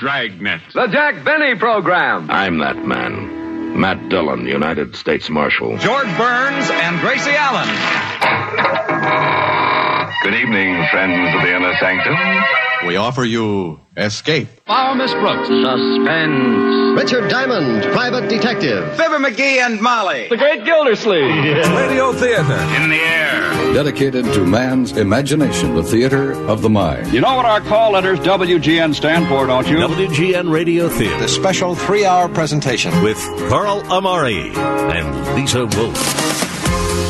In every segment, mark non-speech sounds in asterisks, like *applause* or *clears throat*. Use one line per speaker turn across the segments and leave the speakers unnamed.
Dragnet.
The Jack Benny Program.
I'm that man. Matt Dillon, United States Marshal.
George Burns and Gracie Allen.
Good evening, friends of the inner sanctum.
We offer you Escape.
Our Miss Brooks.
Suspense.
Richard Diamond, Private Detective.
Fibber McGee and Molly.
The Great Gildersleeve.
Yeah. Radio Theater.
In the air.
Dedicated to man's imagination, the theater of the mind.
You know what our call letters WGN stand for, don't you?
WGN Radio Theater.
The special three hour presentation
with Carl Amari and Lisa Wolf.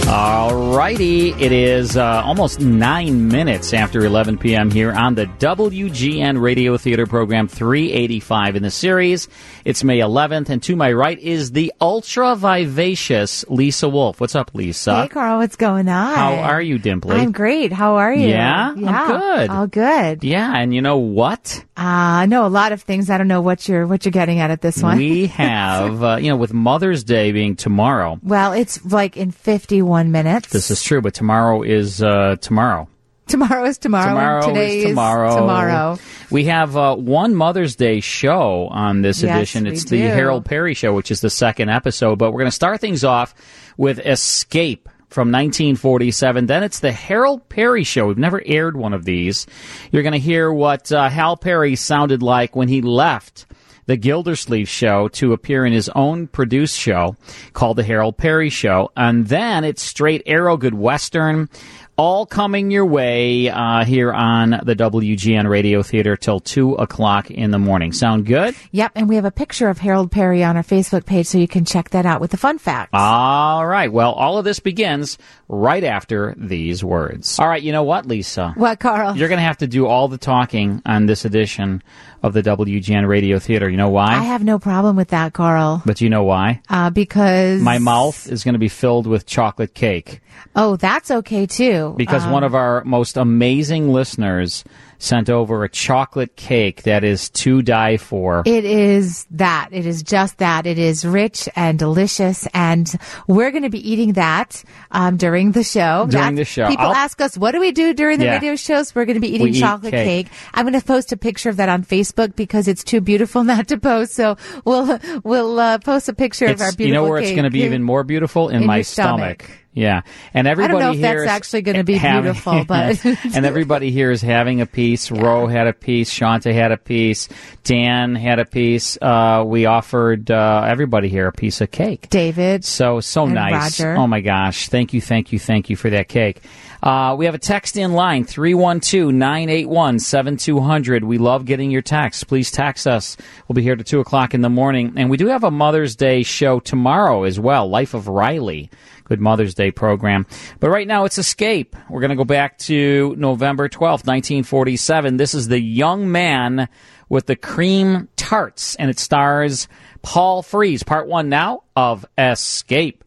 All righty, it is uh, almost nine minutes after 11 p.m. here on the WGN Radio Theater Program 385 in the series. It's May 11th, and to my right is the ultra vivacious Lisa Wolf. What's up, Lisa?
Hey, Carl, what's going on?
How are you, Dimply?
I'm great. How are you?
Yeah, yeah I'm good.
All good.
Yeah, and you know what?
Ah, uh, I know a lot of things. I don't know what you're what you're getting at at this one. *laughs*
We have, uh, you know, with Mother's Day being tomorrow.
Well, it's like in 51 one minute.
This is true, but tomorrow is uh, tomorrow.
Tomorrow is tomorrow.
Tomorrow today is tomorrow.
Is tomorrow.
We have uh, one Mother's Day show on this
yes,
edition. It's
do.
the Harold Perry show, which is the second episode. But we're going to start things off with Escape from 1947. Then it's the Harold Perry Show. We've never aired one of these. You're going to hear what uh, Hal Perry sounded like when he left the Gildersleeve show to appear in his own produced show called The Harold Perry Show. And then it's straight arrow, good Western, all coming your way uh, here on the WGN Radio Theater till 2 o'clock in the morning. Sound good?
Yep. And we have a picture of Harold Perry on our Facebook page, so you can check that out with the fun facts.
All right. Well, all of this begins right after these words. All right. You know what, Lisa?
What, Carl?
You're going to have to do all the talking on this edition of the WGN Radio Theater. You know why?
I have no problem with that, Carl.
But you know why?
Uh, because.
My mouth is going to be filled with chocolate cake.
Oh, that's okay, too.
Because um, one of our most amazing listeners sent over a chocolate cake that is to die for.
It is that. It is just that. It is rich and delicious, and we're going to be eating that um, during the show.
During That's, the show,
people I'll... ask us, "What do we do during the yeah. radio shows?" We're going to be eating
we
chocolate
eat cake.
cake. I'm going to post a picture of that on Facebook because it's too beautiful *laughs* not to post. So we'll we'll uh, post a picture
it's,
of our beautiful.
You know where
cake.
it's going to be even more beautiful in,
in
my
stomach.
stomach. Yeah, and everybody.
I don't know if
that's
actually going to be
having, *laughs*
beautiful, but
and everybody here is having a piece. Yeah. Roe had a piece. Shanta had a piece. Dan had a piece. Uh, we offered uh, everybody here a piece of cake.
David,
so so nice.
Roger.
Oh my gosh! Thank you, thank you, thank you for that cake. Uh, we have a text in line 312-981-7200. We love getting your texts. Please text us. We'll be here to two o'clock in the morning, and we do have a Mother's Day show tomorrow as well. Life of Riley good Mother's Day program. But right now it's Escape. We're going to go back to November 12th, 1947. This is The Young Man with the Cream Tarts, and it stars Paul Frees. Part one now of Escape.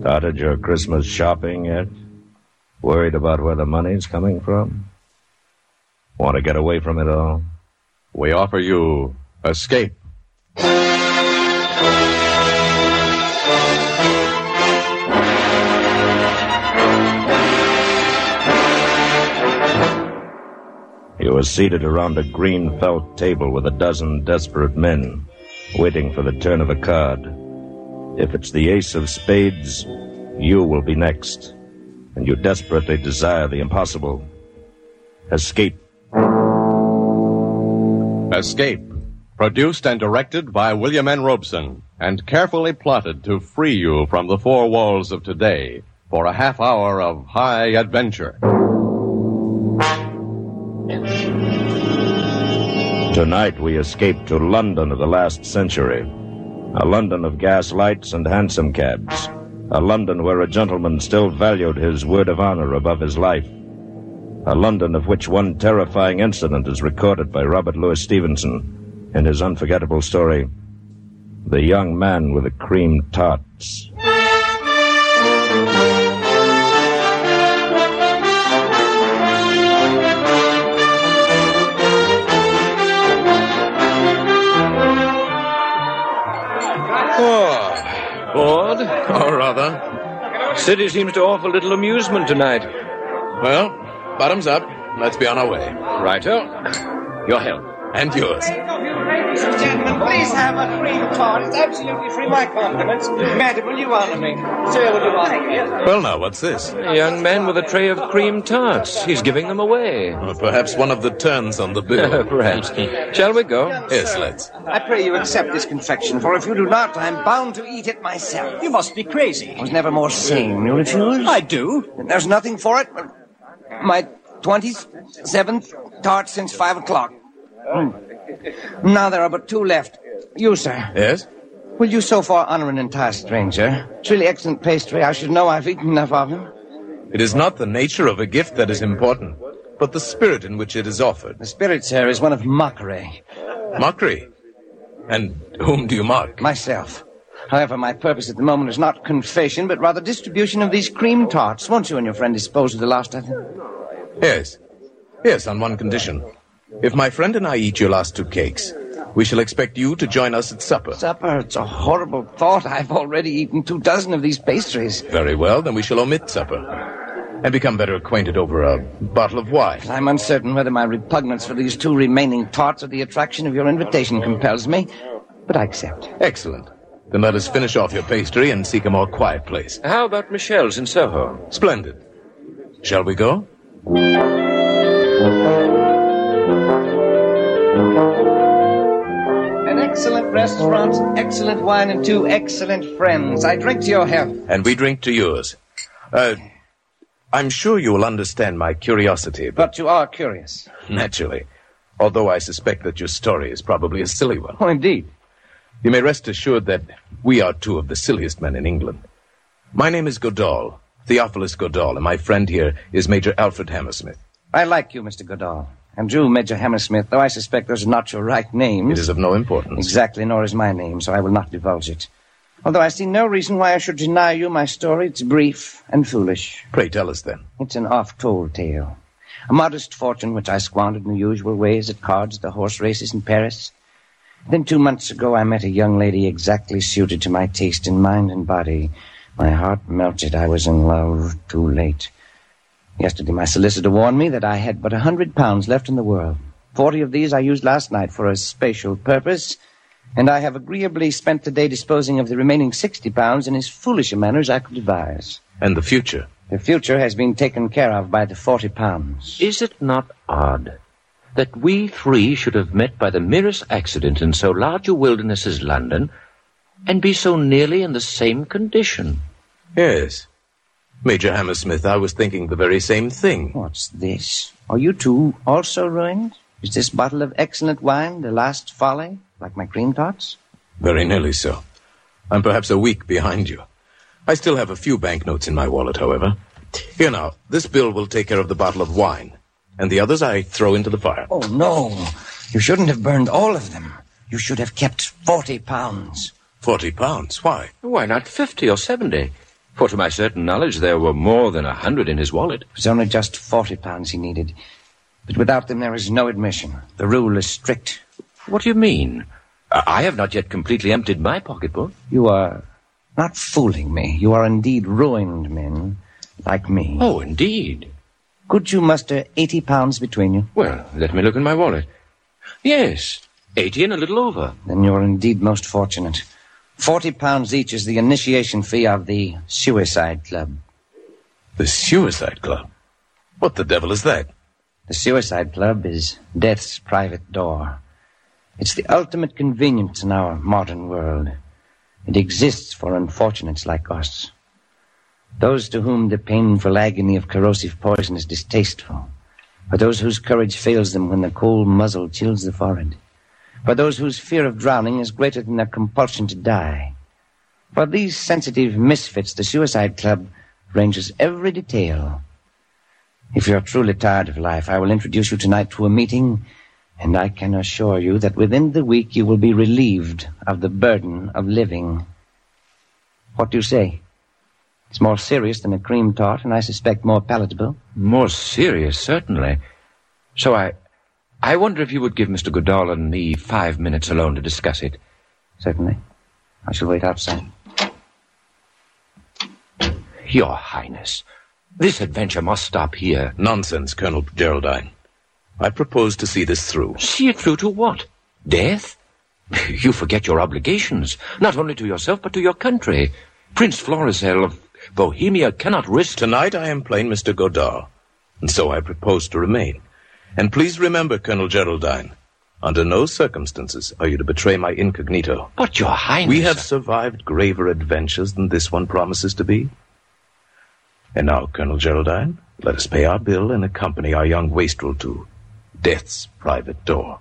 Started your Christmas shopping yet? Worried about where the money's coming from? Want to get away from it all?
We offer you escape.
You were seated around a green felt table with a dozen desperate men, waiting for the turn of a card. If it's the ace of spades, you will be next and you desperately desire the impossible. Escape.
Escape, produced and directed by William N. Robeson, and carefully plotted to free you from the four walls of today for a half hour of high adventure.
Tonight we escape to London of the last century, a London of gas lights and hansom cabs a London where a gentleman still valued his word of honor above his life, a London of which one terrifying incident is recorded by Robert Louis Stevenson in his unforgettable story, The Young Man with the Cream Tarts.
Bored?
Oh,
Or rather, Oh, city seems to offer little amusement tonight.
Well, bottoms up. Let's be on our way.
Righto. Your health.
And yours.
Ladies and gentlemen, please have a free card. It's absolutely free. My compliments. Madam, will you honor me? Sir, will you honor me?
Well, now, what's this?
A young man with a tray of cream tarts. He's giving them away.
Well, perhaps one of the turns on the bill.
*laughs* perhaps. Shall we go?
Yes, let's.
I pray you accept this confection, for if you do not, I am bound to eat it myself.
You must be crazy.
I was never more sane. You refuse?
I do.
Then There's nothing for it. My 27th tart since 5 o'clock. Mm. Now there are but two left. You, sir.
Yes?
Will you so far honor an entire stranger? It's really excellent pastry. I should know I've eaten enough of him.
It is not the nature of a gift that is important, but the spirit in which it is offered.
The spirit, sir, is one of mockery.
Mockery? And whom do you mock?
Myself. However, my purpose at the moment is not confession, but rather distribution of these cream tarts. Won't you and your friend dispose of the last, I think?
Yes. Yes, on one condition. If my friend and I eat your last two cakes, we shall expect you to join us at supper.
Supper? It's a horrible thought. I've already eaten two dozen of these pastries.
Very well, then we shall omit supper. And become better acquainted over a bottle of wine.
But I'm uncertain whether my repugnance for these two remaining tarts or the attraction of your invitation compels me, but I accept.
Excellent. Then let us finish off your pastry and seek a more quiet place.
How about Michelle's in Soho?
Splendid. Shall we go?
An excellent restaurant, excellent wine, and two excellent friends. I drink to your health.
And we drink to yours. Uh, I'm sure you will understand my curiosity.
But... but you are curious.
Naturally. Although I suspect that your story is probably a silly one.
Oh, indeed.
You may rest assured that we are two of the silliest men in England. My name is Godall, Theophilus Godall, and my friend here is Major Alfred Hammersmith.
I like you, Mr. Godall. And you, Major Hammersmith, though I suspect those are not your right names.
It is of no importance.
Exactly, nor is my name, so I will not divulge it. Although I see no reason why I should deny you my story, it's brief and foolish.
Pray tell us then.
It's an oft told tale. A modest fortune which I squandered in the usual ways at cards, the horse races in Paris. Then two months ago I met a young lady exactly suited to my taste in mind and body. My heart melted. I was in love too late. Yesterday, my solicitor warned me that I had but a hundred pounds left in the world. Forty of these I used last night for a spatial purpose, and I have agreeably spent the day disposing of the remaining sixty pounds in as foolish a manner as I could devise.
And the future?
The future has been taken care of by the forty pounds.
Is it not odd that we three should have met by the merest accident in so large a wilderness as London, and be so nearly in the same condition?
Yes. Major Hammersmith, I was thinking the very same thing.
What's this? Are you two also ruined? Is this bottle of excellent wine the last folly, like my cream tarts?
Very nearly so. I'm perhaps a week behind you. I still have a few banknotes in my wallet, however. Here now, this bill will take care of the bottle of wine, and the others I throw into the fire.
Oh, no. You shouldn't have burned all of them. You should have kept forty pounds.
Forty pounds? Why?
Why not fifty or seventy? For to my certain knowledge, there were more than a hundred in his wallet.
It was only just forty pounds he needed. But without them, there is no admission. The rule is strict.
What do you mean? I have not yet completely emptied my pocketbook.
You are not fooling me. You are indeed ruined men like me.
Oh, indeed.
Could you muster eighty pounds between you?
Well, let me look in my wallet. Yes, eighty and a little over.
Then you are indeed most fortunate. Forty pounds each is the initiation fee of the Suicide Club.
The Suicide Club? What the devil is that?
The Suicide Club is death's private door. It's the ultimate convenience in our modern world. It exists for unfortunates like us. Those to whom the painful agony of corrosive poison is distasteful, or those whose courage fails them when the cold muzzle chills the forehead for those whose fear of drowning is greater than their compulsion to die. For these sensitive misfits, the Suicide Club ranges every detail. If you're truly tired of life, I will introduce you tonight to a meeting, and I can assure you that within the week you will be relieved of the burden of living. What do you say? It's more serious than a cream tart, and I suspect more palatable.
More serious, certainly. So I, I wonder if you would give Mr. Goodall and me five minutes alone to discuss it.
Certainly. I shall wait outside.
Your Highness, this adventure must stop here.
Nonsense, Colonel Geraldine. I propose to see this through.
See it through to what? Death? *laughs* You forget your obligations, not only to yourself, but to your country. Prince Florizel of Bohemia cannot risk.
Tonight I am plain Mr. Godard, and so I propose to remain. And please remember, Colonel Geraldine, under no circumstances are you to betray my incognito.
But, Your Highness.
We have survived graver adventures than this one promises to be. And now, Colonel Geraldine, let us pay our bill and accompany our young wastrel to Death's private door.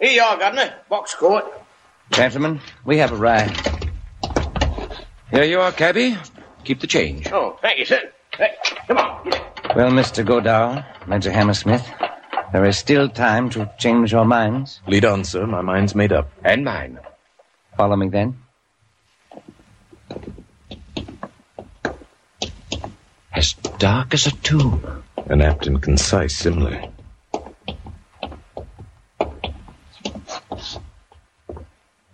Here you are, Governor. Box court.
Gentlemen, we have arrived.
Here you are, cabby. Keep the change.
Oh, thank you, sir. Hey, come on. Get it.
Well, Mr. Godard, Major Hammersmith, there is still time to change your minds.
Lead on, sir. My mind's made up.
And mine.
Follow me then.
As dark as a tomb.
An apt and concise simile.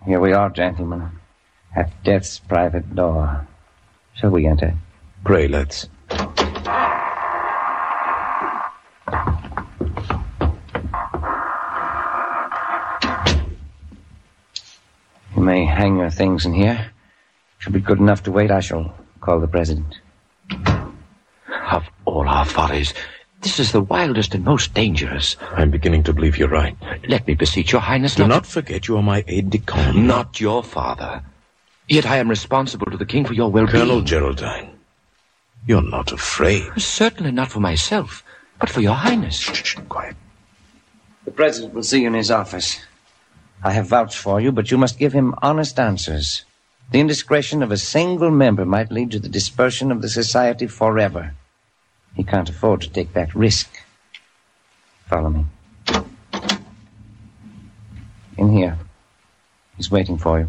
Here we are, gentlemen, at death's private door. Shall we enter?
Pray, let's.
You may hang your things in here. If you'll be good enough to wait, I shall call the president.
Of all our follies, this is the wildest and most dangerous.
I'm beginning to believe you're right.
Let me beseech your highness
Do
not...
not forget you are my aide de camp.
Not your father. Yet I am responsible to the king for your well-being.
Colonel Geraldine, you're not afraid.
Certainly not for myself, but for your highness.
Shh, shh, shh, quiet.
The president will see you in his office. I have vouched for you, but you must give him honest answers. The indiscretion of a single member might lead to the dispersion of the society forever. He can't afford to take that risk. Follow me. In here. He's waiting for you.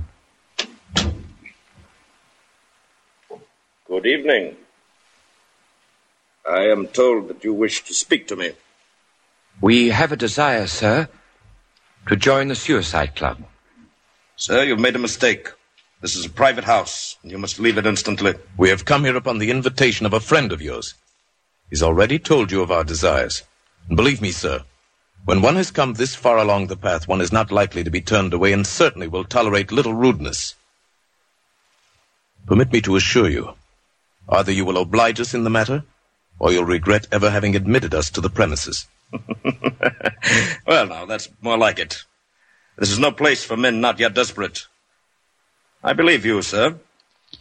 Good evening. I am told that you wish to speak to me.
We have a desire, sir, to join the Suicide Club.
Sir, you've made a mistake. This is a private house, and you must leave it instantly.
We have come here upon the invitation of a friend of yours. He's already told you of our desires. And believe me, sir, when one has come this far along the path, one is not likely to be turned away and certainly will tolerate little rudeness. Permit me to assure you, either you will oblige us in the matter, or you'll regret ever having admitted us to the premises.
well, now, that's more like it. This is no place for men not yet desperate. I believe you, sir.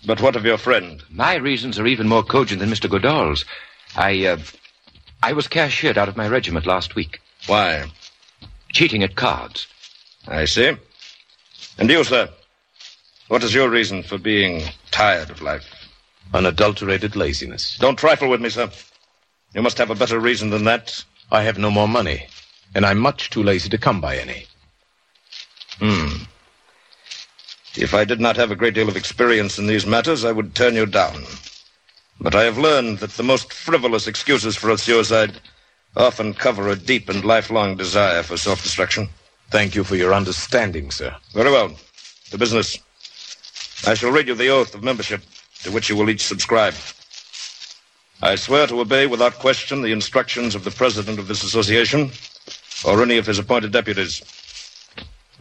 But what of your friend?
My reasons are even more cogent than Mr. Goodall's. I, uh, I was cashiered out of my regiment last week.
Why?
Cheating at cards.
I see. And you, sir? What is your reason for being tired of life?
Unadulterated laziness.
Don't trifle with me, sir. You must have a better reason than that.
I have no more money, and I'm much too lazy to come by any.
Hmm. If I did not have a great deal of experience in these matters, I would turn you down. But I have learned that the most frivolous excuses for a suicide often cover a deep and lifelong desire for self destruction.
Thank you for your understanding, sir.
Very well. To business. I shall read you the oath of membership to which you will each subscribe. I swear to obey without question the instructions of the president of this association or any of his appointed deputies.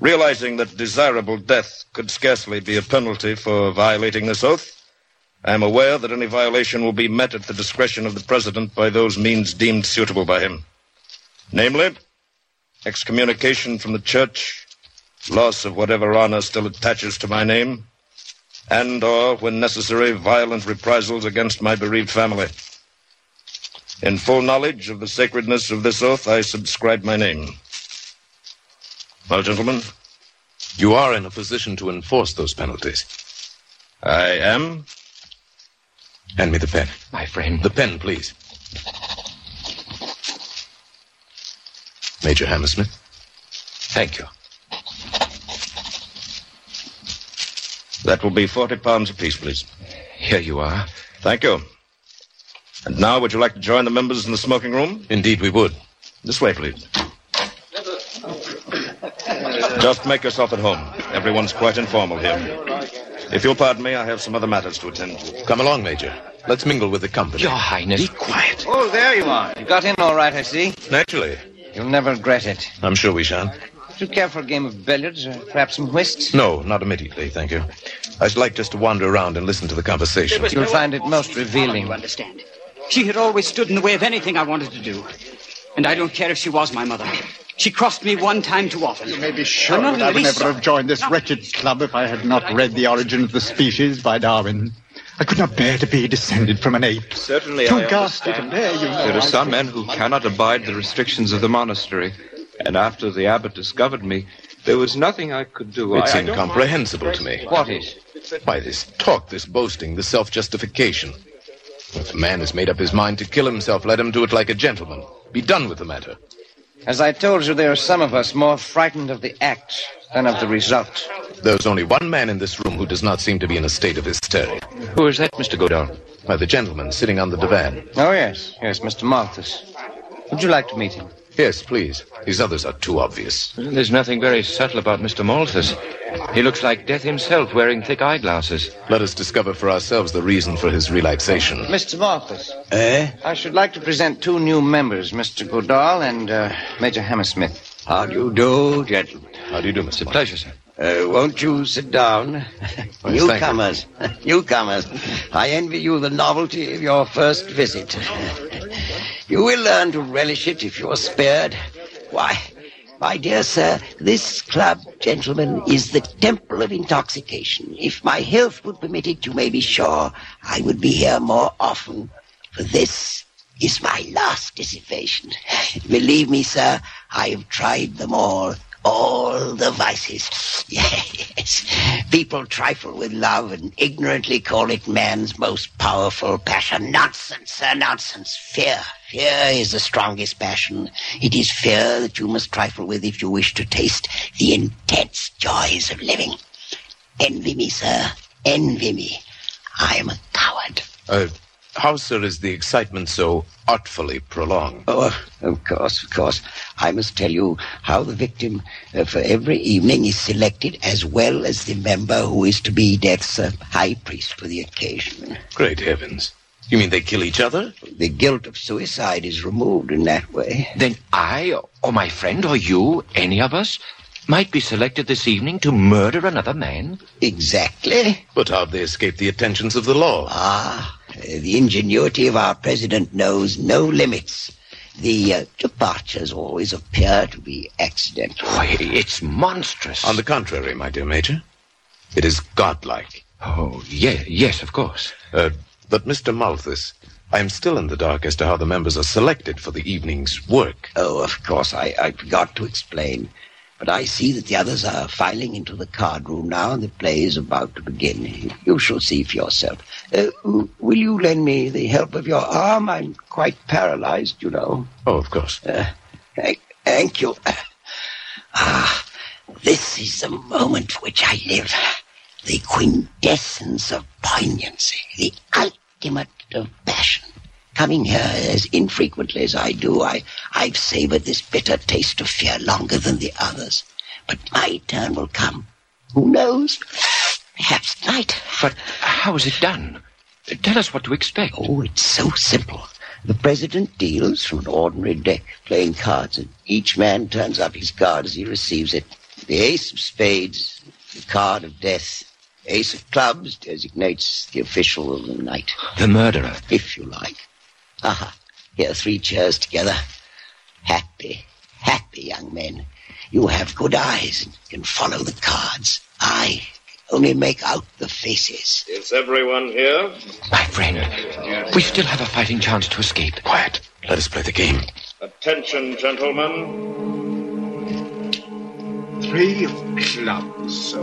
Realizing that desirable death could scarcely be a penalty for violating this oath, I am aware that any violation will be met at the discretion of the President by those means deemed suitable by him. Namely, excommunication from the Church, loss of whatever honor still attaches to my name, and or, when necessary, violent reprisals against my bereaved family. In full knowledge of the sacredness of this oath, I subscribe my name. Well, gentlemen?
You are in a position to enforce those penalties.
I am.
Hand me the pen.
My friend.
The pen, please. Major Hammersmith.
Thank you.
That will be 40 pounds apiece, please.
Here you are.
Thank you. And now, would you like to join the members in the smoking room?
Indeed, we would.
This way, please. Just make yourself at home. Everyone's quite informal here. If you'll pardon me, I have some other matters to attend to.
Come along, Major. Let's mingle with the company.
Your Highness.
Be quiet.
Oh, there you are. You got in all right, I see.
Naturally.
You'll never regret it.
I'm sure we shan't.
Would you care for a game of billiards or perhaps some whist?
No, not immediately, thank you. I should like just to wander around and listen to the conversation.
You'll no find it most revealing.
You understand. She had always stood in the way of anything I wanted to do. And I don't care if she was my mother. She crossed me one time too often.
You may be sure that I would never so. have joined this wretched club if I had not read The Origin of the Species by Darwin. I could not bear to be descended from an ape.
Certainly,
too
I
ghastly to bear, you know.
There are some men who cannot abide the restrictions of the monastery, and after the abbot discovered me, there was nothing I could do.
It's
I,
incomprehensible I to me.
What is?
Why this talk, this boasting, this self-justification? If a man has made up his mind to kill himself, let him do it like a gentleman. Be done with the matter.
As I told you, there are some of us more frightened of the act than of the result.
There's only one man in this room who does not seem to be in a state of hysteria.
Who is that, Mr. Godown?
Why, the gentleman sitting on the divan.
Oh, yes, yes, Mr. Malthus. Would you like to meet him?
Yes, please. These others are too obvious.
There's nothing very subtle about Mr. Malthus. He looks like death himself wearing thick eyeglasses.
Let us discover for ourselves the reason for his relaxation.
Mr. Malthus.
Eh?
I should like to present two new members, Mr. Goodall and uh, Major Hammersmith.
How do you do, gentlemen?
How do you do, Mr. It's
a pleasure, sir.
Uh, won't you
*laughs*
sit down?
Oh, yes,
Newcomers. *laughs* Newcomers. I envy you the novelty of your first visit. You will learn to relish it if you're spared. Why, my dear sir, this club, gentlemen, is the temple of intoxication. If my health would permit it, you may be sure I would be here more often. For this is my last dissipation. Believe me, sir, I have tried them all. All the vices. *laughs* Yes. People trifle with love and ignorantly call it man's most powerful passion. Nonsense, sir, nonsense. Fear. Fear is the strongest passion. It is fear that you must trifle with if you wish to taste the intense joys of living. Envy me, sir. Envy me. I am a coward.
Uh, how, sir, is the excitement so artfully prolonged?
Oh, of course, of course. I must tell you how the victim uh, for every evening is selected as well as the member who is to be death's uh, high priest for the occasion.
Great heavens. You mean they kill each other?
The guilt of suicide is removed in that way.
Then I, or my friend, or you, any of us, might be selected this evening to murder another man?
Exactly.
But how'd they escape the attentions of the law?
Ah, the ingenuity of our president knows no limits. The uh, departures always appear to be accidental.
Why, it's monstrous.
On the contrary, my dear Major, it is godlike.
Oh, yeah, yes, of course.
Uh, but, Mr. Malthus, I am still in the dark as to how the members are selected for the evening's work.
Oh, of course, I, I forgot to explain. But I see that the others are filing into the card room now, and the play is about to begin. You shall see for yourself. Uh, will you lend me the help of your arm? I'm quite paralyzed, you know.
Oh, of course.
Uh, thank, thank you. Uh, Ah, this is the moment for which I live the quintessence of poignancy, the ultimate of passion. Coming here as infrequently as I do, I, I've savored this bitter taste of fear longer than the others. But my turn will come. Who knows? Perhaps tonight.
But how is it done? Tell us what to expect.
Oh, it's so simple. The president deals from an ordinary deck, playing cards, and each man turns up his card as he receives it. The ace of spades, the card of death, Ace of Clubs designates the official of the night.
The murderer.
If you like. Aha. Here are three chairs together. Happy, happy young men. You have good eyes and can follow the cards. I only make out the faces.
Is everyone here?
My friend, we still have a fighting chance to escape.
Quiet. Let us play the game.
Attention, gentlemen.
Three of clubs.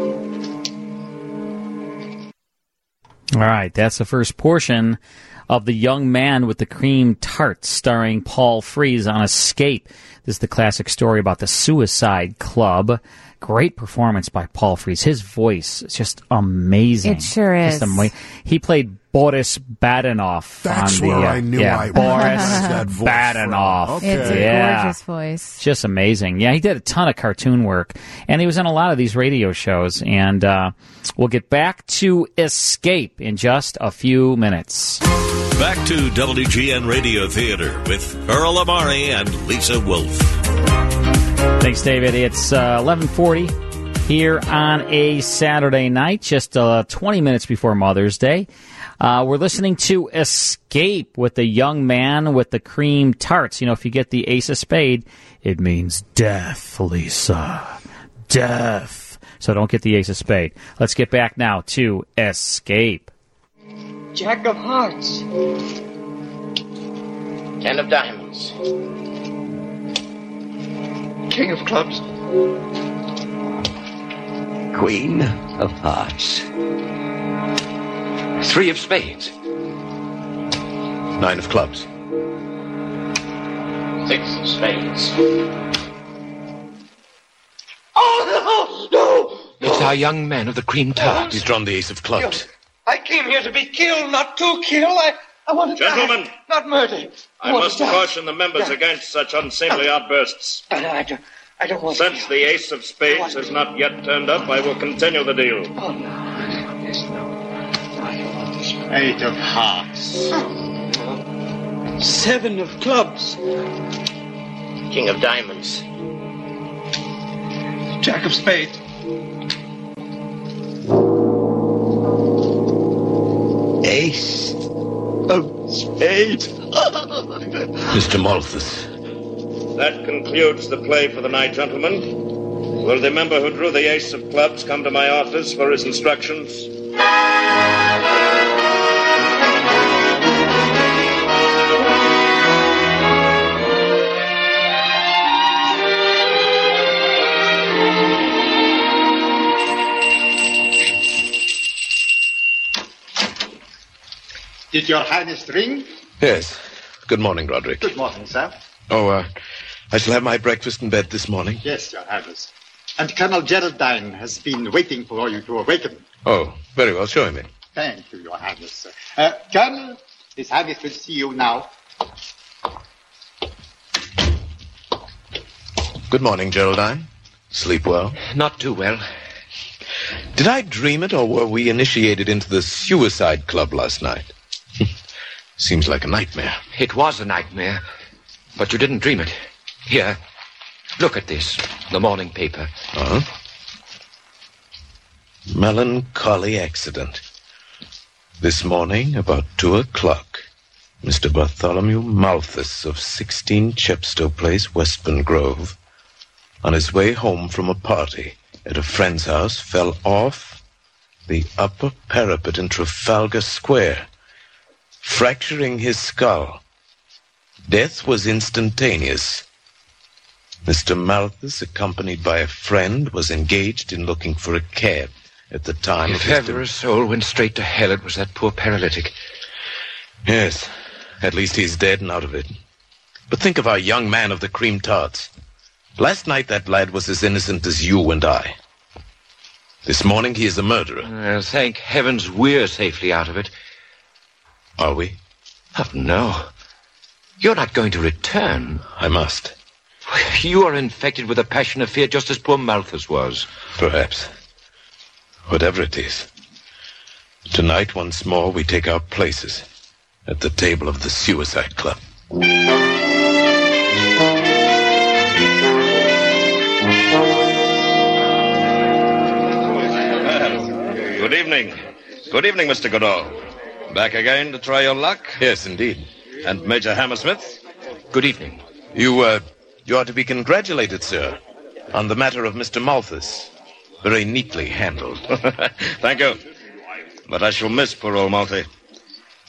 All right, that's the first portion of The Young Man with the Cream Tart, starring Paul Frees on Escape. This is the classic story about the Suicide Club great performance by Paul Frees. His voice is just amazing.
It sure is.
Just ama- he played Boris Badenoff.
That's
on the,
where
uh,
I knew
yeah, *laughs*
I
Boris
recognized *laughs* that voice
Badenoff.
from. Okay.
It's a
yeah.
gorgeous voice.
It's just amazing. Yeah, he did a ton of cartoon work, and he was in a lot of these radio shows. And uh, we'll get back to Escape in just a few minutes.
Back to WGN Radio Theater with Earl Amari and Lisa Wolf.
Thanks, David. It's uh, 1140 here on a Saturday night, just uh, 20 minutes before Mother's Day. Uh, we're listening to Escape with the young man with the cream tarts. You know, if you get the ace of spade, it means death, Lisa. Death. So don't get the ace of spade. Let's get back now to Escape.
Jack of hearts.
Ten of diamonds. King of clubs.
Queen of
Ah.
Hearts.
Three of spades.
Nine of clubs.
Six of spades.
Oh, no! No!
It's our young man of the cream tart. He's drawn the ace of clubs.
I came here to be killed, not to kill. I, I want to
Gentlemen.
die, not murder.
I
want
must
to die.
caution the members
Yeah.
against such unseemly outbursts.
But I don't, I don't want
Since the ace of spades has not yet turned up, I will continue the deal.
Eight of hearts.
Seven of clubs.
King of diamonds.
Jack of spades.
Ace of
*laughs*
Spades.
Mr. Malthus.
That concludes the play for the night, gentlemen. Will the member who drew the ace of clubs come to my office for his instructions?
Did your highness ring?
Yes. Good morning, Roderick.
Good morning, sir.
Oh, uh, I shall have my breakfast in bed this morning.
Yes, your highness. And Colonel Geraldine has been waiting for you to awaken.
Oh, very well. Show him in.
Thank you, your highness. sir. Uh, Colonel, his highness will see you now.
Good morning, Geraldine. Sleep well? Not too well. Did I dream it, or were we initiated into the suicide club last night? *laughs* Seems like a nightmare.
It was a nightmare, but you didn't dream it. Here, look at this the morning paper.
Huh? Melancholy accident. This morning, about two o'clock, Mr. Bartholomew Malthus of 16 Chepstow Place, Westbourne Grove, on his way home from a party at a friend's house, fell off the upper parapet in Trafalgar Square, fracturing his skull. Death was instantaneous. Mr. Malthus, accompanied by a friend, was engaged in looking for a cab at the time
If
of his
ever a soul went straight to hell, it was that poor paralytic.
Yes. At least he's dead and out of it. But think of our young man of the cream tarts. Last night that lad was as innocent as you and I. This morning he is a murderer.
Well, thank heavens we're safely out of it.
Are we?
Oh, no. You're not going to return.
I must.
You are infected with a passion of fear just as poor Malthus was.
Perhaps. Whatever it is. Tonight, once more, we take our places at the table of the Suicide Club.
Good evening. Good evening, Mr. Goodall. Back again to try your luck?
Yes, indeed.
And Major Hammersmith?
Good evening.
You, uh, you are to be congratulated, sir, on the matter of Mr. Malthus. Very neatly
*laughs*
handled.
Thank you. But I shall miss poor old Malty.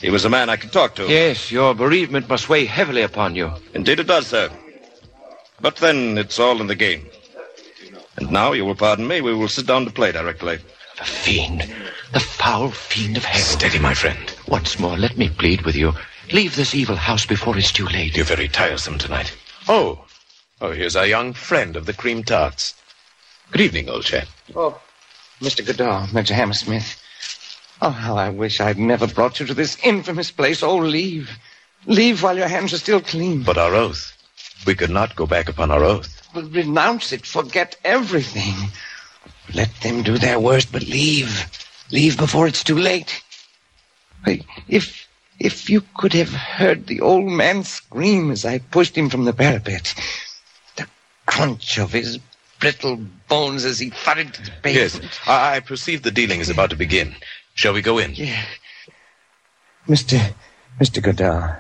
He was a man I could talk to.
Yes, your bereavement must weigh heavily upon you.
Indeed it does, sir. But then it's all in the game. And now, you will pardon me, we will sit down to play directly.
The fiend. The foul fiend of hell.
Steady, my friend.
Once more, let me plead with you. Leave this evil house before it's too late.
You're very tiresome tonight. Oh, oh, here's our young friend of the cream tarts. Good evening, old chap.
Oh, Mr. Goodall, Major Hammersmith. Oh, how I wish I'd never brought you to this infamous place. Oh, leave. Leave while your hands are still clean.
But our oath. We could not go back upon our oath.
But renounce it. Forget everything. Let them do their worst, but leave. Leave before it's too late. Wait, If if you could have heard the old man scream as I pushed him from the parapet, the crunch of his brittle bones as he thudded to the
Yes, I, I perceive the dealing is about to begin. Shall we go in?
Yeah. Mr. Mr. Goodall,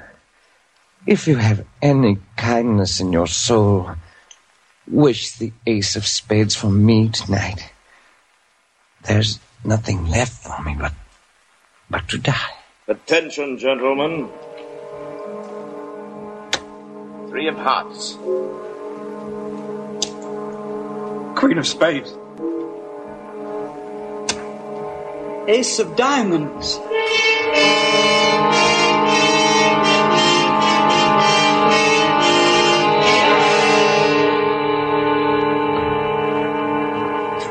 if you have any kindness in your soul, wish the ace of spades for me tonight. There's nothing left for me but but to die.
Attention, gentlemen.
Three of hearts.
Queen of Spades. Ace of Diamonds.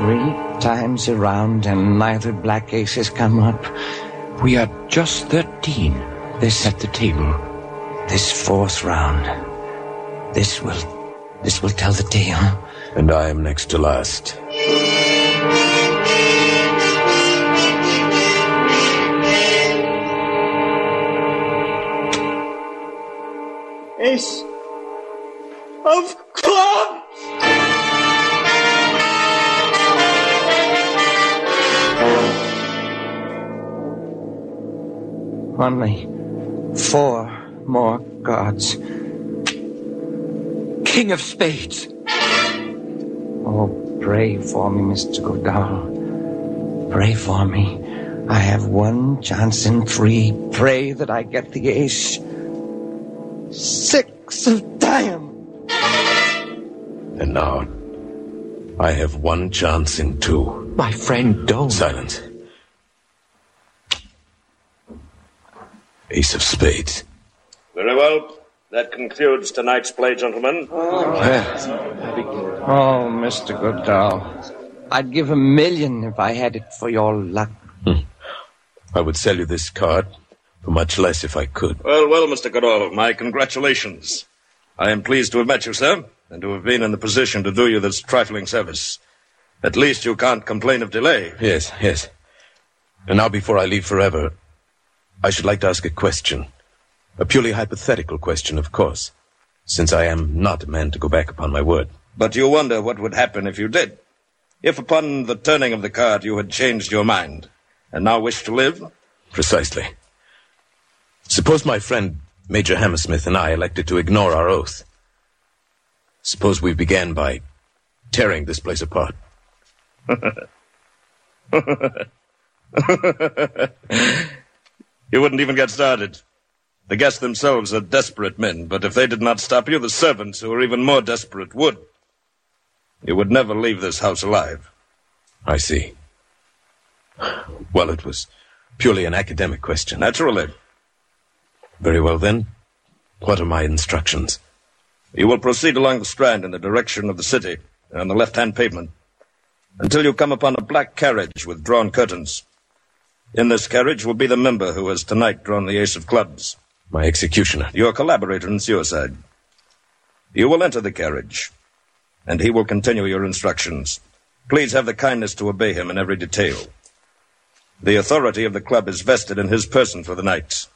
Three
times around and neither black ace has come up.
We are just 13. This at the table.
This fourth round. This will. This will tell the tale.
And I am next to last.
Ace of Clubs.
Only four more cards.
King of Spades.
Oh, pray for me, Mr. Goodall. Pray for me. I have one chance in three. Pray that I get the ace. Six of diamonds.
And now, I have one chance in two. My friend, don't. Silence. Ace of Spades.
Very well. That concludes tonight's play, gentlemen.
Oh, Mr. Goodall. I'd give a million if I had it for your luck.
I would sell you this card for much less if I could.
Well, well, Mr. Goodall, my congratulations. I am pleased to have met you, sir, and to have been in the position to do you this trifling service. At least you can't complain of delay.
Yes, yes. And now, before I leave forever, I should like to ask a question. A purely hypothetical question, of course, since I am not a man to go back upon my word.
But you wonder what would happen if you did. If upon the turning of the card you had changed your mind, and now wish to live?
Precisely. Suppose my friend Major Hammersmith and I elected to ignore our oath. Suppose we began by tearing this place apart.
*laughs* You wouldn't even get started. The guests themselves are desperate men, but if they did not stop you, the servants, who are even more desperate, would. You would never leave this house alive.
I see. Well, it was purely an academic question.
Naturally.
Very well, then. What are my instructions?
You will proceed along the strand in the direction of the city, on the left-hand pavement, until you come upon a black carriage with drawn curtains. In this carriage will be the member who has tonight drawn the ace of clubs.
My executioner.
Your collaborator in suicide. You will enter the carriage, and he will continue your instructions. Please have the kindness to obey him in every detail. The authority of the club is vested in his person for the night.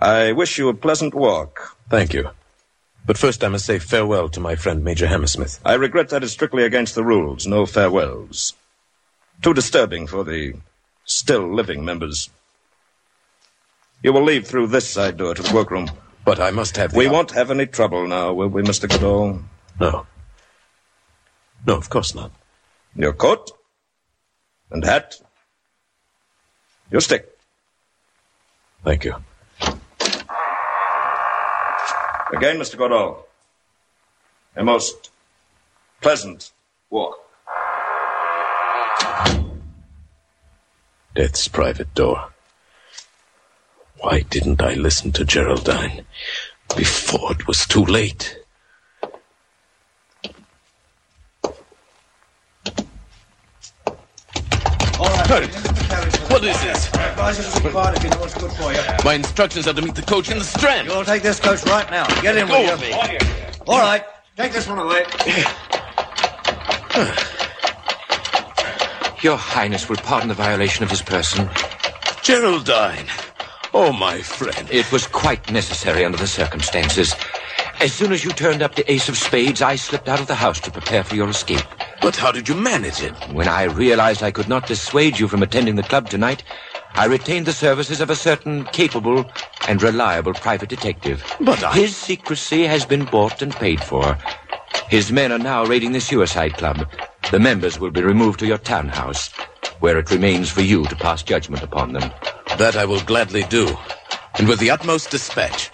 I wish you a pleasant walk.
Thank you. But first I must say farewell to my friend Major Hammersmith.
I regret that is strictly against the rules. No farewells. Too disturbing for the still living members. You will leave through this side door to the workroom.
But I must have.
We won't have any trouble now, will we, Mr. Goodall?
No. No, of course not.
Your coat and hat. Your stick.
Thank you.
Again, Mr. Goodall. A most pleasant walk.
Death's private door. Why didn't I listen to Geraldine before it was too late? What is this?
Advisors will be quiet if you know what's good for you.
My instructions are to meet the coach in the Strand.
You'll take this coach right now. Get in
Go
with
with
you.
me.
All right. Take this one
*laughs*
away.
Your Highness will pardon the violation of his person.
Geraldine. Oh, my friend.
It was quite necessary under the circumstances. As soon as you turned up the ace of spades, I slipped out of the house to prepare for your escape.
But how did you manage it?
When I realized I could not dissuade you from attending the club tonight, I retained the services of a certain capable and reliable private detective.
But I-
His secrecy has been bought and paid for. His men are now raiding the suicide club. The members will be removed to your townhouse, where it remains for you to pass judgment upon them.
That I will gladly do, and with the utmost dispatch.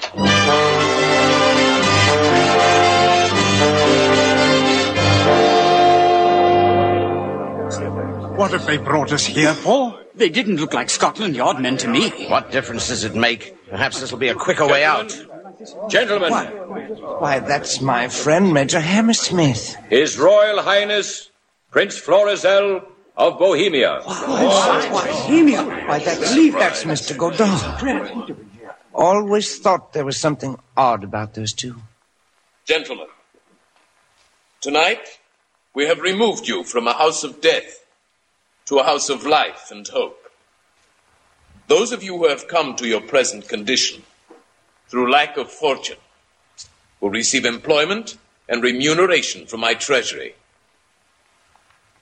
What have they brought us here for?
They didn't look like Scotland Yard men to me.
What difference does it make? Perhaps this will be a quicker way out. Gentlemen,
Why, that's my friend, Major Hammersmith.
His Royal Highness Prince Florizel of Bohemia.
Bohemia! Why, that, believe that's Mr. Godard. Always thought there was something odd about those two.
Gentlemen, tonight we have removed you from a house of death to a house of life and hope. Those of you who have come to your present condition through lack of fortune will receive employment and remuneration from my treasury.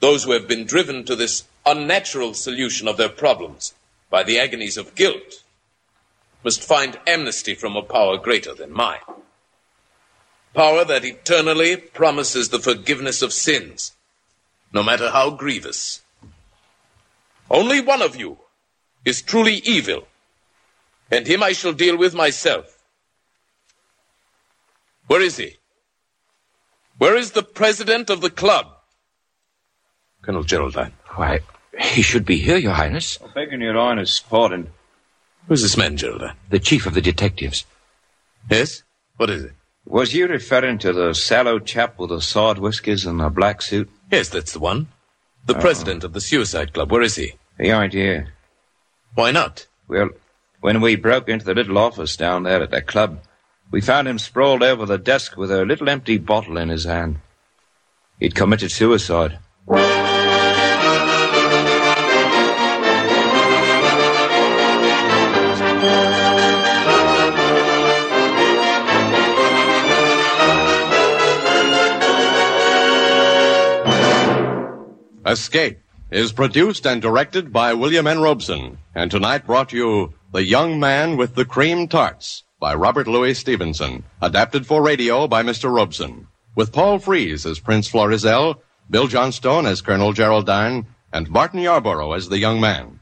Those who have been driven to this unnatural solution of their problems by the agonies of guilt must find amnesty from a power greater than mine power that eternally promises the forgiveness of sins, no matter how grievous. Only one of you is truly evil, and him I shall deal with myself. Where is he? Where is the president of the club?
Colonel Geraldine. Why, he should be here, Your Highness.
Begging your Highness pardon. Who's this man, Geraldine?
The chief of the detectives.
Yes? What is it?
Was you referring to the sallow chap with the side whiskers and the black suit? Uh-huh.
Yes, that's the one. The president of the Suicide Club. Where is he?
He ain't here.
Why not?
Well, when we broke into the little office down there at the club, we found him sprawled over the desk with a little empty bottle in his hand. He'd committed suicide.
Escape is produced and directed by William N. Robeson, and tonight brought you The Young Man with the Cream Tarts by Robert Louis Stevenson, adapted for radio by Mr. Robeson, with Paul Fries as Prince Florizel, Bill Johnstone as Colonel Geraldine, and Martin Yarborough as the young man.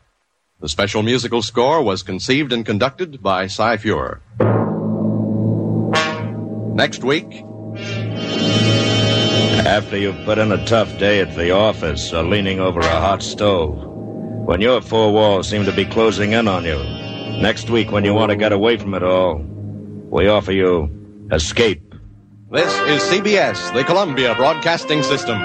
The special musical score was conceived and conducted by Cy Fuhrer. Next week,
After you've put in a tough day at the office or leaning over a hot stove, when your four walls seem to be closing in on you, next week when you want to get away from it all, we offer you escape.
This is CBS, the Columbia Broadcasting System.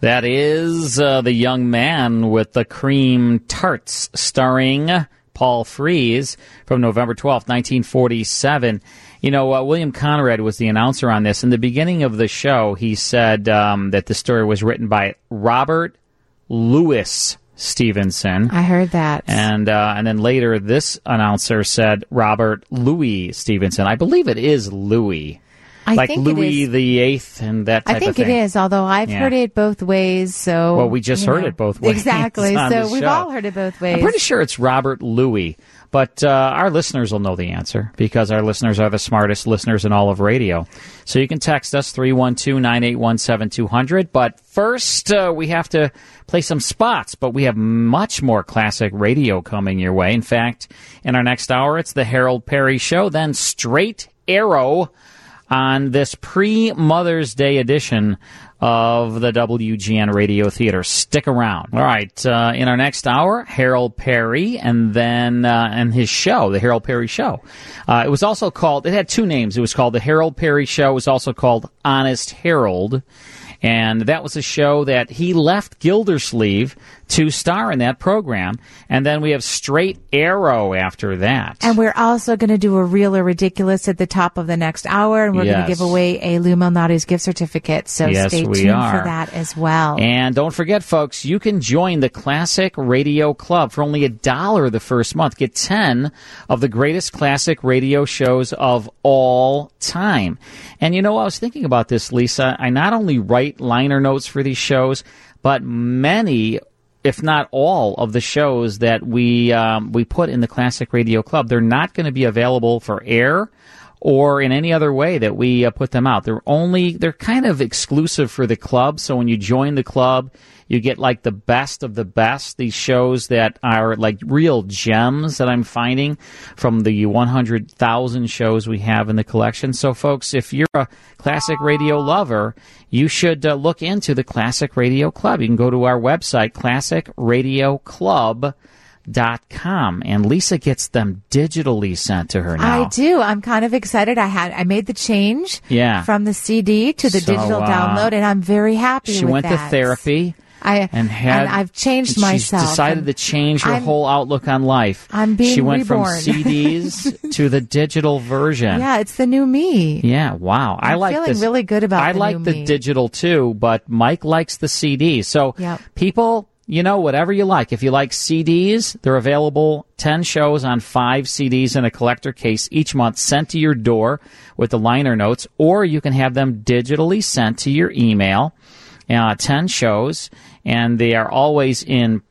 That is uh, The Young Man with the Cream Tarts, starring Paul Fries from November twelfth, 1947. You know, uh, William Conrad was the announcer on this. In the beginning of the show, he said um, that the story was written by Robert Louis Stevenson.
I heard that.
And uh, and then later, this announcer said Robert Louis Stevenson. I believe it is Louis,
I
like
think it
Louis
is.
the Eighth and that type
I
of
think
thing.
it is, although I've
Yeah.
heard it both ways. So
Well, we just
you
heard it both ways *laughs*
Exactly.
on
so
the
we've
show.
all heard it both ways.
I'm pretty sure it's Robert Louis, but uh, our listeners will know the answer because our listeners are the smartest listeners in all of radio. So you can text us 312 981 7200. But first, uh, we have to play some spots, but we have much more classic radio coming your way. In fact, in our next hour, it's the Harold Perry Show, then Straight Arrow. on this pre Mother's Day edition of the WGN Radio Theater. Stick around. All right, uh, in our next hour, Harold Perry, and then uh, and his show, the Harold Perry Show. Uh, it was also called. It had two names. It was called the Harold Perry Show. It was also called Honest Harold. And that was a show that he left Gildersleeve to star in that program. And then we have Straight Arrow after that.
And we're also going to do a real or ridiculous at the top of the next hour, and we're going
Yes.
to give away a Lou Malnati's gift certificate. So
Yes,
stay
we
tuned
are.
for that as well.
And don't forget, folks, you can join the Classic Radio Club for only a dollar the first month. Get 10 of the greatest classic radio shows of all time. And you know, I was thinking about this, Lisa. I not only write liner notes for these shows, but many if not all of the shows that we um, we put in the Classic Radio Club, they're not going to be available for air or in any other way that we uh, put them out. They're only they're kind of exclusive for the club. So when you join the club, you get like the best of the best. These shows that are like real gems that I'm finding from the 100,000 shows we have in the collection. So folks, if you're a classic radio lover, you should uh, look into the Classic Radio Club. You can go to our website classicradioclub.com and Lisa gets them digitally sent to her now.
I do. I'm kind of excited. I had I made the change
Yeah.
from the CD to the
So,
digital
uh,
download, and I'm very happy.
she
with
went to
that.
therapy
I
and had
and I've changed
she's
myself.
decided to change her
I'm-
whole outlook on life.
I'm being
She went
reborn. *laughs*
from CDs to the digital version.
yeah, it's the new me.
Yeah, wow. i
I'm
like
feeling
this.
really good about
I
the
like
new
the
me.
digital too, but Mike likes the CD. So
Yep.
people, you know, whatever you like. If you like CDs, they're available 10 shows on 5 CDs in a collector case each month sent to your door with the liner notes or you can have them digitally sent to your email. Uh, 10 shows and they are always in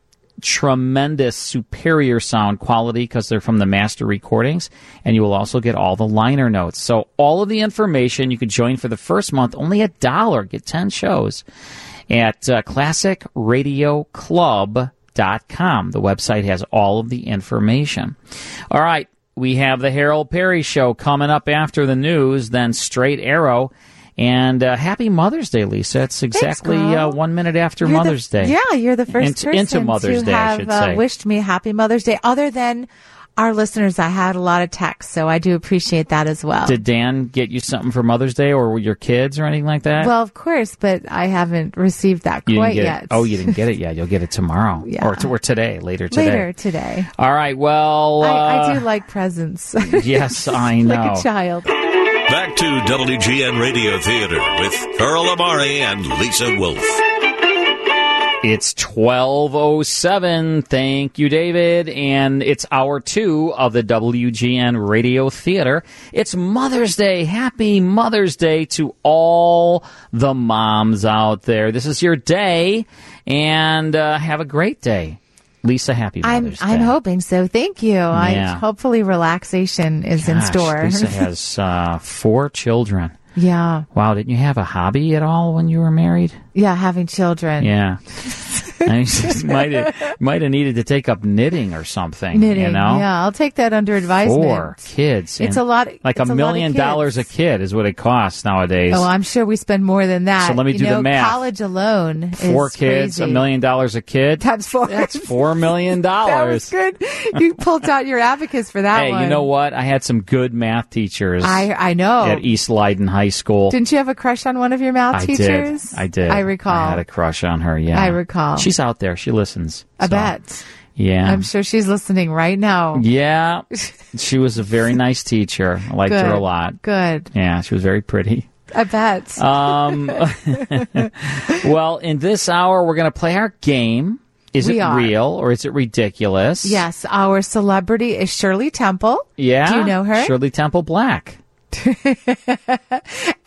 tremendous superior sound quality because they're from the master recordings and you will also get all the liner notes so all of the information you could join for the first month only a dollar get 10 shows at uh, classicradioclub.com the website has all of the information all right we have the harold perry show coming up after the news then straight arrow and uh, happy mother's day lisa it's exactly uh, one minute after
You're the-
mother's day
Yeah, you're the first
into,
person
into Mother's
to
Day,
have
I should
uh,
say.
wished me happy Mother's Day. Other than our listeners, I had a lot of texts, so I do appreciate that as well.
Did Dan get you something for Mother's Day or your kids or anything like that?
well, of course, but I haven't received that
you
quite
didn't get
yet.
It. Oh, you didn't get it yet. You'll get it tomorrow,
*laughs* Yeah.
or, t- or today, later today.
Later today.
All right. Well,
I, I
uh,
do like presents. *laughs*
yes, I know.
like a child.
Back to WGN Radio Theater with Earl Amari and Lisa Wolf.
It's 1207. Thank you, David. And it's hour two of the WGN Radio Theater. It's Mother's Day. Happy Mother's Day to all the moms out there. This is your day and uh, have a great day. Lisa, happy
I'm
Mother's Day.
I'm hoping so. Thank you.
Yeah.
I hopefully relaxation is in
Gosh,
store. *laughs*
Lisa has uh, four children.
yeah,
Wow, didn't you have a hobby at all when you were married?
yeah, having children. *laughs*
Yeah. I mean, *laughs* she might have, might have needed to take up knitting or something.
Knitting,
you know?
yeah, I'll take that under advisement.
Four kids.
It's
and
a lot-
Like
it's a lot
a
of
million
kids.
dollars a kid is what it costs nowadays.
Oh, I'm sure we spend more than that.
So let me
You
do the
know,
math.
College alone,
four
is
kids,
crazy.
a million dollars a kid.
times four. That's
Four million
*laughs* That
dollars.
was good. You pulled out your abacus for that
Hey,
one.
you know what? I had some good math teachers.
I I know.
At East Leiden High School.
Didn't you have a crush on one of your math
I
teachers?
did. I did.
I recall.
I had a crush on her. Yeah,
I recall.
She's out there. She listens.
I
so,
bet.
Yeah.
I'm sure she's listening right now. *laughs*
Yeah. she was a very nice teacher. I liked her
Good.
a lot.
Good.
Yeah, she was very
*laughs*
pretty.
I bet. *laughs*
Um, *laughs* well, in this hour, we're going to play our game. Is
We
it
are.
real or is it ridiculous?
yes, our celebrity is Shirley Temple.
Yeah.
Do you know her?
Shirley Temple Black.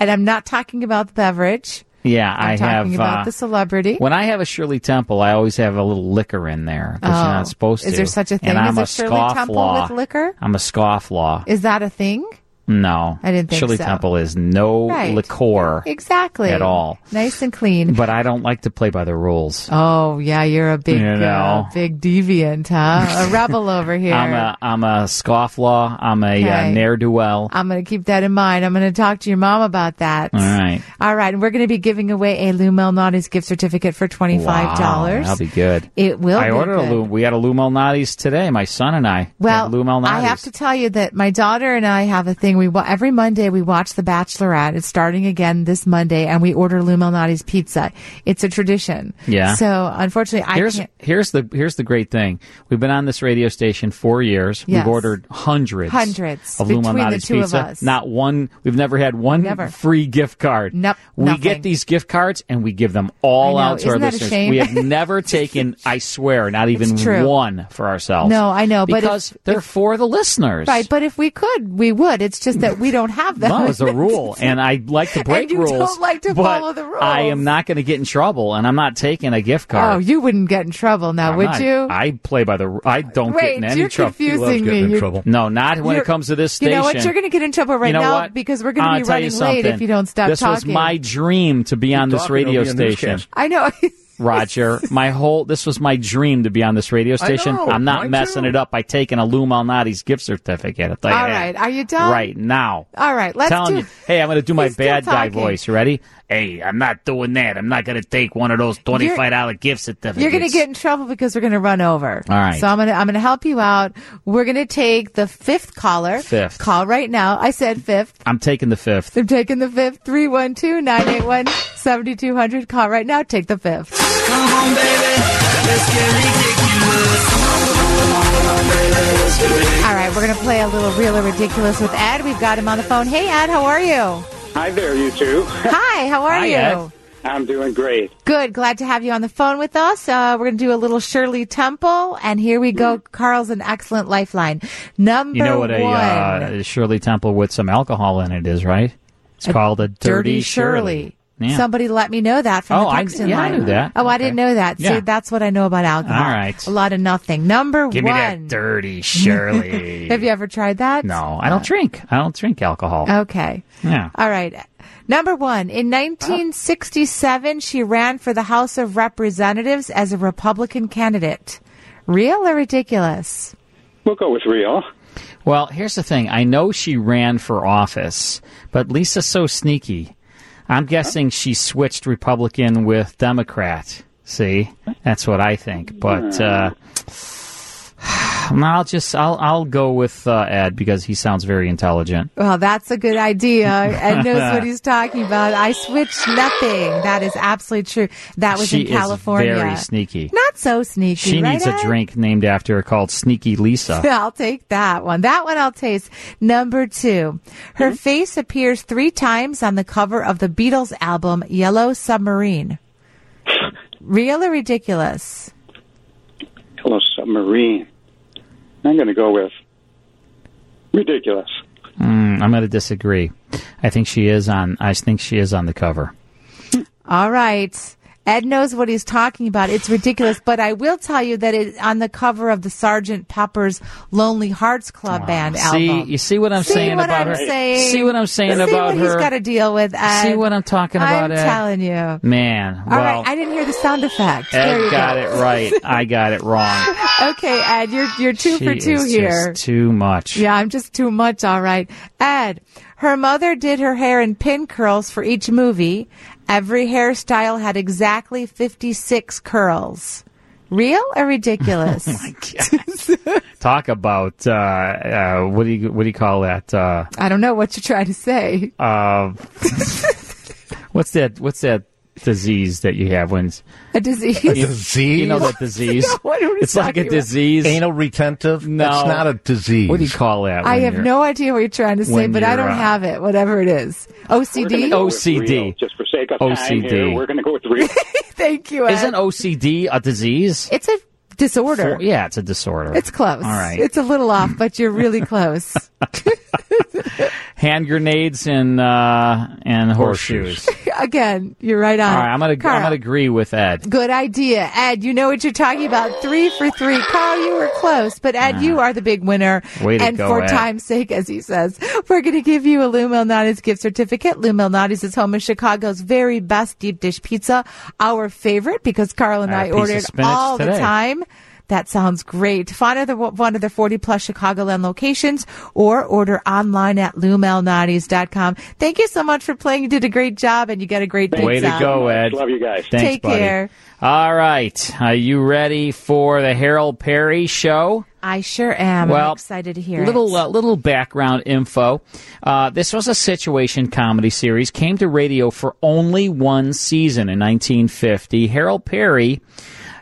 And I'm not talking about the beverage.
Yeah,
I'm
I
talking
have.
about
uh,
the celebrity.
When I have a Shirley Temple, I always have a little liquor in there that you're
Oh.
not supposed to.
Is there such a thing
And
as
I'm
a Shirley Temple
scofflaw.
with liquor?
I'm a scofflaw.
Is that a thing?
No.
I didn't think
Shirley
so.
Temple is no
Right.
liqueur
Exactly.
at all.
Nice and clean.
But I don't like to play by the rules.
Oh yeah, you're a big,
You
uh,
know.
big deviant,
*laughs*
huh? A rebel over here.
I'm a I'm a scofflaw. I'm a uh,
Okay.
ne'er do well.
I'm going to keep that in mind. I'm going to talk to your mom about that.
All right.
All right, and we're going to be giving away a Lou Malnati's gift certificate for twenty five
Wow,
dollars.
that'll be good.
It will
I
be
ordered
good.
a Lou. We had a Lou Malnati's today. My son and I.
Well,
had Lou Malnati's.
I have to tell you that my daughter and I have a thing. We wa- every Monday we watch The Bachelorette. It's starting again this Monday, and we order Lou Malnati's pizza. It's a tradition.
Yeah.
So unfortunately, I
here's
can't.
here's the here's the great thing. We've been on this radio station four years.
Yes.
We've ordered hundreds,
Hundreds,
of Lou
between the
Malnati's
two of
pizza.
us.
Not one. We've never had one
Never.
free gift card.
Nope,
We
nothing.
get these gift cards and we give them all
I know.
out to our
Isn't that a
listeners.
shame?
We have
*laughs*
never taken, I swear, not even
It's true.
one for ourselves.
No, I know, but if-
because they're *laughs* for the listeners.
Right, but if we could, we would. It's just that we don't have them. *laughs*
No, it's a rule, and I like to break
And you
rules.
don't like to
but
follow the rules.
I am not going to get in trouble, and I'm not taking a gift
Oh,
card.
you wouldn't get in trouble now,
I'm
would
not-
you?
I play by the. ru- I don't
Wait,
get in any
you're
trouble.
confusing He loves getting me. in You're- trouble.
No, not when
You're-
it comes to this
You
station.
know what? You're going to get in trouble right
You know
now
what?
because we're going
I'll
to be
tell you
running late if
something.
you don't stop
This
talking.
was my dream to be on this
talking,
radio
it'll be a
station.
newscast. *laughs*
I know. *laughs*
Roger, my whole this was my dream to be on this radio
I
station.
know,
I'm not
mine
messing
too.
it up by taking a Lou Malnati's gift certificate. I'll tell you
All
that.
right, are you done?
Right now.
All right, let's
telling
do.
you. Hey, I'm going to do my bad guy
talking.
voice. You ready? Hey, I'm not doing that. I'm not going to take one of those twenty-five dollar gift certificates.
You're going to get in trouble because we're going to run over.
All right.
So I'm going to I'm going to help you out. We're going to take the fifth caller.
Fifth.
Call right now. I said fifth.
I'm taking the fifth.
They're taking the fifth. 312-981-7200. Call right now. Take the fifth.
Come on, baby. Let's get ridiculous.
All right. We're going to play a little real or ridiculous with Ed. We've got him on the phone. Hey, Ed, how are you?
Hi there, you two.
Hi, how are
Hi,
you?
Ed. I'm doing great.
Good. Glad to have you on the phone with us. Uh, we're going to do a little Shirley Temple. And here we go. Carl's an excellent lifeline. Number
Hmm. You know what
one.
a uh, Shirley Temple with some alcohol in it is, right? It's
A
called a dirty,
Dirty Shirley.
Yeah.
Somebody let me know that from
Oh,
the
I-
text in
yeah, I
line.
knew that.
Oh, I didn't know that. See,
Yeah.
that's what I know about alcohol.
All right.
A lot of nothing. Number
Give me
one.
that
*laughs*
dirty Shirley.
Have you ever tried that?
no, I don't drink. I don't drink alcohol.
Okay.
Yeah.
All right. Number one. In 1967, she ran for the House of Representatives as a Republican candidate. Real or ridiculous?
We'll go with real.
Well, here's the thing. I know she ran for office, but Lisa's so sneaky. I'm guessing she switched Republican with Democrat. See, that's what I think. But uh, *sighs* I'll just I'll I'll go with uh, Ed because he sounds very intelligent.
Well, that's a
*laughs*
good idea. Ed knows what he's talking about. I switched nothing. That is absolutely true. That was
she
in California.
Is very sneaky.
Not so sneaky.
She
right,
needs
Ed?
a drink named after her called Sneaky Lisa.
*laughs* Yeah, I'll take that one. That one I'll taste. Number two. Her face appears three times on the cover of the Beatles album Yellow Submarine. Real or ridiculous?
Hello, submarine. uh, I'm going to go with ridiculous.
Mm, I'm going to disagree. I think she is on. I think she is on the cover.
All right. Ed knows what he's talking about. It's ridiculous, but I will tell you that it's on the cover of the Sergeant Pepper's Lonely Hearts Club Band
see,
album.
you see what I'm
See
saying
what
about her.
I'm saying.
See what I'm saying
See
about
what
her.
He's got to deal with. Ed.
See what I'm talking about,
I'm
Ed?
telling you. All
Man,
right,
well,
I didn't hear the sound effect. There you
Ed got
go.
it right. I got it wrong.
*laughs* okay, Ed, you're you're two
she
for two
is
here.
Just too much.
Yeah, I'm just too much. All right, Ed. Her mother did her hair in pin curls for each movie. Every hairstyle had exactly 56 curls. Real
*laughs*
or
Oh
ridiculous?
Talk about uh, uh, what do you what do you call that? Uh,
I don't know what you're trying to say.
uh, *laughs* what's that? What's that disease that you have when?
A disease.
You- You
*laughs*
know that disease?
What are we
it's like a
talking about?
disease.
Anal retentive?
No.
That's not a disease.
What do you call that?
I
when
have
you're-
no idea what you're trying to say,
when
but I
you're,
don't
uh,
have it. Whatever it is, OCD.
Real, just for sake of time
OCD.
here, we're going to go with real.
*laughs* Thank you. Ed.
Isn't OCD a disease?
It's a disorder.
For- yeah, it's a disorder.
It's close.
All right. *laughs*
It's a little off, but you're really close.
hand grenades and uh, and horseshoes.
Again, you're right on.
All right, I'm gonna
Carl,
I'm gonna agree with Ed.
Good idea, Ed. You know what you're talking about. Three for three. Carl, you were close, but Ed, you are the big winner.
Way to
and
go,
for
Ed.
time's sake, as he says, we're going to give you a Lou Malnati's gift certificate. Lou Malnati's is home of Chicago's very best deep dish pizza, our favorite because Carl and
I
I,
had a piece of
ordered
spinach
all the
today.
time. That sounds great. Find either one of the 40 plus Chicagoland locations or order online at lumelnotties.com. Thank you so much for playing. You did a great job and you got a great pizza.
Way to go, Ed. Love you guys. Thanks,
Take
buddy.
care.
All right. Are you ready for the Harold Perry show?
I sure am.
Well,
I'm excited to hear
little
it.
Uh, little background info. Uh, this was a situation comedy series. Came to radio for only one season in 1950. Harold Perry,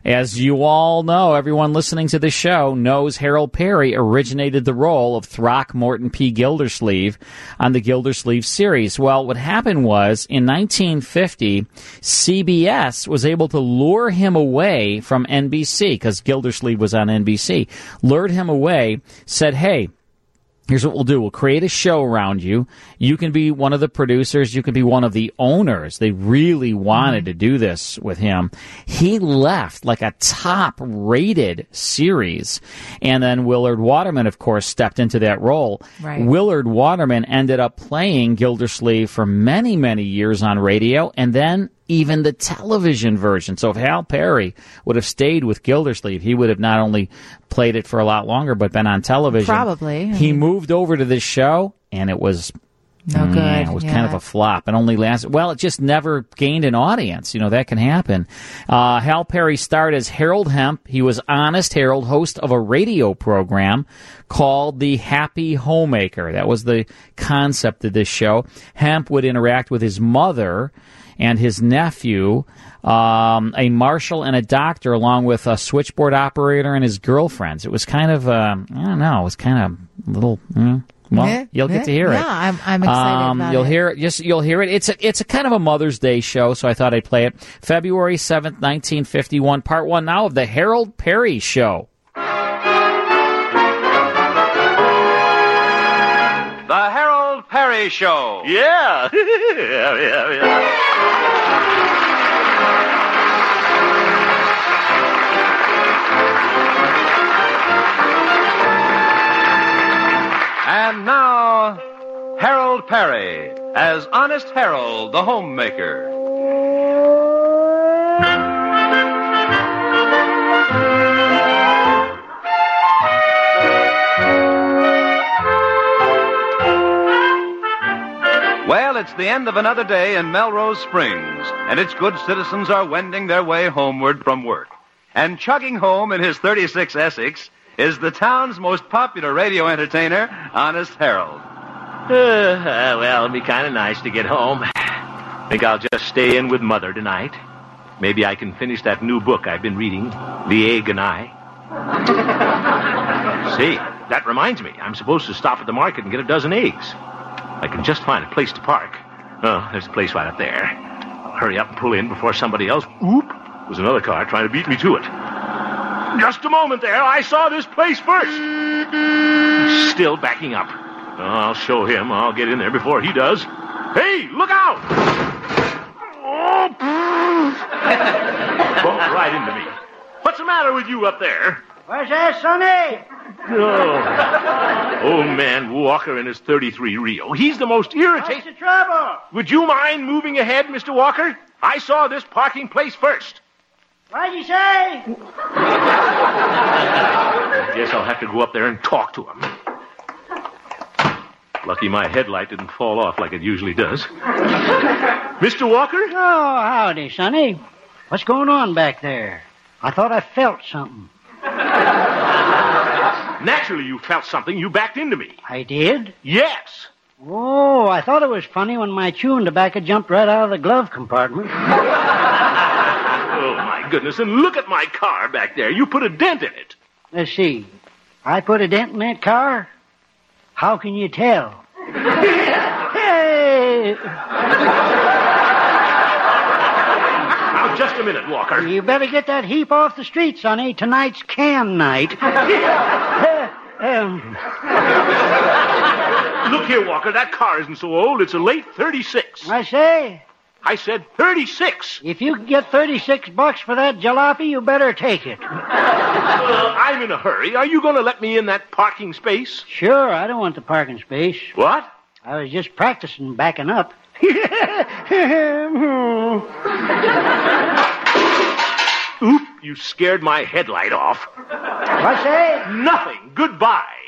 as you all know, everyone listening to the show knows Harold Perry originated the role of Throckmorton P. Gildersleeve on the Gildersleeve series. Well, what happened was in 1950, CBS was able to lure him away from NBC because Gildersleeve was on NBC. Lured him away, said, "Hey." Here's what we'll do. We'll create a show around you. You can be one of the producers. You can be one of the owners. They really wanted to do this with him. He left like a top rated series. And then Willard Waterman, of course, stepped into that role.
Right.
Willard Waterman ended up playing Gildersleeve for many, many years on radio and then even the television version. So if Hal Perry would have stayed with Gildersleeve, he would have not only played it for a lot longer, but been on television.
Probably.
He moved over to this show, and it was
no good.
Yeah, Mm, it was kind of
yeah.
a flop. It only lasted. Well, it just never gained an audience. You know that can happen. Uh, Hal Perry starred as Harold Hemp. He was honest Harold, host of a radio program called The Happy Homemaker. That was the concept of this show. Hemp would interact with his mother and his nephew, um, a marshal and a doctor, along with a switchboard operator and his girlfriends. It was kind of, um, I don't know, it was kind of a little. mm, well,
Yeah,
you'll get to
yeah,
hear it. Um,
yeah, I'm- I'm excited about
you'll
it.
hear it. Yes, you'll hear it. It's a, it's a kind of a Mother's Day show, so I thought I'd play it. February seventh, nineteen fifty one, part one now of the Harold Perry Show.
The Harold Perry Show.
*laughs*
Yeah. yeah, yeah, yeah.
And now, Harold Perry as Honest Harold, the homemaker.
Well, it's the end of another day in Melrose Springs, and its good citizens are wending their way homeward from work. And chugging home in his 36 Essex is the town's most popular radio entertainer, Honest Harold.
Uh, well, it'll be kind of nice to get home. Think I'll just stay in with Mother tonight. Maybe I can finish that new book I've been reading, The Egg and I. See, that reminds me. I'm supposed to stop at the market and get a dozen eggs. I can just find a place to park. Oh, there's a place right up there. I'll hurry up and pull in before somebody else. Oop! There's another car trying to beat me to it. Just a moment there. I saw this place first. Still backing up. I'll show him. I'll get in there before he does. Hey, look out! Bumped right into me. What's the matter with you up there?
Where's that, Sonny?
Oh.
Old man Walker and his 33 Rio. He's the most
What's
irritating.
the trouble?
Would you mind moving ahead, Mr. Walker? I saw this parking place first.
What'd you say?
Guess I'll have to go up there and talk to him. Lucky my headlight didn't fall off like it usually does. Mr. Walker? Oh,
howdy, Sonny. What's going on back there? I thought I felt something.
Naturally, you felt something. You backed into me.
I did?
Yes.
Oh, I thought it was funny when my chewing tobacco jumped right out of the glove compartment.
*laughs* Oh, my goodness. And look at my car back there. You put a dent in it.
Let's see. I put a dent in that car? How can you tell? hey!
Now, Oh, just a minute, Walker. *laughs*
You better get that heap off the street, Sonny. Tonight's cam night. *laughs* Um,
Look here, Walker, that car isn't so old. It's a late 36.
I say,
I said 36.
if you can get 36 bucks for that jalopy, you better take it.
Well, I'm in a hurry. Are you going to let me in that parking space?
Sure, I don't want the parking space.
What?
I was just practicing backing up. *laughs*
Oop, you scared my headlight off.
I say?
Nothing.
*laughs*
Goodbye.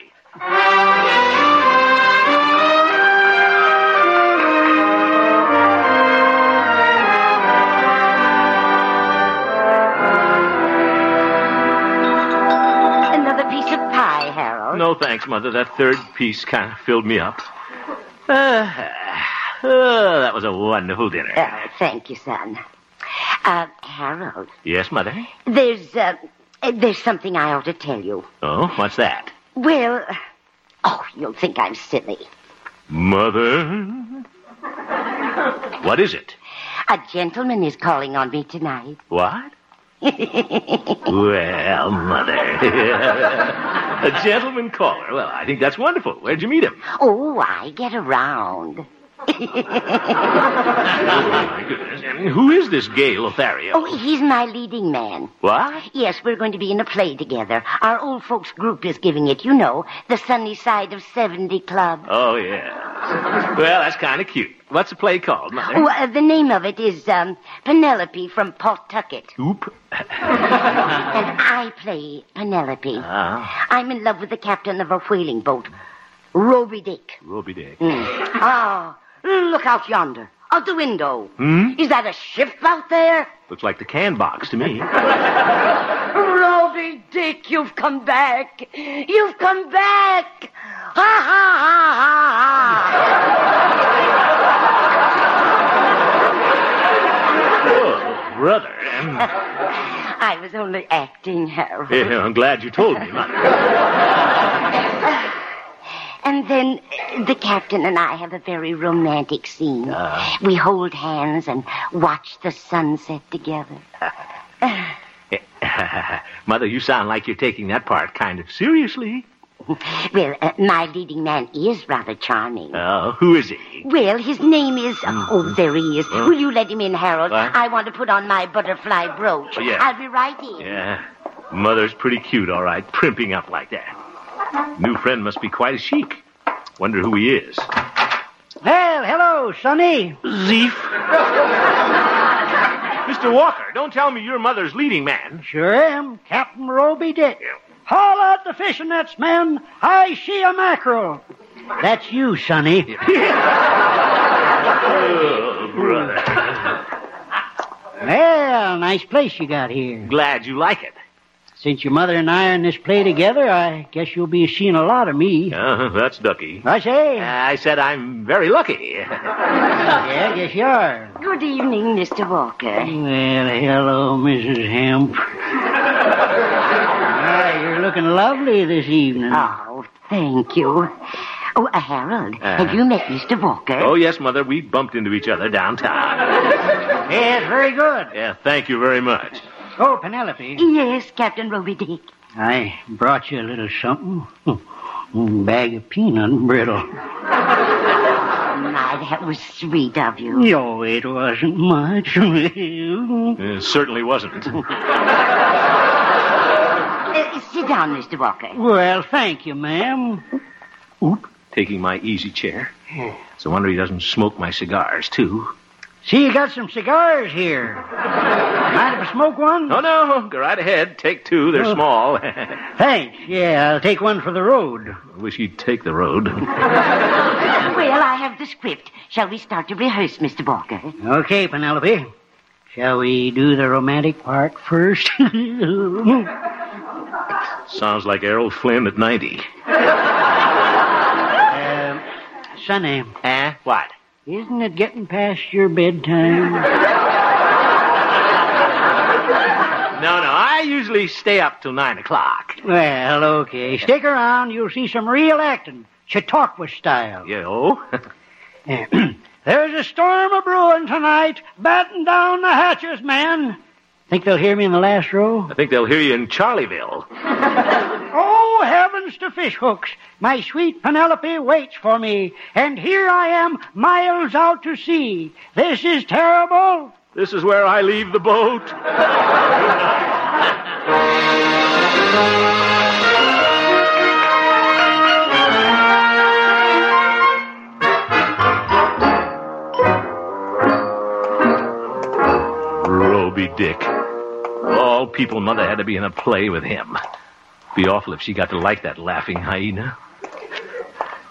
Another piece of pie, Harold.
No thanks, Mother. That third piece kind of filled me up.
Uh,
Oh, that was a wonderful dinner.
Oh, thank you, son. Uh, Harold,
Yes, Mother?
there's uh, there's something I ought to tell you.
Oh, what's that?
Well, oh, you'll think I'm silly.
Mother? What is it?
A gentleman is calling on me tonight. *laughs*
What? Well, Mother. *laughs* a gentleman caller. Well, I think that's wonderful. Where'd you meet him?
oh, I get
*laughs*
around.
My goodness. And who is this gay Lothario?
Oh, he's my leading man.
What?
Yes, we're going to be in a play together. Our old folks group is giving it, you know, the sunny side of 70 Club.
Oh, yeah. Well, that's kind of cute. What's the play called, Mother?
Oh, uh, the name of it is um, Penelope from
*laughs*
Pawtucket.
Oop.
and I play Penelope. I'm in love with the captain of a whaling boat, Roby Dick. Mm.
Ruby Dick.
Ah, look out yonder, out the window.
Hmm?
Is that a ship out there?
Looks like the can box to me.
Roby Dick, you've come back. You've come back. Ha ha ha ha ha.
oh, brother.
*laughs* I was only acting, Harold.
Yeah, I'm glad you told me, Mother.
And then uh, the captain and I have a very romantic scene.
Uh-huh.
we hold hands and watch the sunset together.
*laughs* Mother, you sound like you're taking that part kind of seriously.
Well, uh, my leading man is rather charming.
Oh, who is he?
Well, his name is. Oh, there he is. Will you let him in, Harold?
Hmm. What?
I want to put on my butterfly brooch.
Oh, yeah.
I'll be right in.
Yeah. Mother's pretty cute, all right, primping up like that. New friend must be quite a chic. Wonder who he is.
Well, hello, Sonny.
Zeef. Mr. Walker, don't tell me you're Mother's leading man.
Sure am, Captain Roby Dick. Haul out the fishing nets, men. I see a mackerel. That's you,
*laughs*
Sonny.
Oh, brother.
Well, nice place you got here.
Glad you like it.
Since your mother and I are in this play together, I guess you'll be seeing a lot of me.
Uh, that's Ducky.
I say.
I said I'm very lucky.
yeah, I guess you are.
Good evening, Mr. Walker.
Well, hello, Mrs. Hemp. Ah, you're looking lovely this evening.
Oh, thank you. Oh, uh, Harold, have you met Mr. Walker?
Uh-huh. Oh, yes, Mother, we bumped into each other downtown.
Yes, very good.
Yeah, thank you very much.
Oh, Penelope.
Yes, Captain
*laughs*
Roby Dick.
I brought you a little something. Hmm, Bag of peanut brittle.
My, that was sweet of you.
No, it wasn't much.
It certainly *laughs* wasn't.
Uh, sit down, Mr. Walker.
well, thank you, ma'am.
Taking my easy chair. It's a wonder he doesn't smoke my cigars, too.
See, you got some cigars here. Mind if I smoke one?
No, no, go right ahead. Take two. They're
Oh.
small. *laughs*
Thanks. Yeah, I'll take one for the road.
I wish he'd take the road.
Well, I have the script. Shall we start to rehearse, Mr. Walker?
eh? Okay, Penelope. Shall we do the romantic part first? *laughs* Uh, well,
Sounds like Errol Flynn at 90.
Sonny,
Eh? What?
isn't it getting past your bedtime?
No, no, I usually stay up till 9 o'clock.
Well, okay. Stick around. You'll see some real acting. Chautauqua style.
You know?
*clears throat* There's a storm a brewing tonight. Batten down the hatches, man. Think they'll hear me in the last row?
I think they'll hear you in Charlieville.
Oh, heavens to fish hooks! My sweet Penelope waits for me, and here I am, miles out to sea. This is terrible.
This is where I leave the boat. Roby Dick. Of All people, Mother had to be in a play with him. Be awful if she got to like that laughing hyena.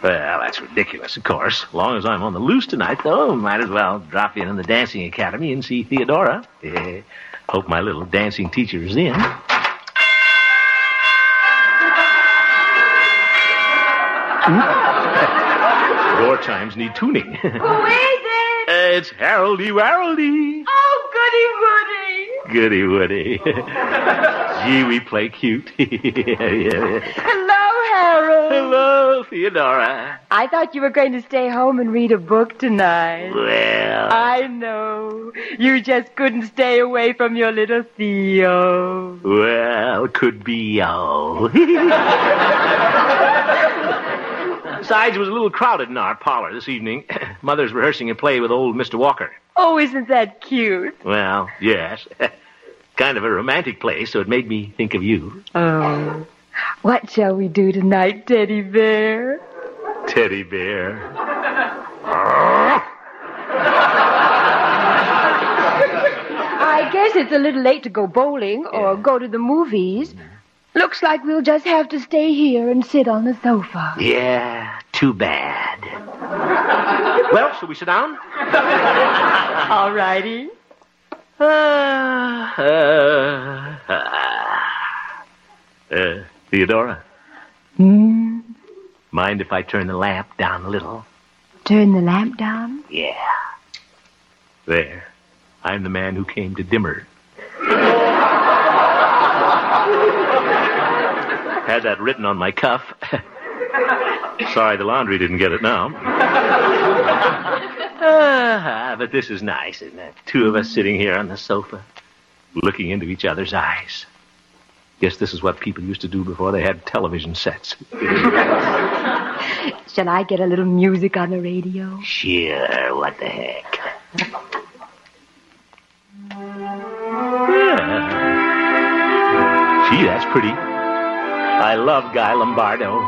Well, that's ridiculous, of course. Long as I'm on the loose tonight, though, might as well drop in on the dancing academy and see Theodora. Eh, hope my little dancing teacher is in. *laughs* Door chimes Hmm? need tuning. *laughs* Uh,
Who is it?
it's Haroldy Waroldy.
Oh, goody goody.
Goody Woody. *laughs* Gee, we play cute. *laughs* Yeah, yeah.
Hello, Harold.
Hello, Theodora.
I thought you were going to stay home and read a book tonight.
Well.
I know. You just couldn't stay away from your little Theo.
Well, could be all. *laughs* Besides, it was a little crowded in our parlor this evening. *coughs* Mother's rehearsing a play with old Mr. Walker.
Oh, isn't that cute?
Well, yes. *laughs* kind of a romantic play, so it made me think of you.
Oh. What shall we do tonight, Teddy Bear?
Teddy bear. *laughs* Ah!
I guess it's a little late to go bowling or go to the movies. Looks like we'll just have to stay here and sit on the sofa.
Yeah, too bad. well, shall we sit down?
All righty.
Uh, ah, uh, Theodora,
Hmm.
mind if I turn the lamp down a little?
Turn the lamp down.
Yeah. There. I'm the man who came to dimmer. Had that written on my cuff. *laughs* Sorry, the laundry didn't get it now. Ah, but this is nice, isn't it? Two of us sitting here on the sofa, looking into each other's eyes. Guess this is what people used to do before they had television sets.
*laughs* Shall I get a little music on the radio?
Sure, what the heck. *laughs* Yeah. Gee, that's pretty. I love Guy Lombardo.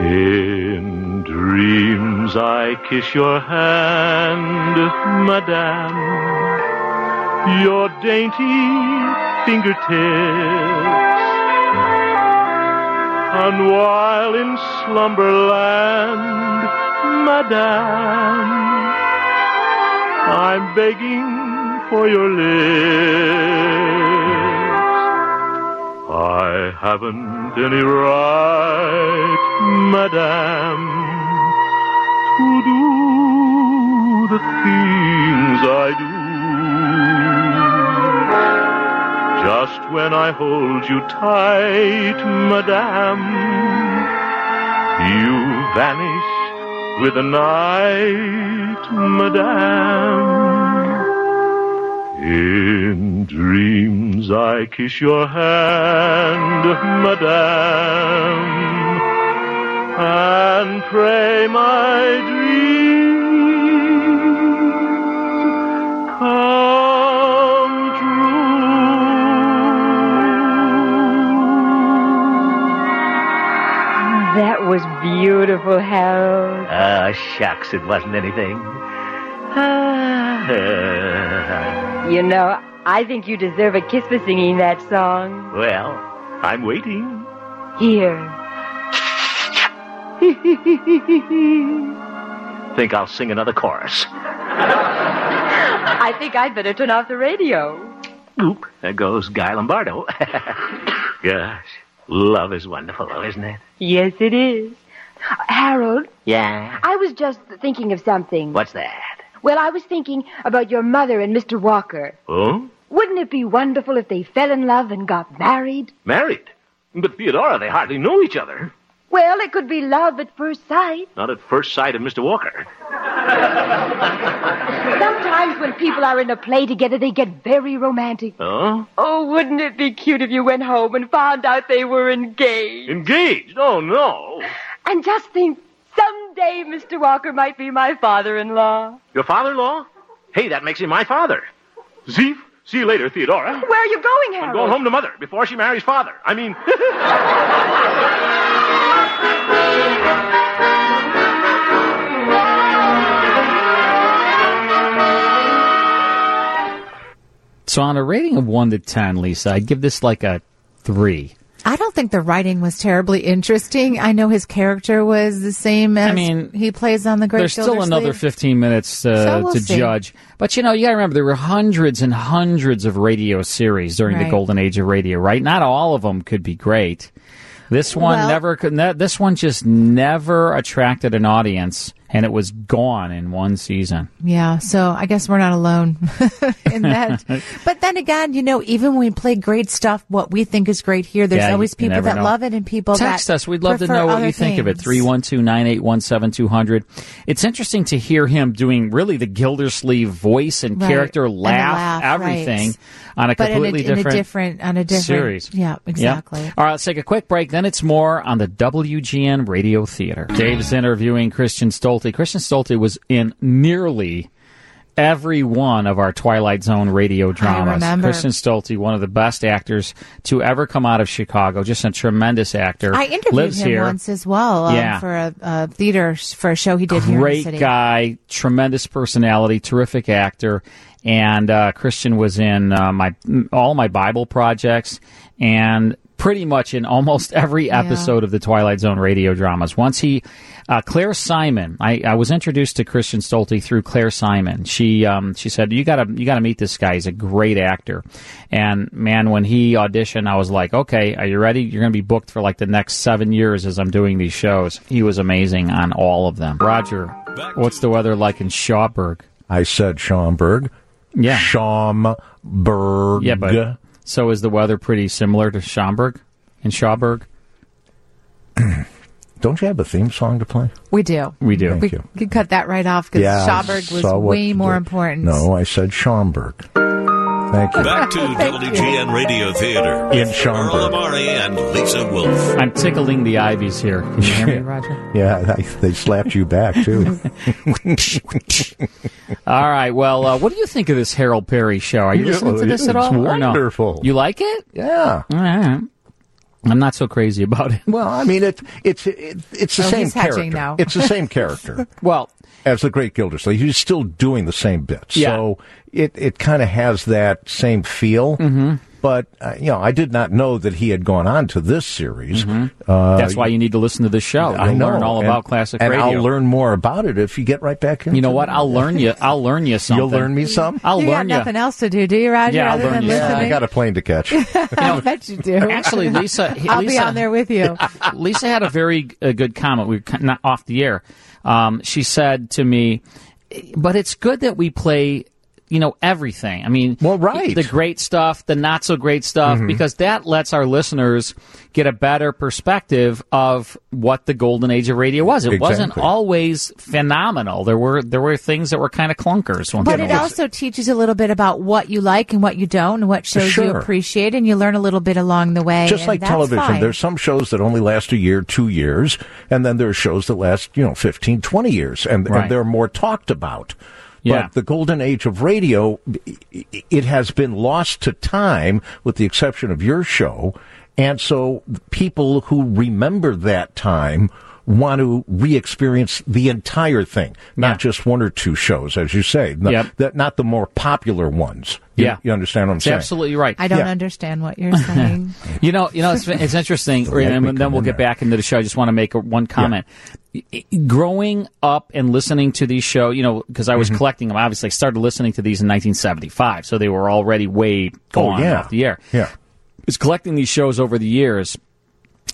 In dreams I kiss your hand, madame. Your dainty fingertips. And while in slumberland, madame, I'm begging for your lips. I haven't any right, madame, to do the things I do. Just when I hold you tight, madame, you vanish with the night, madame. In dreams I kiss your hand, madame, and pray my dreams come
That was beautiful, Harold. *sighs*
Ah, shucks, it wasn't anything. *laughs*
You know, I think you deserve a kiss for singing that song.
well, I'm waiting.
Here. *laughs*
Think I'll sing another chorus.
I think I'd better turn off the radio.
Oop, there goes Guy Lombardo. *laughs* Gosh, love is wonderful, though, isn't it?
Yes, it is. Harold,
Yeah.
I was just thinking of something.
What's that?
Well, I was thinking about your mother and Mr. Walker.
Oh?
Wouldn't it be wonderful if they fell in love and got married?
Married. But Theodora, they hardly know each other.
Well, it could be love at first sight.
Not at first sight of Mr. Walker.
people are in a play together, they get very romantic.
Huh?
Oh, wouldn't it be cute if you went home and found out they were engaged?
Engaged? Oh, no.
And just think, someday Mr. Walker might be my father-in-law.
Your father in law? Hey, that makes him my father. Zeef, see you later, Theodora.
Where are you going, Harold?
I'm going home to mother before she marries father. I mean. *laughs*
So on a rating of one to ten, Lisa, I'd give this like a three.
I don't think the writing was terribly interesting. I know his character was the same as I mean, he plays on the Great
There's still
Gildersleeve.
another 15 minutes uh,
So we'll
to
see.
judge. But you know, you got to remember there were hundreds and hundreds of radio series during the
Right.
golden age of radio, right? Not all of them could be great. This one
Well-
never could ne- this one just never attracted an audience and it was gone in one season.
Yeah, so I guess we're not alone *laughs*
*laughs*
in that. but then again, you know, even when we play great stuff, what we think is great here, there's
Yeah, you-
always
you
people
never
that
know.
love it and people that
text us. We'd love to
prefer
know what
other
you think of it.
things.
312-981-7200. It's interesting to hear him doing really the Gildersleeve voice and
Right.
character,
And the
laugh,
laugh,
everything
right.
on a
But in a-
completely
in a
different,
different- on a different-
series.
yeah, exactly.
All right, let's take a quick break. Then it's more on the WGN Radio Theater. Dave's interviewing Christian Stolte. Christian Stolte was in nearly every one of our Twilight Zone radio dramas.
remember.
Kristen Stolte, one of the best actors to ever come out of Chicago, just a tremendous actor.
I interviewed
lives
him
here.
once as well um,
Yeah.
for a, a theater sh- for a show he did here in the
Great
city.
guy, tremendous personality, terrific actor, and uh, Christian was in uh, my all my Bible projects and pretty much in almost *laughs* every
Yeah.
episode of the Twilight Zone radio dramas. Once he, uh, Claire Simon, I, I was introduced to Christian Stolte through Claire Simon. She um, she said you gotta you gotta meet this guy. He's a great actor, and man, when he auditioned, I was like, okay, are you ready? You're gonna be booked for like the next seven years as I'm doing these shows. He was amazing on all of them. Roger, what's the weather like in Shawburg?
I said Schaumburg.
Yeah.
Schaumburg.
Yeah, but so is the weather pretty similar to Schaumburg and Shawburg?
Don't you have a theme song to play?
We do.
We do.
Thank
we
you.
could cut that right off because
Yeah, I
Schauberg was
saw what
way
you
more
did.
important.
No, I said Schaumburg. *laughs* Thank you.
Back to WGN Radio Theater
In
with Earl
Schaumburg.
Amari and Lisa Wolf.
I'm tickling the ivies here. Can you hear me, Roger?
Yeah, *laughs* I, they slapped you back too. *laughs*
All right. Well, uh, what do you think of this Harold Perry show? *laughs* Are you
Yeah,
listening to this at
it's
all? or no?
wonderful.
You like it?
Yeah.
All right. I'm not so crazy about it.
well, I mean, it, it's it, it's the
Oh,
same
he's hedging
character.
now.
It's the same character.
*laughs* well,
as the Great Gildersleeve, he's still doing the same bits.
Yeah.
So it it kind of has that same feel. Mm-hmm. But uh, you know, I did not know that he had gone on to this series. Uh,
Mm-hmm. That's why you need to listen to this show. You'll
I know.
learn all
And-
about classic
and
radio.
I'll learn more about it if you get right back in.
You know what? I'll learn you. I'll learn you something.
*laughs* You'll learn me some.
I'll
you
learn
got
you.
nothing else to do, do you, Roger?
Yeah, I'll
other
learn
than
you something.
listening?
I got a plane to catch.
*laughs* I bet you do.
Actually, Lisa,
*laughs* I'll be
Lisa-
on there with you.
*laughs* Lisa had a very uh good comment. We were kind- not off the air. Um, she said to me, "But it's good that we play." You know everything. I mean, well, right. Mm-hmm. The great stuff, the not so great stuff,
Mhm.
because that lets our listeners get a better perspective of what the golden age of radio was. It wasn't
Exactly.
always phenomenal. There were there were things that were kind of clunkers. Once
But
in a
it
while.
also teaches you a little bit about what you like and what you don't, and what shows you
Sure.
appreciate, and you learn a little bit along the way.
Just
and
like
that's
television,
fine.
there's some shows that only last a year, two years, and then there are shows that last, you know, 15, 20 years, and,
Right.
and they're more talked about.
Yeah.
But the golden age of radio, i- i- it has been lost to time, with the exception of your show. And so people who remember that time want to re-experience the entire thing, not just one or two shows, as you say, not,
Yep.
that, not the more popular ones. You-
Yeah.
You understand what I'm
It's
saying?
absolutely right.
I don't understand what you're
*laughs*
saying.
You know, you know, it's, it's interesting, and then- then we'll get back into the show. I just want to make a- one comment. I- I- Growing up and listening to these show, you know, because I was collecting them. Obviously, I started listening to these in 1975, so they were already way gone
yeah.
off the air.
Yeah.
Is collecting these shows over the years.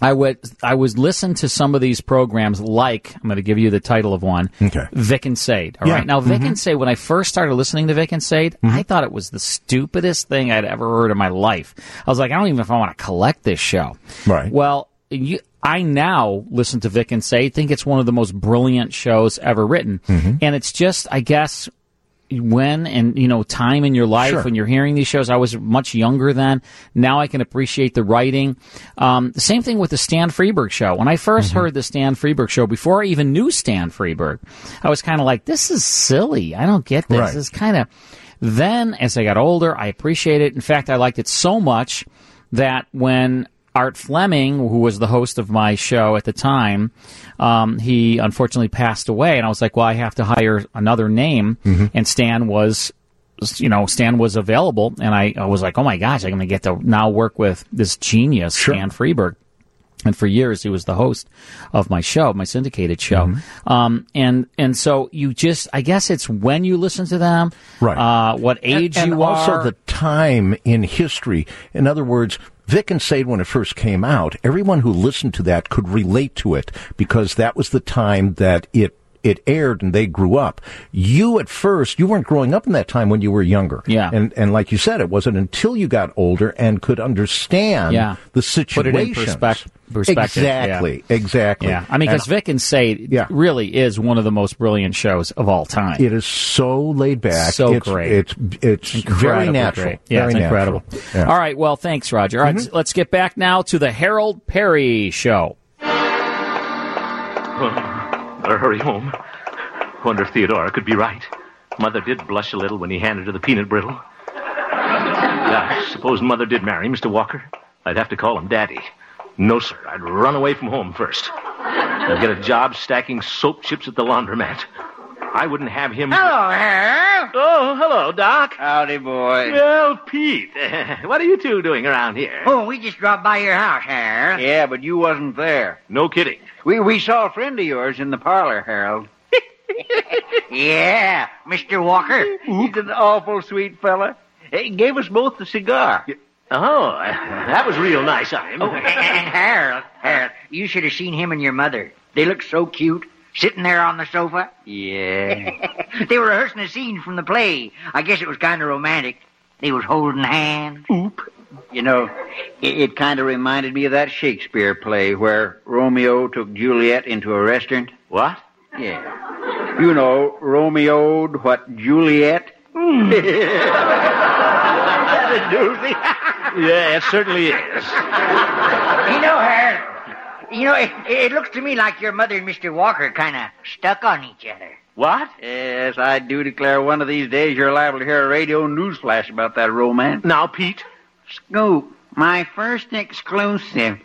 I would I was listen to some of these programs like I'm going to give you the title of one. Okay. Mm-hmm. Vic and Sade. All right.
Yeah.
Now Vic
Mhm.
and Sade. When I first started listening to Vic and Sade, I thought it was the stupidest thing I'd ever heard in my life. I was like, I don't even know if I want to collect this show. Right. Well, you. I now listen to Mm-hmm. Vic and Sade. Think it's one of the most brilliant shows ever written, and it's just I guess when and you know time in your life when you're hearing these shows. I was much younger then. Now I can appreciate the writing. Um, the same thing with the Stan Freeberg show. When I 1st heard the Stan Freeberg show, before I even knew Stan Freeberg, I was kind of like, "This is silly. I don't get this.
Right.
This is kind of." Then as I got older, I appreciate it. In fact, I liked it so much that when Art Fleming, who was the host of my show at the time, um, he unfortunately passed away, and I was like, "Well, I have to hire another name." And Stan was, you know, Stan was available, and I, I was like, "Oh my gosh, I'm going to get to now work with this genius, Stan Freeberg." and for years he was the host of my show, my syndicated show.
Mm-hmm.
Um, and and so you just, I guess it's when you listen to them, right? Uh, what age
and, and
you
also
are,
the time in history. In other words, Vic and Sade, when it first came out, everyone who listened to that could relate to it because that was the time that it it aired and they grew up. You at first, you weren't growing up in that time when you were younger. Yeah. And and like you said, it wasn't until you got older and could understand
Yeah.
the
Put it in
situation.
perspec- perspective, yeah.
Exactly. Exactly.
Yeah, I mean,
And
because Vic and Say really is one of the most brilliant shows of all time.
It is so laid back.
So
it's,
great.
It's it's very
Incredibly
natural.
great. Yeah,
Very
it's
natural.
incredible.
Yeah. Mm-hmm.
All right, well, thanks, Roger. All right, so let's get back now to the Harold Perry show.
Well, better hurry home. Wonder if Theodora could be right. Mother did blush a little when he handed her the peanut brittle. Gosh, suppose Mother did marry Mr. Walker? I'd have to call him Daddy. No, sir. I'd run away from home first. I'd get a job stacking soap chips at the laundromat. I wouldn't have him.
Hello, Harold.
Oh, hello, Doc.
Howdy, boy. *laughs*
Well, Pete,
*laughs*
what are you two doing around here?
Oh, we just dropped by your house, Harold.
Yeah, but you wasn't there.
No kidding.
We we saw a friend of yours in the parlor, *laughs* Harold.
Yeah, Mr. Walker.
He's an awful sweet fella. He gave us both the cigar.
Oh, that was real nice of him.
Oh,
And Harold, Harold, you should have seen him and your mother. They looked so cute, sitting there on the sofa.
Yeah.
*laughs* they were rehearsing a scene from the play. I guess it was kind of romantic. They was holding hands. Oop.
You know, it, it kind of reminded me of that Shakespeare play where Romeo took Juliet into a restaurant.
What?
Yeah. You know, Romeo'd what Juliet?
Hmm.
That's a doozy.
Yeah, it certainly is.
you know, Harold, you know, it, it looks to me like your mother and Mr. Walker kind of stuck on each other.
What?
Yes, I do declare one of these days you're liable to hear a radio news flash about that romance.
Now, Pete.
Scoop.
My first exclusive.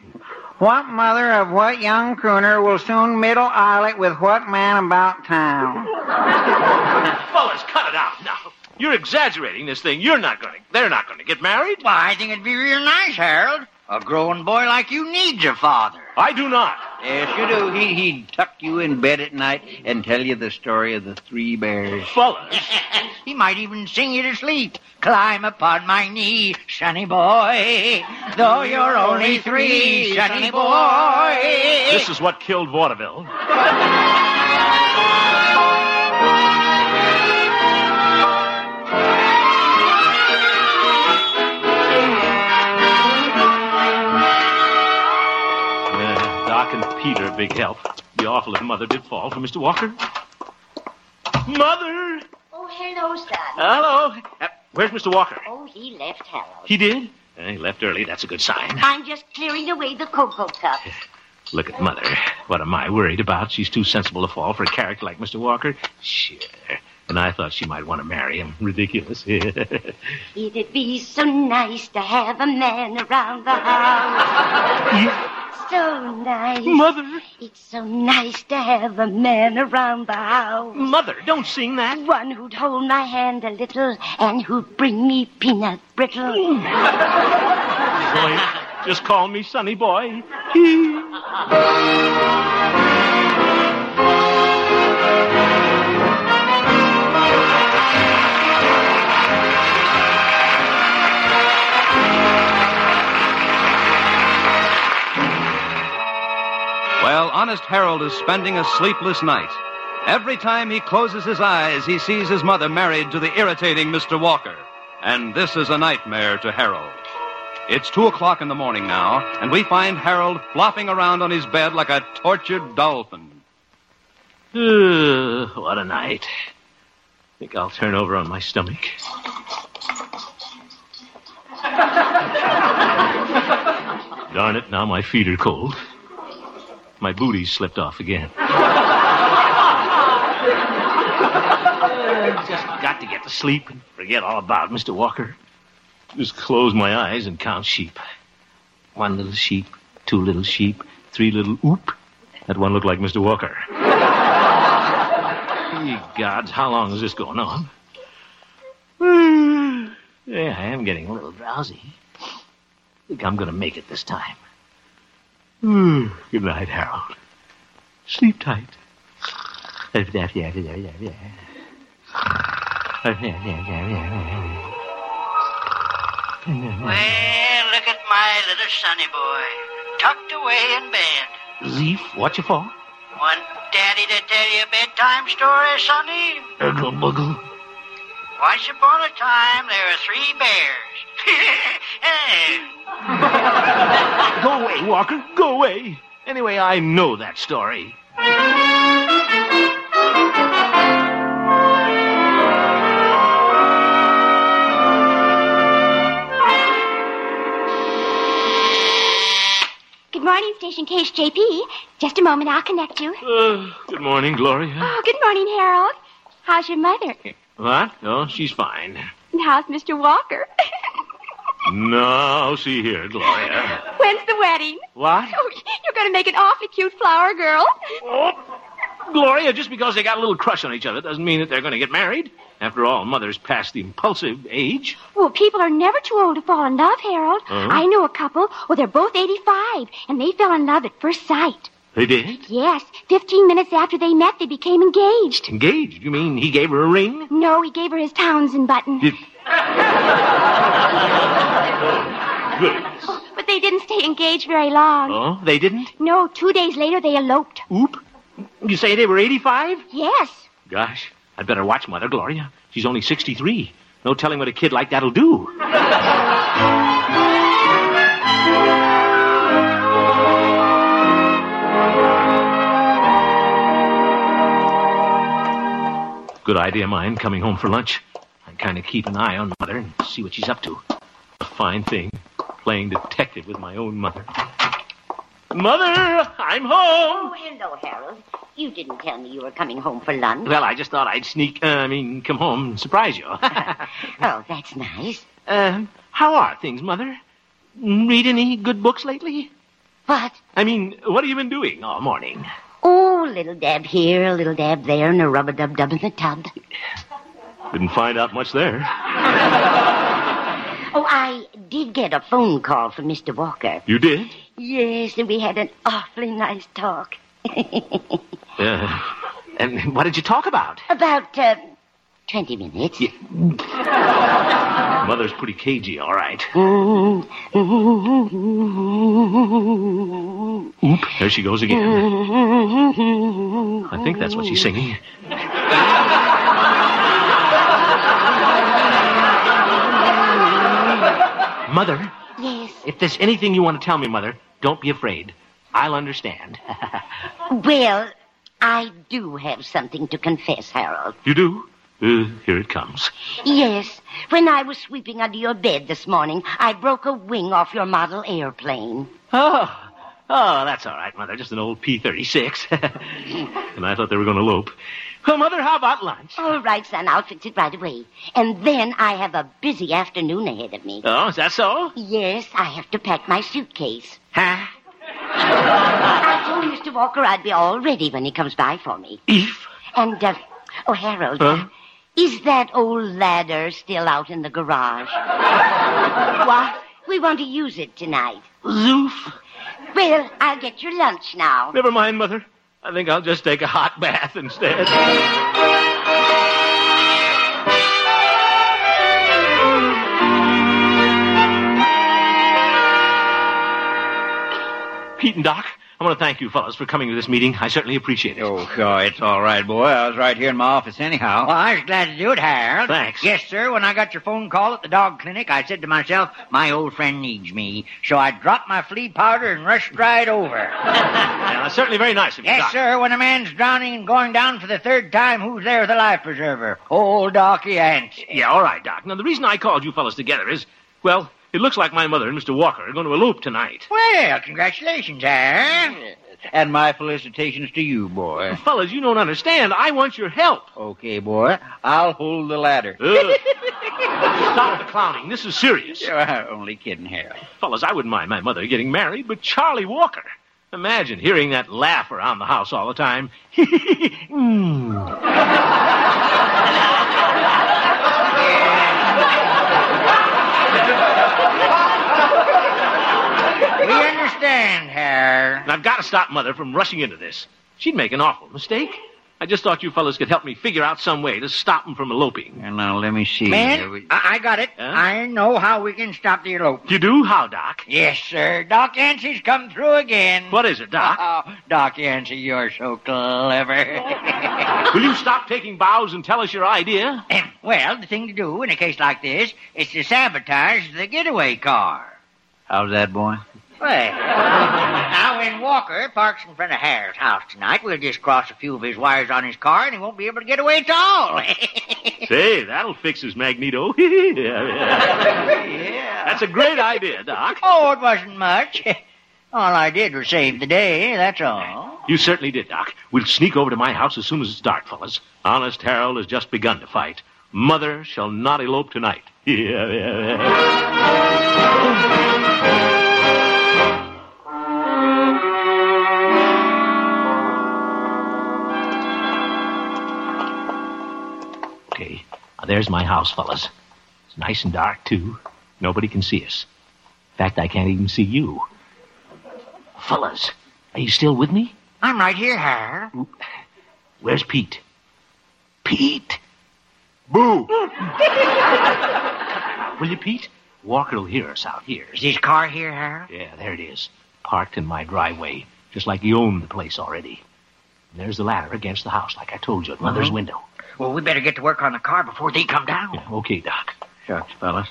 What mother of what young crooner will soon middle islet with what man about town?
Fellas, cut it out now. You're exaggerating this thing. You're not going to. They're not going to get married.
Well, I think it'd be real nice, Harold. A growing boy like you needs a father.
I do not.
Yes, you do. He, he'd tuck you in bed at night and tell you the story of the three bears.
Fellas.
He might even sing you to sleep. Climb upon my knee, sonny boy. Though you're only three, sonny boy.
This is what killed vaudeville. Yeah, Doc and Pete are a big help. Be awful if Mother did fall for Mr. Walker. Mother!
Oh, hello, son.
Hello. Uh, where's Mr. Walker?
Oh, he left Harold.
He did? Uh, he left early. That's a good sign.
I'm just clearing away the cocoa cups.
*laughs* Look at Mother. What am I worried about? She's too sensible to fall for a character like Mr. Walker. Sure. And I thought she might want to marry him. Ridiculous. *laughs*
It'd be so nice to have a man around the house. so nice.
Mother.
It's so nice to have a man around the house.
Mother, don't sing that.
One who'd hold my hand a little and who'd bring me peanut brittle.
boy, *laughs* just call me Sonny Boy.
Well, Honest Harold is spending a sleepless night. Every time he closes his eyes, he sees his mother married to the irritating Mr. Walker. And this is a nightmare to Harold. It's two o'clock in the morning now, and we find Harold flopping around on his bed like a tortured dolphin.
Ugh, what a night. think I'll turn over on my stomach. Darn it, now my feet are cold. My booty slipped off again. Just got to get to sleep and forget all about Mr. Walker. Just close my eyes and count sheep. One little sheep, two little sheep, three little oop. That one looked like Mr. Walker. Ye gods, how long is this going on? Yeah, I am getting a little drowsy. Think I'm going to make it this time. Good night, Harold. Sleep tight.
Well, look at my little sonny boy, tucked away in bed.
Zeef, what you for?
Want Daddy to tell you a bedtime story, sonny?
Eggle buggle.
Once upon a time, there were three bears.
Go away, Walker. Go away. Anyway, I know that story.
Good morning, Station Case JP. Just a moment, I'll connect you.
Good morning, Gloria.
Oh, good morning, Harold. How's your mother?
What? Oh, she's fine.
And how's Mr. Walker? *laughs*
Now, see here, Gloria.
When's the wedding?
What?
Oh, you're going to make an awfully cute flower girl.
Gloria, just because they got a little crush on each other doesn't mean that they're going to get married. After all, mother's past the impulsive age.
Well, Oh, people are never too old to fall in love, Harold.
Huh?
I know a couple. Well, they're both 85, and they fell in love at first sight.
They did?
Yes, 15 minutes after they met, they became engaged.
Engaged? You mean he gave her a ring?
No, he gave her his Townsend button.
Did- Good.
But they didn't stay engaged very long.
Oh, they didn't?
No, two days later, they eloped.
Oop. You say they were 85?
Yes.
Gosh, I'd better watch Mother Gloria. She's only 63. No telling what a kid like that'll do. Good idea, mine, coming home for lunch. I kind of keep an eye on Mother and see what she's up to. A fine thing, playing detective with my own mother. Mother, I'm home.
Oh, hello, Harold. You didn't tell me you were coming home for lunch.
Well, I just thought I'd sneak, uh, I mean, come home and surprise you. *laughs*
*laughs* oh, that's nice.
Um, how are things, Mother? Read any good books lately?
What?
I mean, what have you been doing all morning?
Oh, little dab here, a little dab there, and a rub a dub dub in the tub.
Didn't find out much there.
Oh, I did get a phone call from Mr. Walker.
You did?
Yes, and we had an awfully nice talk. *laughs*
Uh, *laughs* and what did you talk about?
About, uh, 20 minutes.
Mother's pretty cagey, all right.
Mm-hmm.
Oop, there she goes again. I think that's what she's singing. Mother,
Yes.
if there's anything you want to tell me, Mother, don't be afraid. I'll understand. *laughs*
Well, I do have something to confess, Harold.
you do? Uh, here it comes.
Yes, when I was sweeping under your bed this morning, I broke a wing off your model airplane.
Oh, oh, that's all right, Mother. Just an old P-36. *laughs* and I thought they were going to elope. Well, Mother, how about lunch?
All right, son, I'll fix it right away. And then I have a busy afternoon ahead of me.
Oh, is that so?
Yes, I have to pack my suitcase.
Huh?
I told Mr. Walker I'd be all ready when he comes by for me.
Eve?
And, uh, oh, Harold,
Huh?
is that old ladder still out in the garage? what? We want to use it tonight.
Zoof.
Well, I'll get your lunch now.
*laughs* Never mind, Mother. I think I'll just take a hot bath instead. Pete and Doc, I want to thank you fellas for coming to this meeting. I certainly appreciate it.
Oh, God, it's all right, boy. I was right here in my office anyhow.
Well, I was glad to do it, Harold.
Thanks.
Yes, sir. When I got your phone call at the dog clinic, I said to myself, my old friend needs me. So I dropped my flea powder and rushed right over.
*laughs* Yeah, that's certainly very nice of you,
yes,
Doc.
sir. When a man's drowning and going down for the third time, who's there with a life preserver? Old Docky Ants.
Yeah, all right, Doc. Now, the reason I called you fellas together is, well, it looks like my mother and Mr. Walker are going to elope tonight.
Well, congratulations, Harold.
And my felicitations to you, boy.
*laughs* Fellas, you don't understand. I want your help.
Okay, boy. I'll hold the
*laughs*
ladder.
Stop the clowning. This is serious.
Yeah, uh, only kidding, Harold.
Fellas, I wouldn't mind my mother getting married, but Charlie Walker. Imagine hearing that laugh around the house all the time.
We understand, Harold.
And I've got to stop Mother from rushing into this. She'd make an awful mistake. I just thought you fellas could help me figure out some way to stop them from eloping.
Now, let me see.
Man, I, I got it. I know how we can stop the elope.
You do? How, Doc?
Yes, sir. Doc Yancey's come through again.
What is it, Doc?
Oh, Doc Yancey, you're so clever.
*laughs* Will you stop taking bows and tell us your idea?
well, the thing to do in a case like this is to sabotage the getaway car.
How's that, boy?
Well, now when Walker parks in front of Harris' house tonight, we'll just cross a few of his wires on his car and he won't be able to get away at all. *laughs*
Say, that'll fix his magneto. *laughs* yeah. That's a great idea, Doc.
Oh, it wasn't much. All I did was save the day, that's all.
You certainly did, Doc. We'll sneak over to my house as soon as it's dark, fellas. Honest Harold has just begun to fight. Mother shall not elope tonight. *laughs* Yeah, yeah, yeah. Okay, now there's my house, fellas. It's nice and dark, too. Nobody can see us. In fact, I can't even see you. Fellas, are you still with me?
I'm right here, Harold.
Where's Pete? Pete? Boo! Will you, Pete? Walker will hear us out here.
Is his car here, Harold?
Yeah, there it is. Parked in my driveway, just like he owned the place already. And there's the ladder against the house, like I told
Uh-huh.
you, at Mother's
Mhm.
window.
Well, we better get to work on the car before they come down.
Okay, Doc.
Shucks, fellas.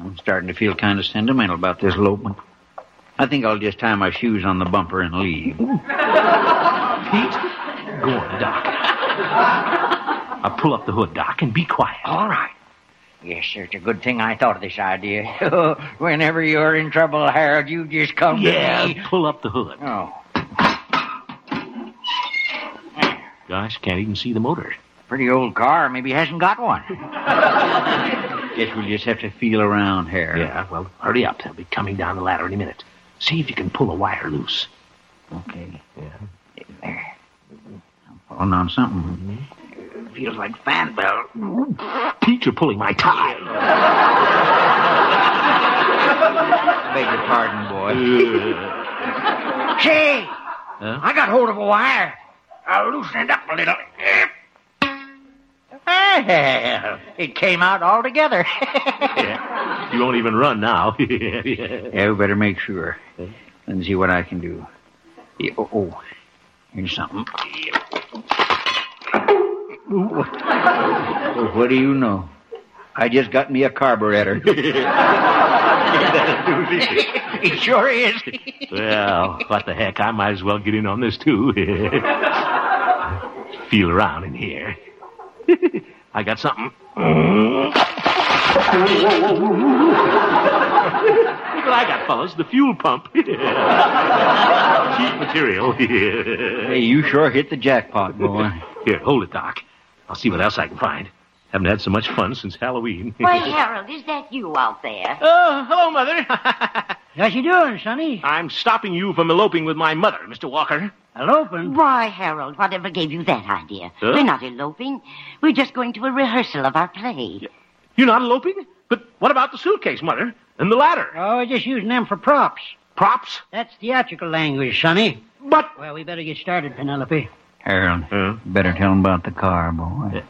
I'm starting to feel kind of sentimental about this elopement. I think I'll just tie my shoes on the bumper and leave.
Go on, Doc. I'll pull up the hood, Doc, and be quiet.
All right. *laughs* Yes, sir. It's a good thing I thought of this idea. *laughs* Whenever you're in trouble, Harold, you just come
Yeah,
to me.
pull up the hood.
Oh.
Gosh, can't even see the motor.
Pretty old car. Maybe he hasn't got one.
Guess we'll just have to feel around here.
Yeah, well, hurry up. They'll be coming down the ladder any minute. See if you can pull a wire loose.
Okay.
Yeah.
Falling on something.
Feels like fan belt. Pete, you're pulling my tie.
Beg your pardon,
*laughs*
boy.
Say,
Huh?
I got hold of a wire. I'll loosen it up a little. Well, *laughs* it came out altogether. *laughs*
You won't even run now. *laughs*
yeah, we better make sure. Let me see what I can do. Yeah, oh, oh, here's something. Ooh, what- well, what do you know? I just got me a
*laughs*
carburetor.
it sure is.
well, what the heck? I might as well get in on this, too. *laughs* Feel around in here. I got something. Look what I got, fellas. The fuel pump. *laughs* Cheap material. *laughs*
hey, you sure hit the jackpot, boy.
Here, hold it, Doc. I'll see what else I can find. Haven't had so much fun since Halloween. *laughs*
Why,
Harold, is that you out there?
Oh, hello, Mother.
How's you doing, Sonny?
I'm stopping you from eloping with my mother, Mr. Walker.
Eloping?
Why, Harold, whatever gave you that idea?
Huh?
We're not eloping. We're just going to
*laughs*
a rehearsal of our play.
You're not eloping? But what about the suitcase, Mother? And the ladder?
Oh, we're just using them for props.
Props?
That's theatrical language, Sonny.
But.
Well, we better get started, Penelope.
Harold, you better tell him about the car,
*laughs*
boy.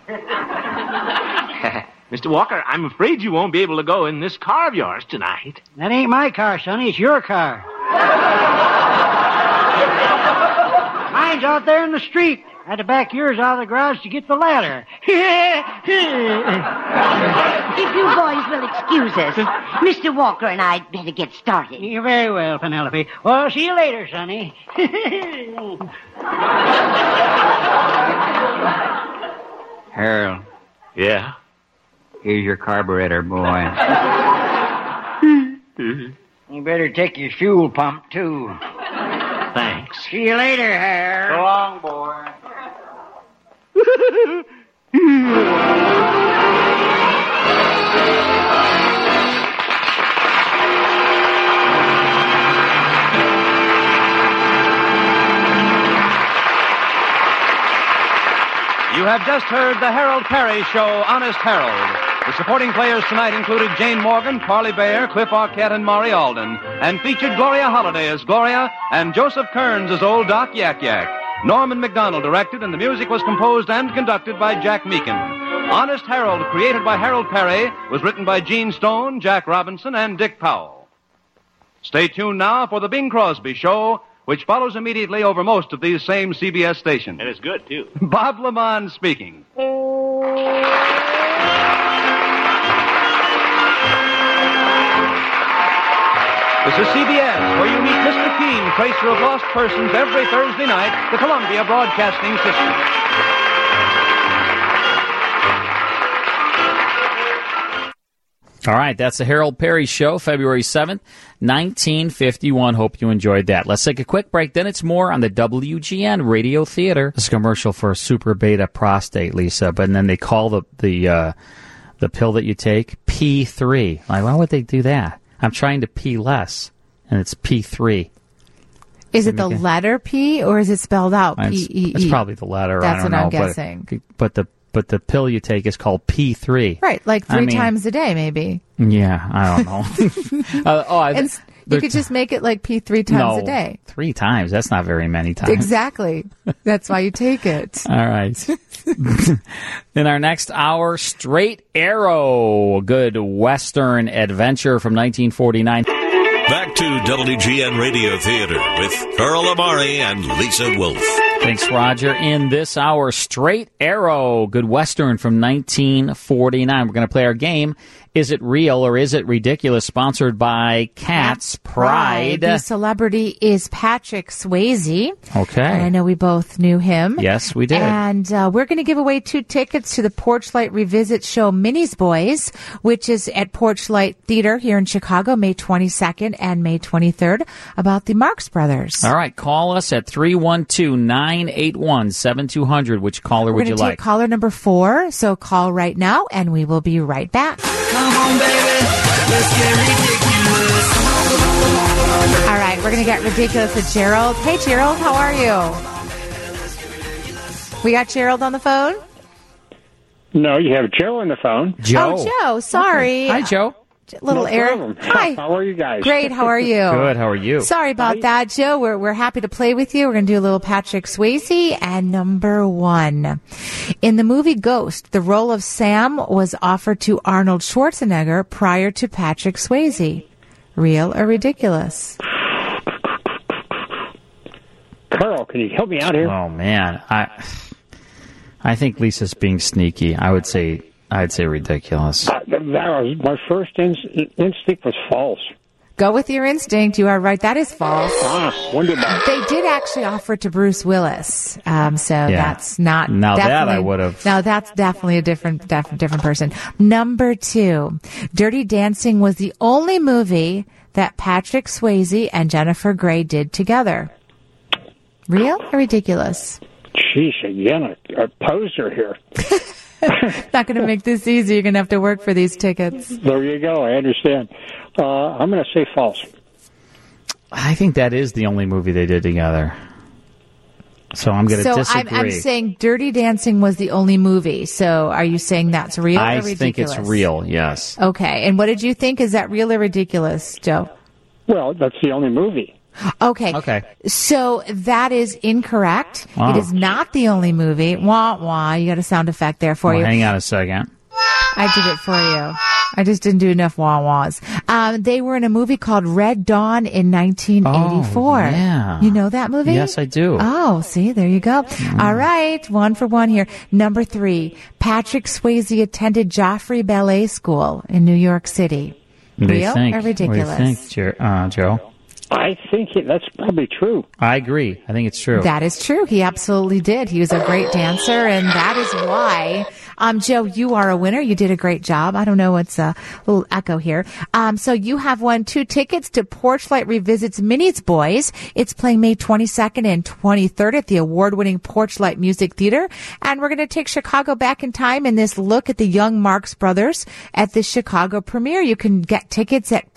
Mr. Walker, I'm afraid you won't be able to go in this car of yours tonight.
That ain't my car, Sonny. It's your car. Mine's out there in the street. I had to back yours out of the garage to get the
*laughs*
ladder. *laughs*
If you boys will excuse us, Mr. Walker and I'd better get started.
You're very well, Penelope. Well, see you later, Sonny. *laughs*
Harold. Yeah? Here's your carburetor, boy.
you better take your fuel pump, too.
Thanks.
See you later, Hare.
So
long, boy.
You have just heard the Harold Perry Show, Honest Harold. The supporting players tonight included Jane Morgan, Parley Bayer, Cliff Arquette, and Maury Alden, and featured Gloria Holliday as Gloria and Joseph Kearns as Old Doc Yak Yak. Norman McDonald directed, and the music was composed and conducted by Jack Meakin. Honest Harold, created by Harold Perry, was written by Gene Stone, Jack Robinson, and Dick Powell. Stay tuned now for the Bing Crosby Show, which follows immediately over most of these same CBS stations.
And it's good, too.
*laughs* Bob Lamont speaking. This is CBS, where you meet Mr. Keene, tracer of lost persons, every Thursday night, the Columbia Broadcasting System.
All right, that's the Harold Perry Show, February 7th, 1951. Hope you enjoyed that. Let's take a quick break. Then it's more on the WGN Radio Theater. This is a commercial for Super Beta Prostate, Lisa, but then they call the, the, uh, the pill that you take P3. Like, why would they do that? I'm trying to pee less, and it's P3.
Is it the letter P or is it spelled out P
It's,
E E?
it's probably the latter. I
That's
don't
what I'm
know, but-
guessing.
But, the, but the pill you take is called P3.
Right, like
I
three
mean-
times a day, maybe.
Yeah, I
*laughs*
don't know. uh, oh, I,
And s- you
they're-
could just make it like P three times
no,
a day.
Three times. That's not very many times.
Exactly. That's why you take it.
All right. In our next hour, Straight Arrow, a good Western adventure from 1949.
Back to WGN Radio Theater with Earl Amari and Lisa Wolf.
Thanks, Roger. In this hour, Straight Arrow, Good Western from 1949. We're going to play our game, Is It Real or Is It Ridiculous? Sponsored by Cats *laughs* Pride.
The celebrity is Patrick Swayze.
Okay.
And I know we both knew him.
Yes, we did.
And uh, we're going to give away two tickets to the Porchlight Revisit Show Minis Boys, which is at Porchlight Theater here in Chicago, May 22nd and May 23rd, about the Marx Brothers.
All right, call us at 312 981 7200. Which caller
We're
would
going
you
to take
like?
caller number four, so call right now, and we will be right back. All right, we're going to get ridiculous with Gerald. Hey, Gerald, how are you? We got Gerald on the phone.
No, you have Joe on the phone.
Oh, Joe. Sorry.
Okay. Hi,
Joe.
Little
No
Eric.
problem.
Hi.
How are you guys?
Great. How are you?
Good, how are you?
Sorry about that, Joe. We're, we're happy to play with you. We're going to do a little Patrick Swayze. And number one, in the movie Ghost, the role of Sam was offered to Arnold Schwarzenegger prior to Patrick Swayze. Real or ridiculous?
Carl, can you help me out here?
Oh man, I I think Lisa's being sneaky. I would say I'd say ridiculous.
Uh, That was my first in- instinct was false.
Go with your instinct. You are right. That is false.
Ah, wonder about
They did actually offer it to Bruce Willis. Um, so that's not.
Now that
definitely-
I would've.
Now that's definitely a different, def- different person. Number two, Dirty Dancing was the only movie that Patrick Swayze and Jennifer Grey did together. Real or ridiculous? *laughs*
Sheesh, again, a, a poser here.
Not going to make this easy. You're going to have to work for these tickets.
There you go. I understand. Uh, I'm going to say false.
I think that is the only movie they did together. So I'm going to
so I'm,
disagree.
I'm saying Dirty Dancing was the only movie. So are you saying that's real?
I
or
think it's
ridiculous?
real. Yes.
Okay. And what did you think? Is that real or ridiculous, Joe?
Well, that's the only movie.
Okay.
Okay.
So that is incorrect.
Wow.
It is not the only movie. Wah wah. You got a sound effect there for
Well,
you.
hang on a second.
I did it for you. I just didn't do enough wah wahs. Um, they were in a movie called Red Dawn in 1984.
Oh, yeah.
You know that movie?
Yes, I do. Mm.
Oh, see, there you go. All right, one for one here. Number three, Patrick Swayze attended Joffrey Ballet School in New York City.
What do you
Real
think?
or
What do you
ridiculous?
think, Jer- uh, Joe?
I think it, that's probably true.
I agree. I think it's true.
That is true. He absolutely did. He was a great dancer, and that is why. Um, Joe, you are a winner. You did a great job. I don't know what's a little echo here. Um, so you have won two tickets to Porchlight Revisits Minnie's Boys. It's playing May 22nd and 23rd at the award-winning Porchlight Music Theater. And we're going to take Chicago back in time in this look at the young Marx Brothers at the Chicago premiere. You can get tickets at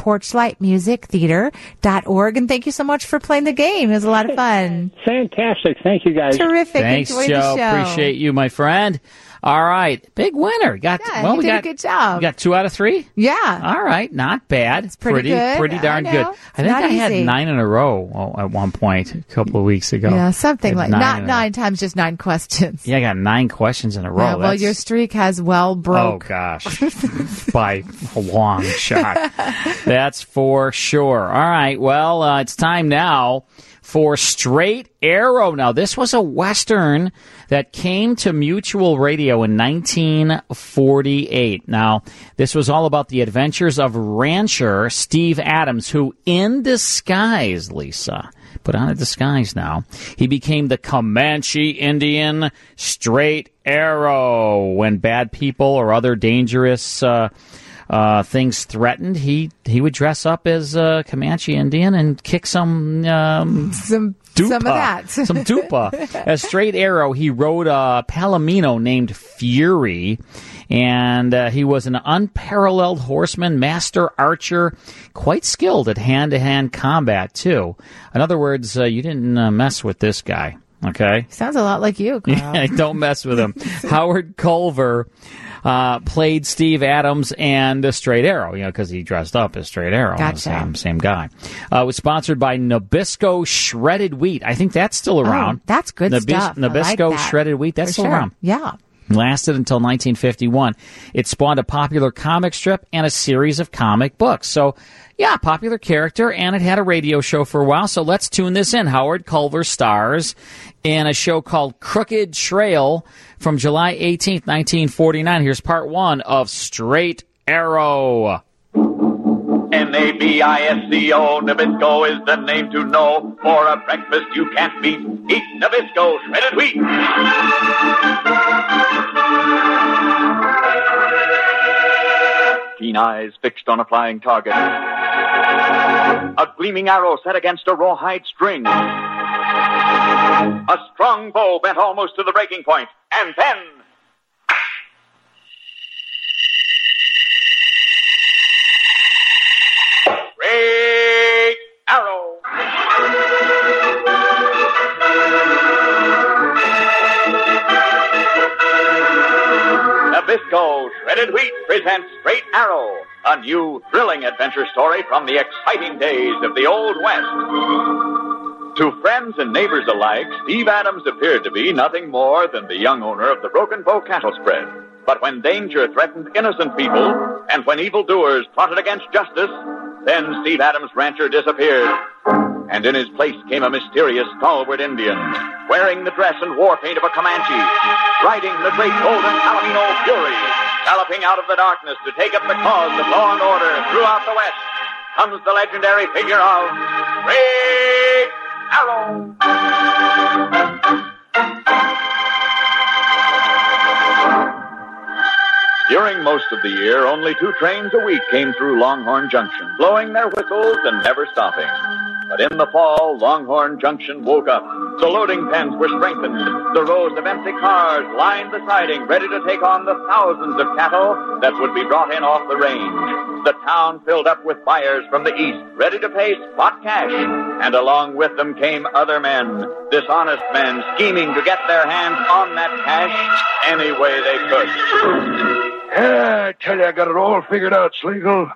porchlightmusictheater.org. And thank you so much for playing the game. It was a lot of fun.
Fantastic. Thank you guys.
Terrific.
Thanks,
Enjoy
Joe.
the show.
Appreciate you, my friend. All right, big winner. Got
Yeah,
well.
you
we
did a
got
good job.
We got two out of three.
Yeah.
All right, not bad. It's
pretty
pretty,
good.
pretty
I
darn
know.
good.
It's
I think
not
I had
easy.
nine in a row well, at one point a couple of weeks ago.
Yeah, something
Had
like
in
not
a-
nine times, just
*laughs*
nine questions.
Yeah, I got nine questions in a row.
yeah, well,
That's-
your streak has well broke.
Oh gosh, *laughs* by a long shot. That's for sure. All right. Well, uh, it's time now for Straight Arrow. Now, this was a western that came to Mutual Radio in 1948. Now, this was all about the adventures of rancher Steve Adams, who, in disguise, Lisa. Put on a disguise now. He became the Comanche Indian Straight Arrow. When bad people or other dangerous uh, uh, things threatened, he he would dress up as a Comanche Indian and kick some um,
some
dupa,
some of that.
some dupa. As Straight Arrow, he rode a palomino named Fury, and uh, he was an unparalleled horseman, master archer, quite skilled at hand-to-hand combat too. In other words, uh, you didn't uh, mess with this guy. Okay.
Sounds a lot like you. Carl.
*laughs* Yeah, don't mess with
*laughs*
him. Howard Culver uh, played Steve Adams and the Straight Arrow, you know, because he dressed up as Straight Arrow.
Gotcha.
The same, same guy. Uh, was sponsored by Nabisco Shredded Wheat. I think that's still around.
Oh, that's good
Nabis-
stuff. I like
Nabisco
that.
Shredded Wheat. That's
For
still
sure.
around
Yeah.
lasted until 1951. It spawned a popular comic strip and a series of comic books. So, yeah, popular character, and it had a radio show for a while. So let's tune this in. Howard Culver stars in a show called Crooked Trail from July 18th, 1949. Here's part one of Straight Arrow.
N-A-B-I-S-C-O, Nabisco is the name to know. For a breakfast you can't beat, eat Nabisco shredded wheat. Keen eyes fixed on a flying target. A gleaming arrow set against a rawhide string. A strong bow bent almost to the breaking point, and then... Great arrow! Nabisco Shredded Wheat presents Straight Arrow, a new thrilling adventure story from the exciting days of the Old West. To friends and neighbors alike, Steve Adams appeared to be nothing more than the young owner of the Broken Bow cattle spread. But when danger threatened innocent people, and when evildoers plotted against justice, then Steve Adams' rancher disappeared. And in his place came a mysterious stalwart Indian, wearing the dress and war paint of a Comanche, riding the great golden Palomino Fury, galloping out of the darkness to take up the cause of law and order throughout the West. Comes the legendary figure of Ray Arrow. During most of the year, only two trains a week came through Longhorn Junction, blowing their whistles and never stopping. But in the fall, Longhorn Junction woke up. The loading pens were strengthened. The rows of empty cars lined the siding, ready to take on the thousands of cattle that would be brought in off the range. The town filled up with buyers from the east, ready to pay spot cash. And along with them came other men, dishonest men, scheming to get their hands on that cash any way they could.
Yeah, Ah, I tell you, I got it all figured out, Slagle.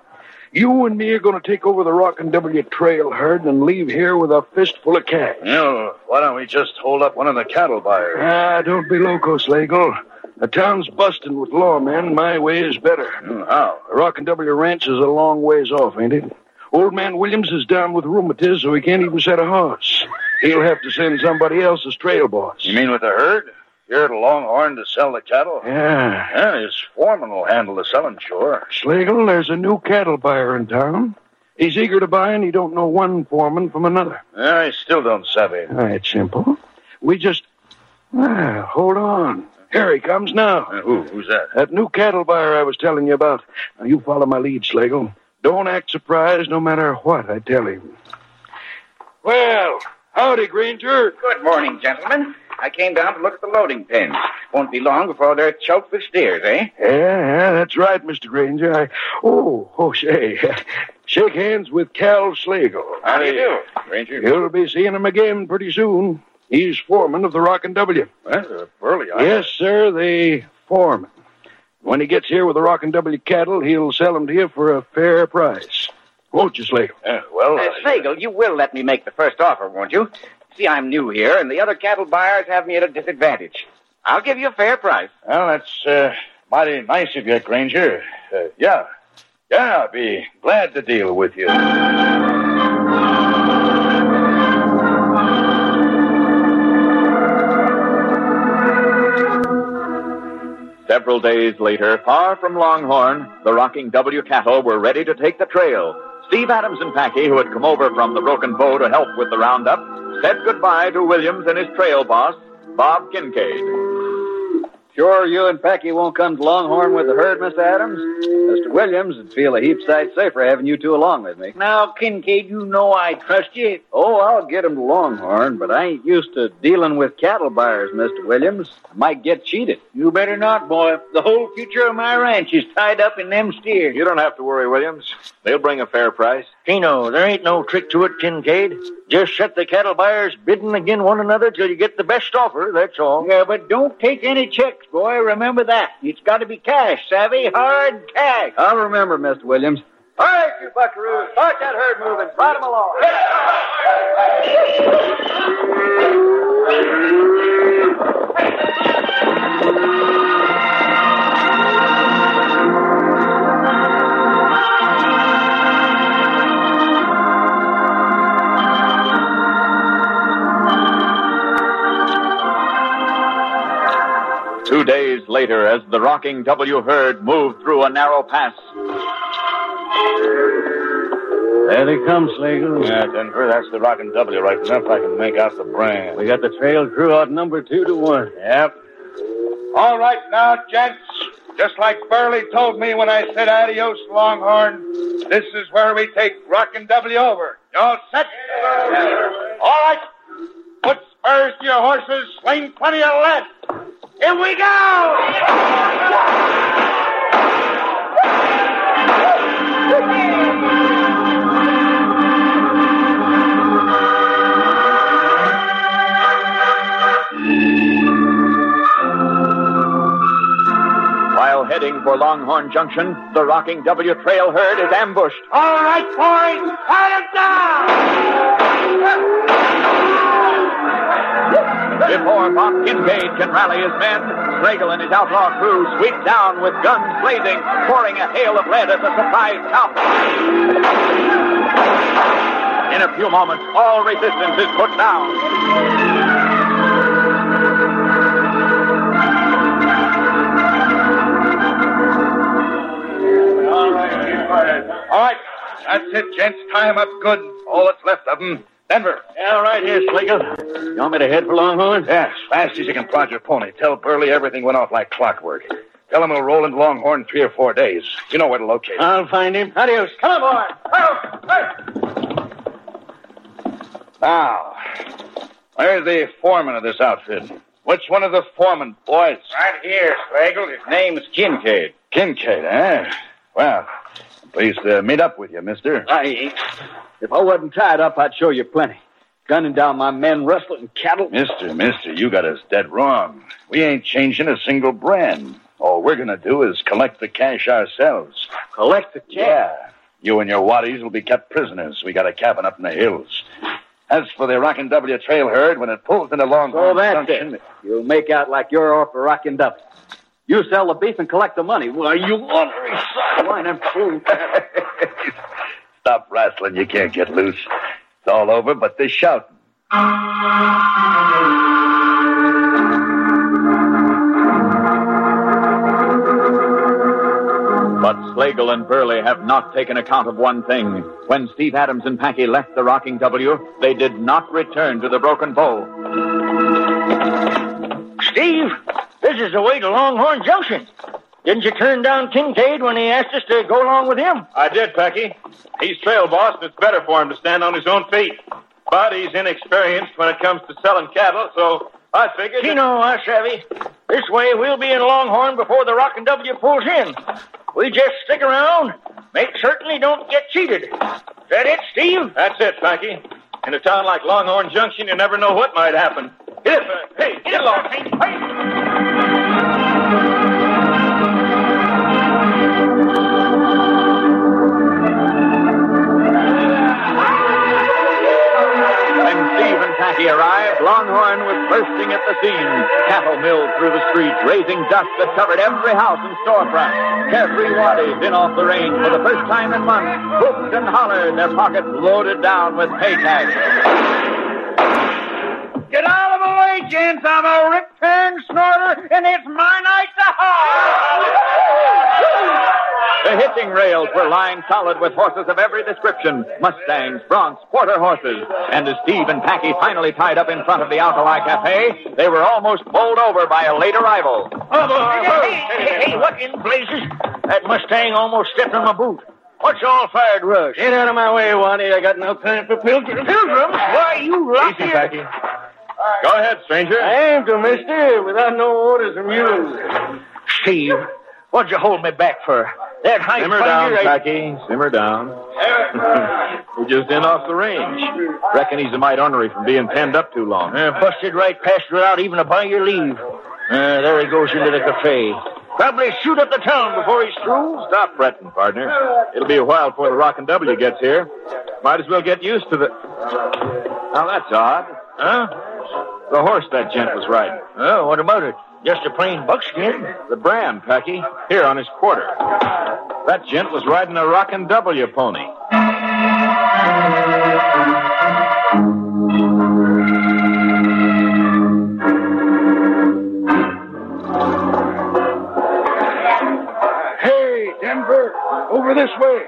You and me are going to take over the Rock and W Trail herd and leave here with a fistful of cash.
No, why don't we just hold up one of the cattle buyers?
Ah, don't be loco, Slagle. The town's busting with lawmen. My way is better.
Hmm,
How? Rock and W Ranch is a long ways off, ain't it? Old man Williams is down with rheumatiz, so he can't even set a horse. He'll have to send somebody else as trail boss.
You mean with the herd? You're at a Longhorn to sell the cattle?
Yeah.
Yeah, his foreman will handle the selling, sure.
Schlegel, there's a new cattle buyer in town. He's eager to buy, and he don't know one foreman from another.
Yeah, I still don't savvy.
Ah, it's simple. We just. Ah, hold on. Here he comes now.
Uh,
Who? Who's that?
That new cattle buyer I was telling you about. Now, you follow my lead, Schlegel. Don't act surprised no matter what I tell him. Well, howdy, Granger.
Good morning, gentlemen. I came down to look at the loading pens. Won't be long before they're choked with steers, eh?
Yeah, yeah, that's right, Mr. Granger. I... Oh, oh, say. Shake *laughs* hands with Cal Schlegel.
How do you do, Ranger?
You'll be seeing him again pretty soon. He's foreman of the Rock and W.
That's a burly eye.
Yes, sir, the foreman. When he gets here with the Rock and W cattle, he'll sell 'em to you for a fair price. Won't you, Slate?
well, uh, Schlegel, you will let me make the first offer, won't you? See, I'm new here, and the other cattle buyers have me at a disadvantage. I'll give you a fair price.
Well, that's uh, mighty nice of you, Granger. Uh, yeah. Yeah, I'll be glad to deal with you.
Several days later, far from Longhorn, the Rocking W cattle were ready to take the trail. Steve Adams and Packy, who had come over from the Broken Bow to help with the roundup, said goodbye to Williams and his trail boss, Bob Kincaid.
Sure, you and Packy won't come to Longhorn with the herd, Mr. Adams. Mr. Williams would feel a heap sight safer having you two along with me.
Now, Kincaid, you know I trust you.
Oh, I'll get him to Longhorn, but I ain't used to dealing with cattle buyers, Mr. Williams. I might get cheated.
You better not, boy. The whole future of my ranch is tied up in them steers.
You don't have to worry, Williams.
They'll bring a fair price. Chino, there ain't no trick to it, Kincaid. Just set the cattle buyers bidding again one another till you get the best offer, that's all.
Yeah,
but don't take any checks, boy. Remember that. It's got to be cash, savvy? Hard cash.
I'll remember, Mr. Williams.
All right, you buckaroos. Start that herd moving. Trot 'em along.
Two days later, as the Rocking W herd moved through a narrow pass,
There they come, Slagle.
Yeah, Denver, that's the Rock and W right enough. I can make out the brand.
We got the trail crew outnumbered two to one.
Yep.
All right now, gents. Just like Burley told me when I said adios, Longhorn, this is where we take Rockin' W over. You all set? All right. Put spurs to your horses. Slain plenty of lead. Here we go!
while heading for Longhorn Junction, the Rocking W trail herd is ambushed.
All right, boys, pat 'em down!
Before Bob Kincaid can rally his men, Schlegel and his outlaw crew sweep down with guns blazing, pouring a hail of lead at the surprised cowboys. In a few moments, all resistance is put down.
All right, that's it, gents. Tie 'em up good. All that's left of 'em. Denver.
Yeah, right here, Schlegel. You want me to head for Longhorn?
Yeah, as fast as you can prod your pony. Tell Burley everything went off like clockwork. Tell him we'll roll into Longhorn in three or four days. You know where to locate him.
I'll find him. Adios.
Come on,
Now, where's the foreman of this outfit? Which one of the foremen, boys?
Right here, Schlegel. His name's Kincaid.
Kincaid, eh? Well, pleased to uh, meet up with you, mister.
I ain't. If I wasn't tied up, I'd show you plenty. Gunning down my men, rustling cattle.
Mister, mister, you got us dead wrong. We ain't changing a single brand. All we're gonna do is collect the cash ourselves.
Collect the cash?
Yeah. You and your waddies will be kept prisoners. We got a cabin up in the hills. As for the Rockin' W trail herd, when it pulls into Longhorn
So that's
Junction,
it. You'll make out like you're off the rocking duck. You sell the beef and collect the money. Why, you ornery son. Why, I'm fool.
Stop wrestling. You can't get loose. It's all over, but this shouting.
But Slagle and Burley have not taken account of one thing. When Steve Adams and Packy left the Rocking W, they did not return to the Broken Bow.
Steve, this is the way to Longhorn Junction. Didn't you turn down Kincaid when he asked us to go along with him?
I did, Pecky. He's trail boss, and it's better for him to stand on his own feet. But he's inexperienced when it comes to selling cattle, so I figured. that-
Keno, our savvy. This way we'll be in Longhorn before the Rockin' W pulls in. We just stick around, make certain he don't get cheated. Is that it, Steve?
That's it, Packy. In a town like Longhorn Junction, you never know what might happen. Get it, Packy. Hey, get along.
When Steve and Packy arrived, Longhorn was bursting at the seams. Cattle milled through the streets, raising dust that covered every house and storefront. Carefree waddies in off the range for the first time in months, whooped and hollered, their pockets loaded down with pay cash.
Get out of my way, gents. I'm a rip pan snorter, and it's my night to hog.
The hitching rails were lined solid with horses of every description Mustangs, broncs, quarter horses. And as Steve and Packy finally tied up in front of the Alkali Cafe, they were almost bowled over by a late arrival.
Hey, hey, hey, what in blazes? That Mustang almost stepped on my boot. What's all fired rush? Get out of my way, Waddy. I got no time for pilgrims. Pilgrims? Why, you lucky.
Easy, Packy. Go ahead, stranger.
Damn to mister, without no orders from you. Steve, what'd you hold me back for? That high
Simmer down,
finger, I-
Packy. Simmer
*laughs*
down. We're just in off the range. Reckon he's a mite ornery from being penned up too long.
Uh, busted right past without even a by your leave. Uh, there he goes into the cafe. Probably shoot up the town before he's through.
Stop fretting, partner.
It'll be a while before the Rockin' W gets here. Might as well get used to the. Now that's odd. Huh? The horse that gent was riding.
Oh, what about it? Just a plain buckskin?
The brand, Packy. Here on his quarter. That gent was riding a Rockin' W pony.
Hey, Denver, over this way.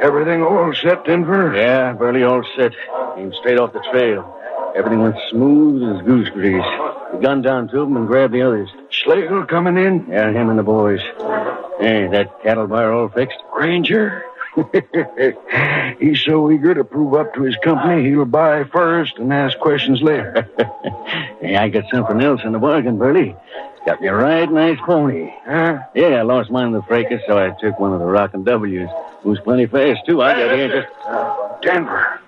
Everything all set, Denver? Yeah, Burley all set. Came straight off the trail. Everything went smooth as goose grease. We gunned down two of them and grabbed the others. Schlegel coming in? Yeah, him and the boys. Hey, that cattle bar all fixed?
Ranger? *laughs* He's so eager to prove up to his company, he'll buy first and ask questions later.
*laughs* Hey, I got something else in the bargain, Burley. Got me a right nice pony. Huh? Yeah, I lost mine in the fracas, so I took one of the Rockin' W's. Moves plenty fast, too. I got here just...
Uh, Denver.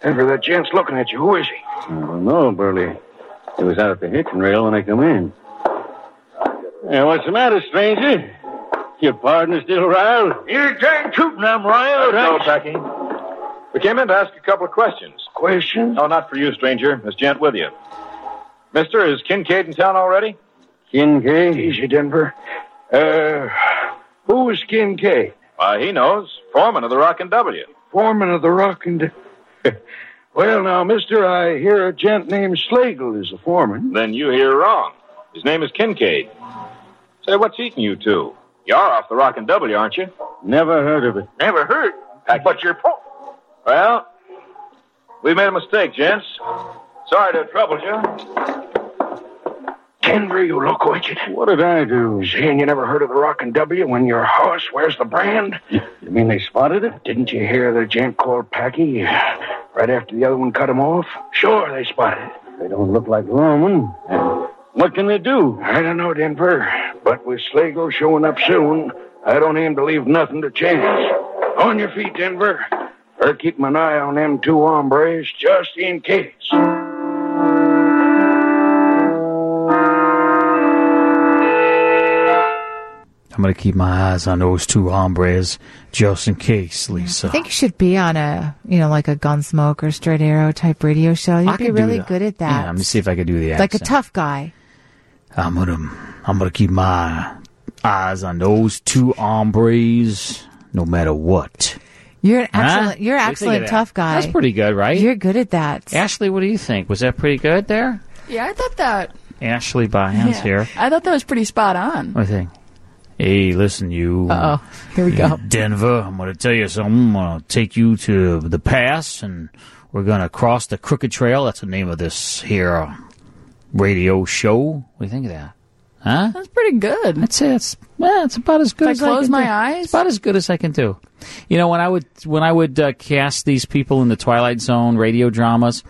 Denver, that gent's looking at you. Who is he?
Well, Oh, no, Burley. It was out at the hitching rail when I come in. Yeah, what's the matter, stranger? Your partner's still riled? You're darn tootin' I'm riled.
No, Packy. We came in to ask a couple of questions.
Questions?
No, not for you, stranger. This gent with you. Mister, is Kincaid in town already?
Kincaid? Easy, Denver. Uh, who's Kincaid?
Why, he knows. Foreman of the Rockin' W.
Foreman of the Rock and...
*laughs*
well, now, mister, I hear a gent named Slagle is the foreman.
Then you hear wrong. His name is Kincaid. Say, what's eating you two? You are off the Rockin' W, aren't you?
Never heard of it.
Never heard. But you're po- Well, we made a mistake, gents. Sorry to trouble you.
Denver, you look wicked.
What did I do?
Saying you never heard of the Rock and W when your horse wears the brand?
*laughs* You mean they spotted it?
Didn't you hear the gent called Packy? Right after the other one cut him off? Sure, they spotted it.
They don't look like lawmen. What can they do?
I don't know, Denver. But with Slagle showing up soon, I don't aim to leave nothing to chance. On your feet, Denver. Or keeping an eye on them two hombres just in case.
I'm going to keep my eyes on those two hombres just in case, Lisa.
I think you should be on a, you know, like a Gunsmoke or Straight Arrow type radio show. You'd
I
be
could do
really
that.
good at
Yeah,
that.
let me see if I could do the
like a
accent.
tough guy.
I'm gonna, I'm gonna keep my eyes on those two hombres, no matter what.
You're an
Huh?
excellent. You're an
What do you think of
excellent
that?
tough guy.
That's pretty good, right?
You're good at that.
Ashley, what do you think? Was that pretty good there?
Yeah, I thought that.
Ashley Byans
yeah.
here.
I thought that was pretty spot on.
What do you think? Hey, listen, you.
Uh oh. Here we go.
Denver, I'm going to tell you something. I'm going to take you to the pass, and we're going to cross the Crooked Trail. That's the name of this here uh, radio show. What do you think of that? Huh?
That's pretty good.
That's it. It's, yeah, it's about as good
If
as
I close
can
my
do.
eyes.
It's about as good as I can do. You know, when I would when I would uh, cast these people in the Twilight Zone radio dramas,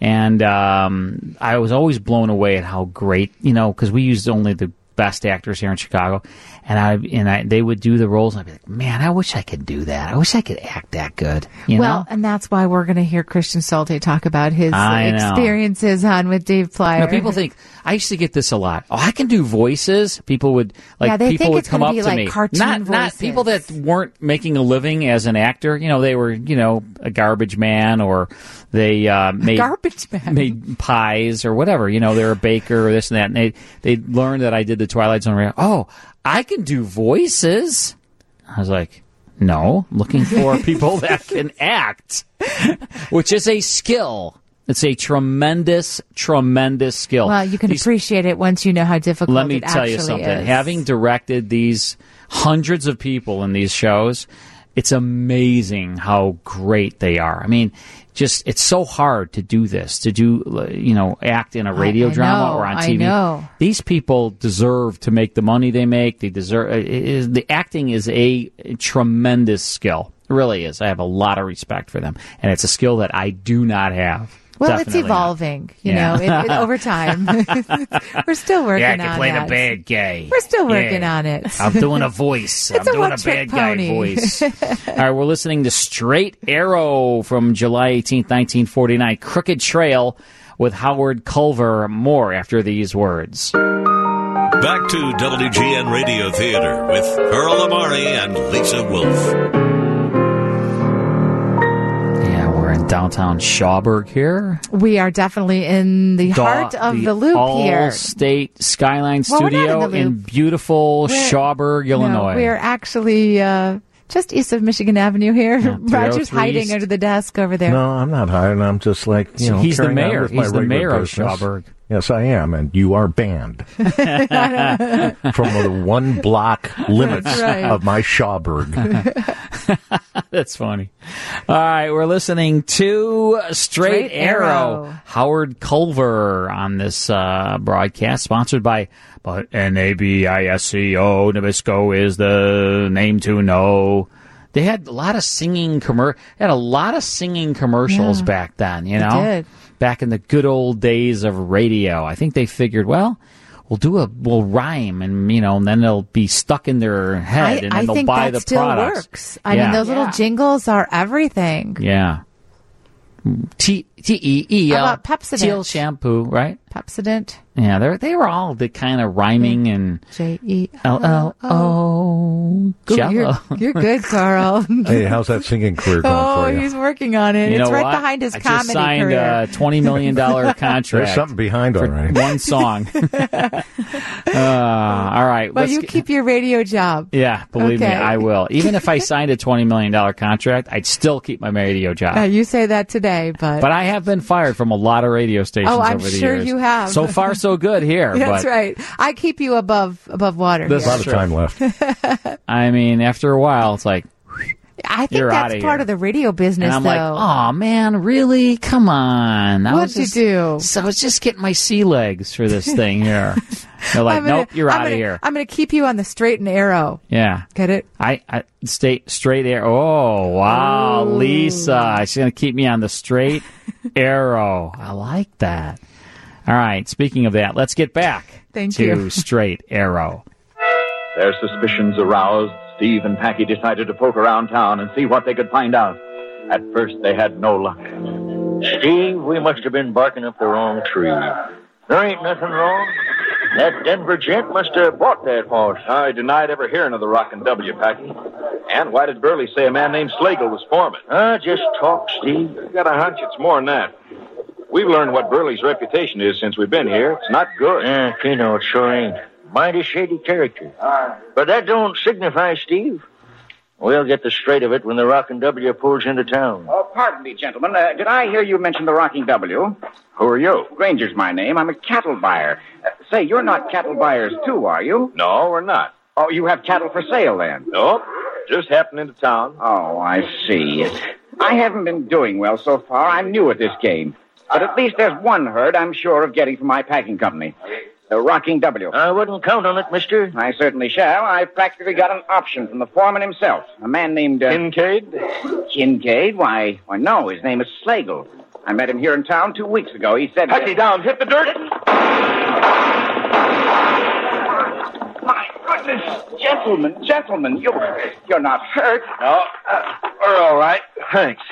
and um, I was always blown away at how great you know because we used only the best actors here in Chicago, and I and I they would do the roles, and I'd be like, man, I wish I could do that. I wish I could act that good. You
well,
know.
and that's why we're going to hear Christian Salte talk about his
I know.
experiences on with Dave Plyer.
Now, people think I used to get this a lot. Oh, I can do voices. People would like
Yeah, they
people
think
would
it's
come
gonna
up
be
to
like
me.
cartoon
not not people that weren't making a living as an actor. You know, they were you know a garbage man or they uh, made
garbage man
made pies or whatever. You know, they're a baker or this and that. And they they learned that I did the Twilight Zone. radio. Oh, I can do voices. I was like, no, I'm looking for people that can act, which is a skill. It's a tremendous, tremendous skill.
Well, you can appreciate it once you know how difficult.
Let me
it
tell you
actually
something.
is.
Having directed these hundreds of people in these shows, it's amazing how great they are. I mean, just it's so hard to do this, to do uh, you know, act in a radio
I
drama
know,
or on
I
TV.
know.
These people deserve to make the money they make. They deserve it is, the acting is a tremendous skill. It really is. I have a lot of respect for them, and it's a skill that I do not have.
Well,
Definitely
it's
not.
evolving, you
Yeah.
know, it, it, over time. *laughs*
*laughs*
We're still working
Yeah, I can
on
play
that.
the bad guy.
We're still working
Yeah.
on it.
I'm doing
*laughs*
a voice. I'm
It's a
doing a bad
one-trick
guy
pony. *laughs*
voice. All right, we're listening to Straight Arrow from July 18th, 1949. Crooked Trail with Howard Culver. More after these words.
Back to WGN Radio Theater with Earl Amari and Lisa Wolf.
Yeah, we're in downtown Schauberg here.
We are definitely in the heart of the, loop here.
State Skyline
Well, we're not in
Studio
the loop.
beautiful
We're-
Schauberg, Illinois.
No, we are actually uh, just east of Michigan Avenue here. *laughs* Roger's
303
hiding
East.
under the desk over there.
No, I'm not hiding. I'm just like you
So
know.
he's the
carrying on
mayor.
with my
He's the
regular
mayor of
business.
Schaumburg.
Yes, I am, and you are banned
*laughs*
from the one block *laughs* limits
That's right.
of my Schauberg.
*laughs* That's funny. All right, we're listening to Straight,
Straight
Arrow.
Arrow.
Howard Culver on this uh, broadcast, sponsored by by NABISCO. Nabisco is the name to know. They had a lot of singing commer- had a lot of singing commercials
Yeah.
back then. You
They
know,
did.
back in the good old days of radio. I think they figured, well. We'll do a we'll rhyme and you know and then they'll be stuck in their head and then
I, I
they'll
think
buy
that
the
still
products.
works. I
Yeah.
mean, those little jingles are everything.
Yeah. T T E E
How
L
about Pepsodent?
teal shampoo, right?
Pepsodent,
Yeah, they they were all the kind of rhyming and
J E
L L O
Good, You're,
Jello.
you're good, Carl.
*laughs*
hey, how's that singing career going
oh,
for you?
he's working on it.
You
it's
know
right
what?
behind his
I
comedy
just signed uh,
career.
a twenty million
*laughs*
dollar contract.
There's something behind, all
for
right.
One song. Uh, all right.
well,
let's
you
get-
keep your radio job.
yeah, believe me,
Okay.
I will. Even if
*laughs*
I signed a twenty million dollar contract, I'd still keep my radio job.
Uh, you say that today, but,
But I have been fired from a lot of radio stations
Oh, I'm
over the
sure
years.
you have.
So far, so good here.
*laughs* that's
but
right. I keep you above above water.
That's
here.
Lot of true. time
left.
I mean, after a while, it's like,
*laughs* I think
You're
that's
outta
part
here.
of the radio business,
and I'm
though.
like, oh man, really? Come on! I was
What'd you
just-
do?
So I was just getting my sea legs for this thing here.
*laughs*
They're like,
I'm gonna-
nope, you're
I'm
out of
gonna-
here.
I'm going to keep you on the straight and arrow.
yeah,
Get it?
I, I stay straight air. Oh wow, Lisa, she's gonna keep me on the
*laughs*
straight arrow. I like that. All right. Speaking of that, let's get back
Thank
to
*laughs*
you.
straight arrow.
Their suspicions aroused, Steve and Packy decided to poke around town and see what they could find out. At first, they had no luck.
Steve, we must have been barking up the wrong tree. There ain't nothing wrong.
That Denver gent must have bought that horse.
I denied ever hearing of the Rockin' W, Packy. And why did Burley say a man named Slagle was foreman?
Uh, just talk, Steve.
Got a hunch it's more than that.
We've learned what Burley's reputation is since we've been here. It's not good. Yeah, Keno, it sure ain't. Mighty shady character. But that don't signify, Steve. We'll get the straight of it when the Rockin' W pulls into town.
Oh, pardon me, gentlemen. Uh, did I hear you mention the Rocking W? Who are you? Granger's my name. I'm a cattle buyer. Uh, say, you're not cattle buyers, too, are you? No, we're not. Oh, you have cattle for sale, then? Nope. Just happened into town. Oh, I see. I haven't been doing well so far. I'm new at this game. But at least there's one herd I'm sure of getting from my packing company. The Rocking W. I wouldn't count on it, mister. I certainly shall. I've practically got an option from the foreman himself, a man named... Uh, Kincaid? Kincaid? Why, why, no, his name is Slagle. I met him here in town two weeks ago. He said... Packy down, hit the dirt. My goodness, gentlemen, gentlemen, you, you're not hurt. No, Uh, we're all right. Thanks.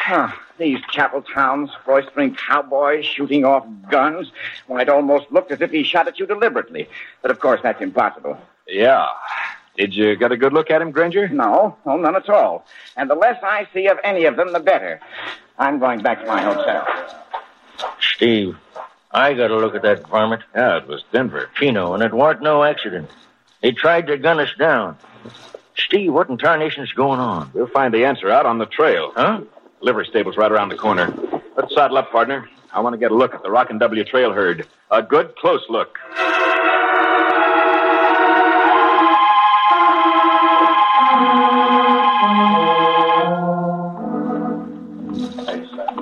These chapel towns, roistering cowboys, shooting off guns. Why, it almost looked as if he shot at you deliberately. But of course, that's impossible.
Yeah. Did you get a good look at him, Granger?
No, no, none at all. And the less I see of any of them, the better. I'm going back to my hotel.
Steve, I got a look at that varmint. Yeah, it was Denver. Chino, and it warn't no accident. They tried to gun us down. Steve, what in tarnation's going on?
We'll find the answer out on the trail. Huh? Livery stable's right around the corner. Let's saddle up, partner. I want to get a look at the Rockin' W trail herd. A good, close look.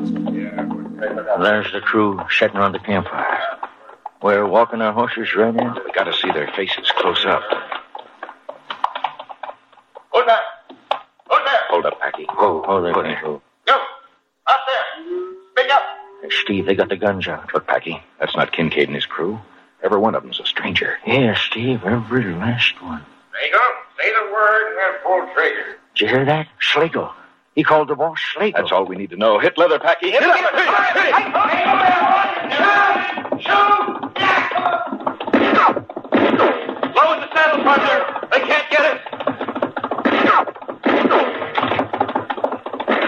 There's the crew sitting around the campfire. We're walking our horses right in. We gotta see their faces close up.
Who's that? Who's there?
Hold up, Packy. Whoa, hold it. Hold
Up there. Speak up.
Steve, they got the guns out. Look, Packy, that's not Kincaid and his crew. Every one of them's a stranger. Yeah, Steve, every last one.
Slagle, say the word and pull trigger.
Did you hear that? Schlegel. He called the boss Schlegel. That's all we need to know.
Hit leather, Packy. Hit
Get
up.
up. Shoot! Shoot! Load the saddle, partner. They can't get it.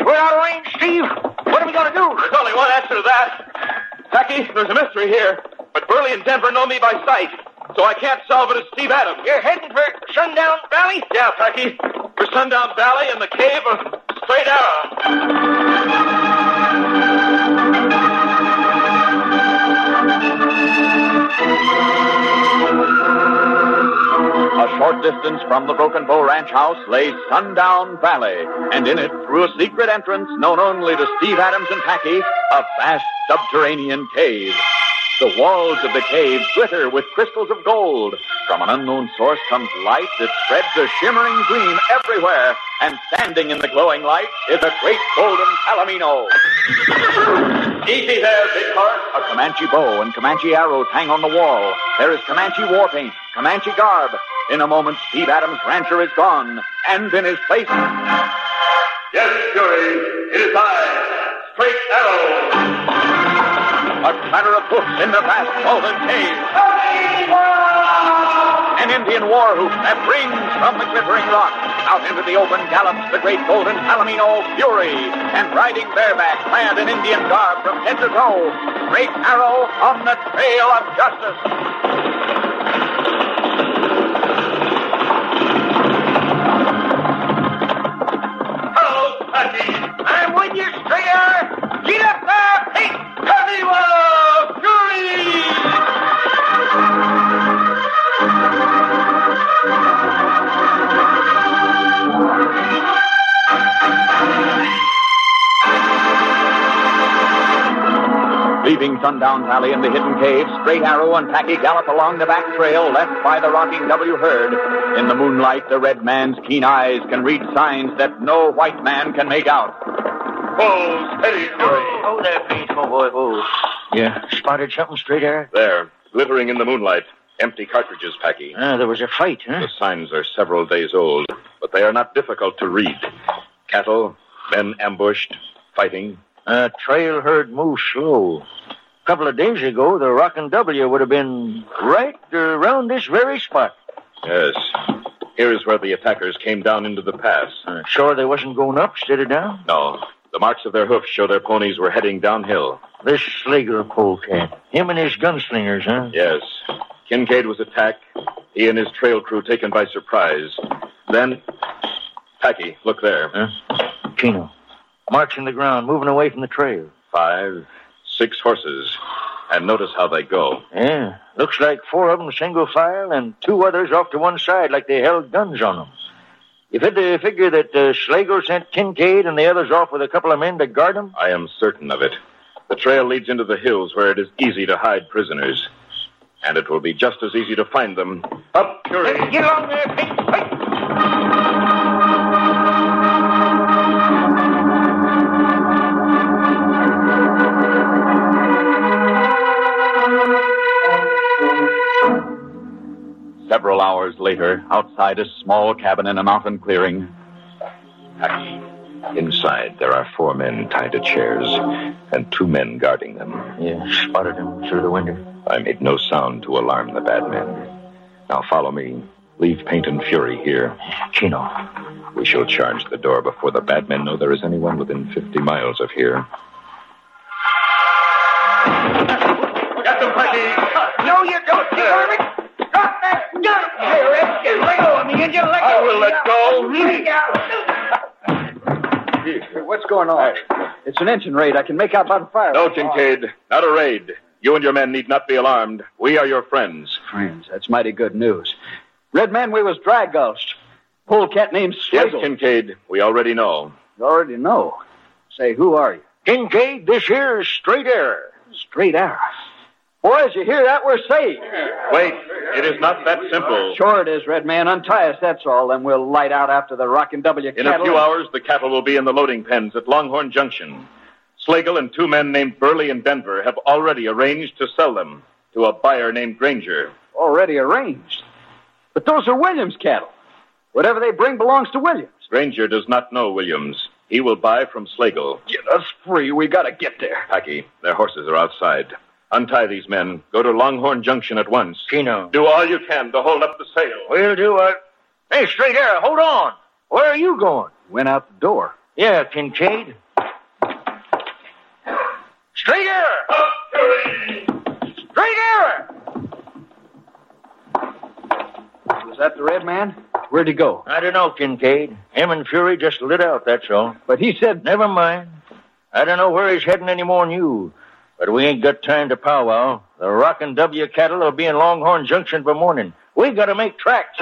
We're out of range, Steve. What are we going to do?
There's only one answer to that. Packy, there's a mystery here. But Burley and Denver know me by sight, so I can't solve it as Steve Adams. You're heading for Sundown Valley? Yeah, Packy. For Sundown Valley and the cave of Straight Arrow.
A short distance from the Broken Bow Ranch house lay Sundown Valley, and in it, through a secret entrance known only to Steve Adams and Packy, a vast subterranean cave. The walls of the cave glitter with crystals of gold. From an unknown source comes light that spreads a shimmering gleam everywhere, and standing in the glowing light is a great golden palomino. Easy there, big horse. A Comanche bow and Comanche arrows hang on the wall. There is Comanche war paint, Comanche garb. In a moment, Steve Adams' rancher is gone, and in his place.
Yes, jury. It is I, Straight Arrow.
A clatter of hoofs in the vast golden cave. An Indian war whoop that rings from the glittering rock. Out into the open gallops the great golden Palomino Fury, and riding bareback, clad in Indian garb from head to toe, great arrow on the trail of justice.
Hello, Patsy. I'm with you, Stringer. Get up there, Pete. Carnival Fury.
Leaving Sundown Valley and the hidden cave, Straight Arrow and Packy gallop along the back trail left by the rocking W herd. In the moonlight, the red man's keen eyes can read signs that no white man can make out.
Whoa, steady, Fury.
Oh, there, Pete. Oh, boy, oh. Yeah, spotted something straight there?
There, glittering in the moonlight. Empty cartridges, Packy.
Ah, there was a fight, huh?
The signs are several days old, but they are not difficult to read. Cattle, men ambushed, fighting.
Uh, trail herd moves slow. A couple of days ago, the Rockin' W would have been right around this very spot.
Yes. Here is where the attackers came down into the pass.
Uh, Sure, they wasn't going up, steady down?
No. The marks of their hoofs show their ponies were heading downhill.
This Slager polecat. Him and his gunslingers, huh?
Yes. Kincaid was attacked. He and his trail crew taken by surprise. Then, Packy, look there.
Kino. Marks in the ground, moving away from the trail.
Five, six horses. And notice how they go.
Yeah. Looks like four of them single file and two others off to one side like they held guns on them. You fit the figure that uh, Schlegel sent Kincaid and the others off with a couple of men to guard them?
I am certain of it. The trail leads into the hills where it is easy to hide prisoners. And it will be just as easy to find them. Up, Curry.
Get along there, Pete.
Several hours later, outside a small cabin in a mountain clearing,
Inside, there are four men tied to chairs and two men guarding them. Yeah, spotted him through the window. I made no sound to alarm the bad men. Now follow me. Leave Paint and Fury here. Chino. We shall charge the door before the bad men know there is anyone within 50 miles of here.
Got them, Packy. No, you don't, you hear me? Drop that gun, Sheriff. You let go of me, Indian. Let go. I will let go. Let
*laughs* What's going on? It's an engine raid. I can make out by the fire.
No, Kincaid, not a raid. You and your men need not be alarmed. We are your friends.
Friends, that's mighty good news. Red man, we was dry gulched. Polecat named
Yes,
Schlegel.
Kincaid, we already know.
You already know. Say, who are you? Kincaid, this here is Straight Arrow. Straight Arrow. Boys, you hear that? We're safe.
Wait, it is not that simple.
Sure it is, Red Man. Untie us, that's all. Then we'll light out after the Rockin' W
In
cattle.
a few hours, the cattle will be in the loading pens at Longhorn Junction. Slagle and two men named Burley and Denver have already arranged to sell them to a buyer named Granger.
Already arranged. But those are Williams' cattle. Whatever they bring belongs to Williams.
Granger does not know Williams. He will buy from Slagle.
Get us free. We gotta get there.
Packy, their horses are outside. Untie these men. Go to Longhorn Junction at once. Chino. Do all you can to hold up the sale.
We'll do it. Hey, straight arrow, hold on. Where are you going?
Went out the door.
Yeah, Kincaid.
Straight arrow. Straight arrow.
Was that the Red Man? Where'd he go?
I don't know, Kincaid. Him and Fury just lit out, that's all.
But he said.
Never mind. I don't know where he's heading any more than you. But we ain't got time to powwow. The Rockin' W cattle will be in Longhorn Junction by morning. We gotta make tracks.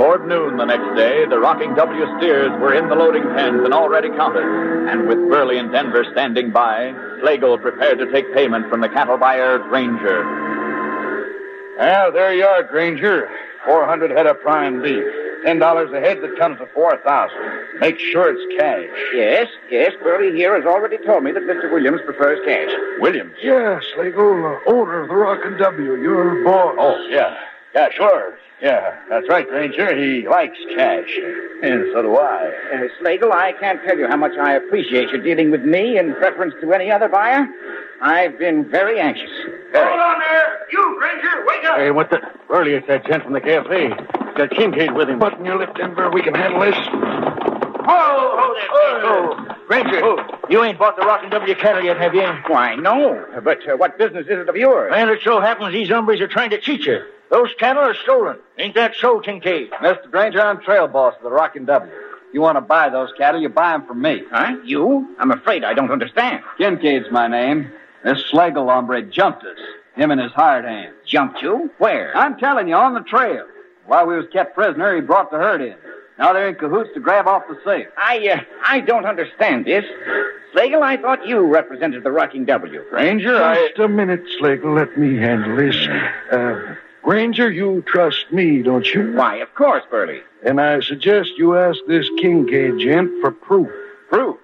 Toward noon the next day, the Rocking W steers were in the loading pens and already counted. And with Burley and Denver standing by,
Slagle prepared to take payment from the cattle buyer, Granger.
Well, there you are, Granger. 400 head of prime beef. $10 a head that comes to 4000 Make sure it's cash.
Yes, yes, Burley here has already told me that Mr. Williams prefers cash.
Williams?
Yes, Slagle, uh, owner of the Rockin' W. Your boss.
Oh, yeah. Yeah, sure. Yeah, that's right, Granger. He likes cash. And so do I.
Uh, Slagle, I can't tell you how much I appreciate your dealing with me in preference to any other buyer. I've been very anxious.
Hold on there. You, Granger, wake up.
Hey, what the? Earlier, it's that gent from the cafe. He's got Kincaid with him. Button your lip, Denver. We can handle this.
Whoa, hold it.
Ranger,
Oh.
you ain't bought the Rockin' W cattle yet, have you?
Why, no. But uh, what business is it of yours?
Man, it so happens these hombres are trying to cheat you. Those cattle are stolen. Ain't that so, Kincaid?
Mr. Granger, I'm trail boss of the Rockin' W. You want to buy those cattle, you buy 'em from me.
Huh? You? I'm afraid I don't understand.
Kincaid's my name. This Schlegel hombre jumped us. Him and his hired hand.
Jumped you? Where?
I'm telling you, on the trail. While we was kept prisoner, he brought the herd in. Now they're in cahoots to grab off the safe.
I, uh, I don't understand this. Slagle, I thought you represented the Rocking W.
Granger, Just a minute, Slagle. Let me handle this. Uh, Granger, you trust me, don't you?
Why, of course, Burley.
And I suggest you ask this Kincaid gent for proof.
Proof?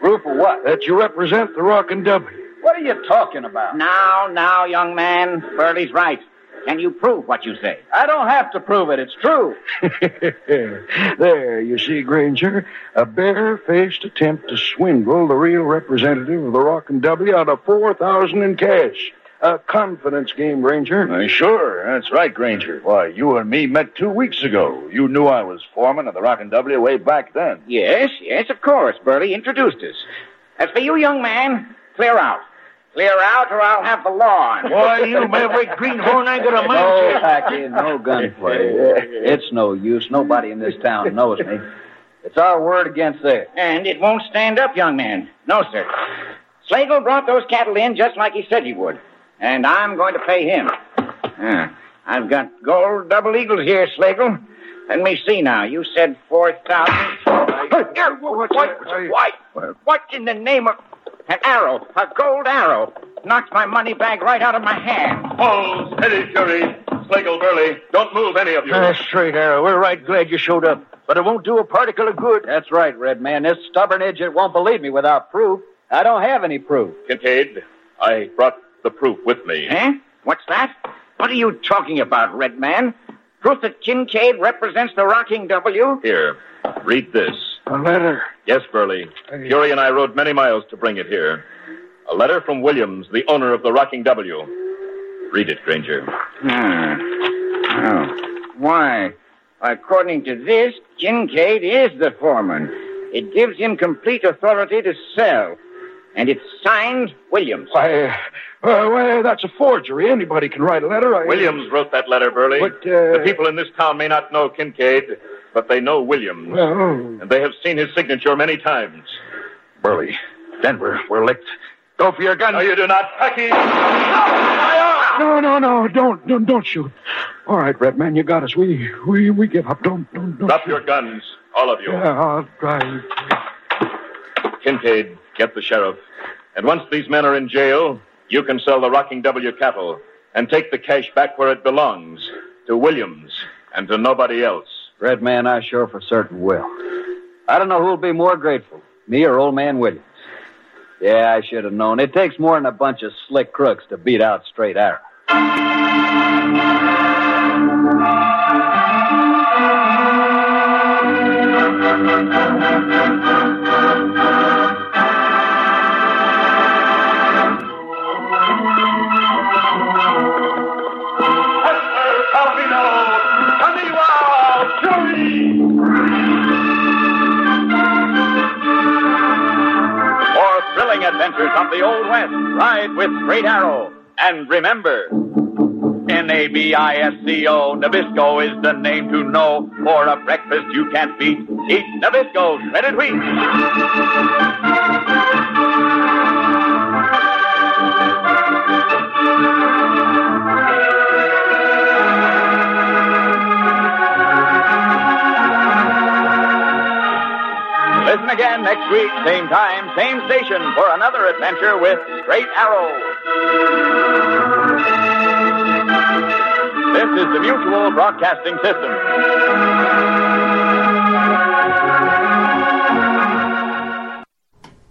Proof of what?
That you represent the Rockin' W.
What are you talking about?
Now, now, young man, Burley's right. Can you prove what you say?
I don't have to prove it. It's true.
*laughs* there, you see, Granger, a barefaced attempt to swindle the real representative of the Rock and W out of four thousand in cash. A confidence game, Granger.
Uh, sure, that's right, Granger. Why, you and me met two weeks ago. You knew I was foreman of the Rock and W way back then.
Yes, yes, of course. Burley introduced us. As for you, young man, clear out. Clear out, or I'll have the law. on
Boy, you maverick greenhorn ain't gonna mind you. *laughs* No, Packy, no gunplay. It's no use. Nobody in this town *laughs* knows me. It's our word against theirs.
And it won't stand up, young man. No, sir. Slagle brought those cattle in just like he said he would. And I'm going to pay him. Huh. I've got gold double eagles here, Slagle. Let me see now. You said 4,000. Here, what, why, what in the name of... An arrow. A gold arrow. Knocked my money bag right out of my hand.
Holmes, Eddie Fury, Slagle Burley, don't move any of you.
That's straight, Arrow. We're right glad you showed up. But it won't do a particle of good. That's right, Red Man. This stubborn idiot won't believe me without proof. I don't have any proof.
Kincaid, I brought the proof with me.
Eh? What's that? What are you talking about, Red Man? Proof that Kincaid represents the Rocking W?
Here, read this.
A letter.
Yes, Burley. Fury and I rode many miles to bring it here. A letter from Williams, the owner of the Rocking W. Read it, Granger.
Hmm. Oh. Why? According to this, Kincaid is the foreman. It gives him complete authority to sell. And it's signed Williams.
Why, uh, well, that's a forgery. Anybody can write a letter. I...
Williams wrote that letter, Burley.
But, uh,
The people in this town may not know Kincaid, but they know Williams.
Well,
And they have seen his signature many times.
Burley, Denver, we're licked.
Go for your gun. No, you do not. Packy!
uh,
no, no, no! Don't, don't, don't shoot. All right, Red Man, you got us. We, we, we give up. Don't, don't, don't.
Drop your guns, all of you.
Yeah, I'll try.
Kincaid, get the sheriff. And once these men are in jail, you can sell the Rocking W cattle and take the cash back where it belongs to Williams and to nobody else.
Red Man, I sure for certain will. I don't know who'll be more grateful, me or old man Williams. Yeah, I should have known. It takes more than a bunch of slick crooks to beat out straight arrow.
More thrilling adventures of the Old West. Ride with Straight Arrow. And remember, N-A-B-I-S-C-O, Nabisco is the name to know. For a breakfast you can't beat, eat Nabisco shredded wheat. Listen again next week, same time, same station, for another adventure with Straight Arrow. This is the Mutual Broadcasting System.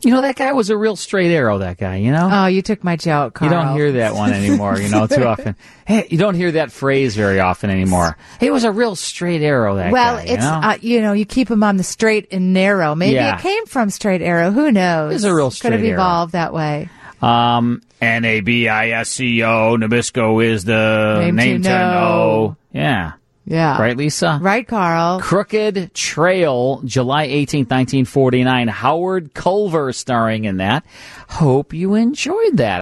You know, that guy was a real straight arrow, that guy, you know?
Oh, you took my joke, Carl.
You don't hear that one anymore, you know, too
*laughs*
often. Hey, you don't hear that phrase very often anymore. He was a real straight arrow, that
well,
guy.
it's
you know?
uh, you know you keep him on the straight and narrow. Maybe
Yeah.
it came from straight arrow. Who knows?
It's a real
Could have
straight arrow.
evolved that way.
Um, N A B I S C O. Nabisco is the
Name
name,
to
to
know.
know. Yeah.
Yeah.
Right, Lisa?
Right, Carl.
Crooked Trail, July eighteenth, 1949. Howard Culver starring in that. Hope you enjoyed that.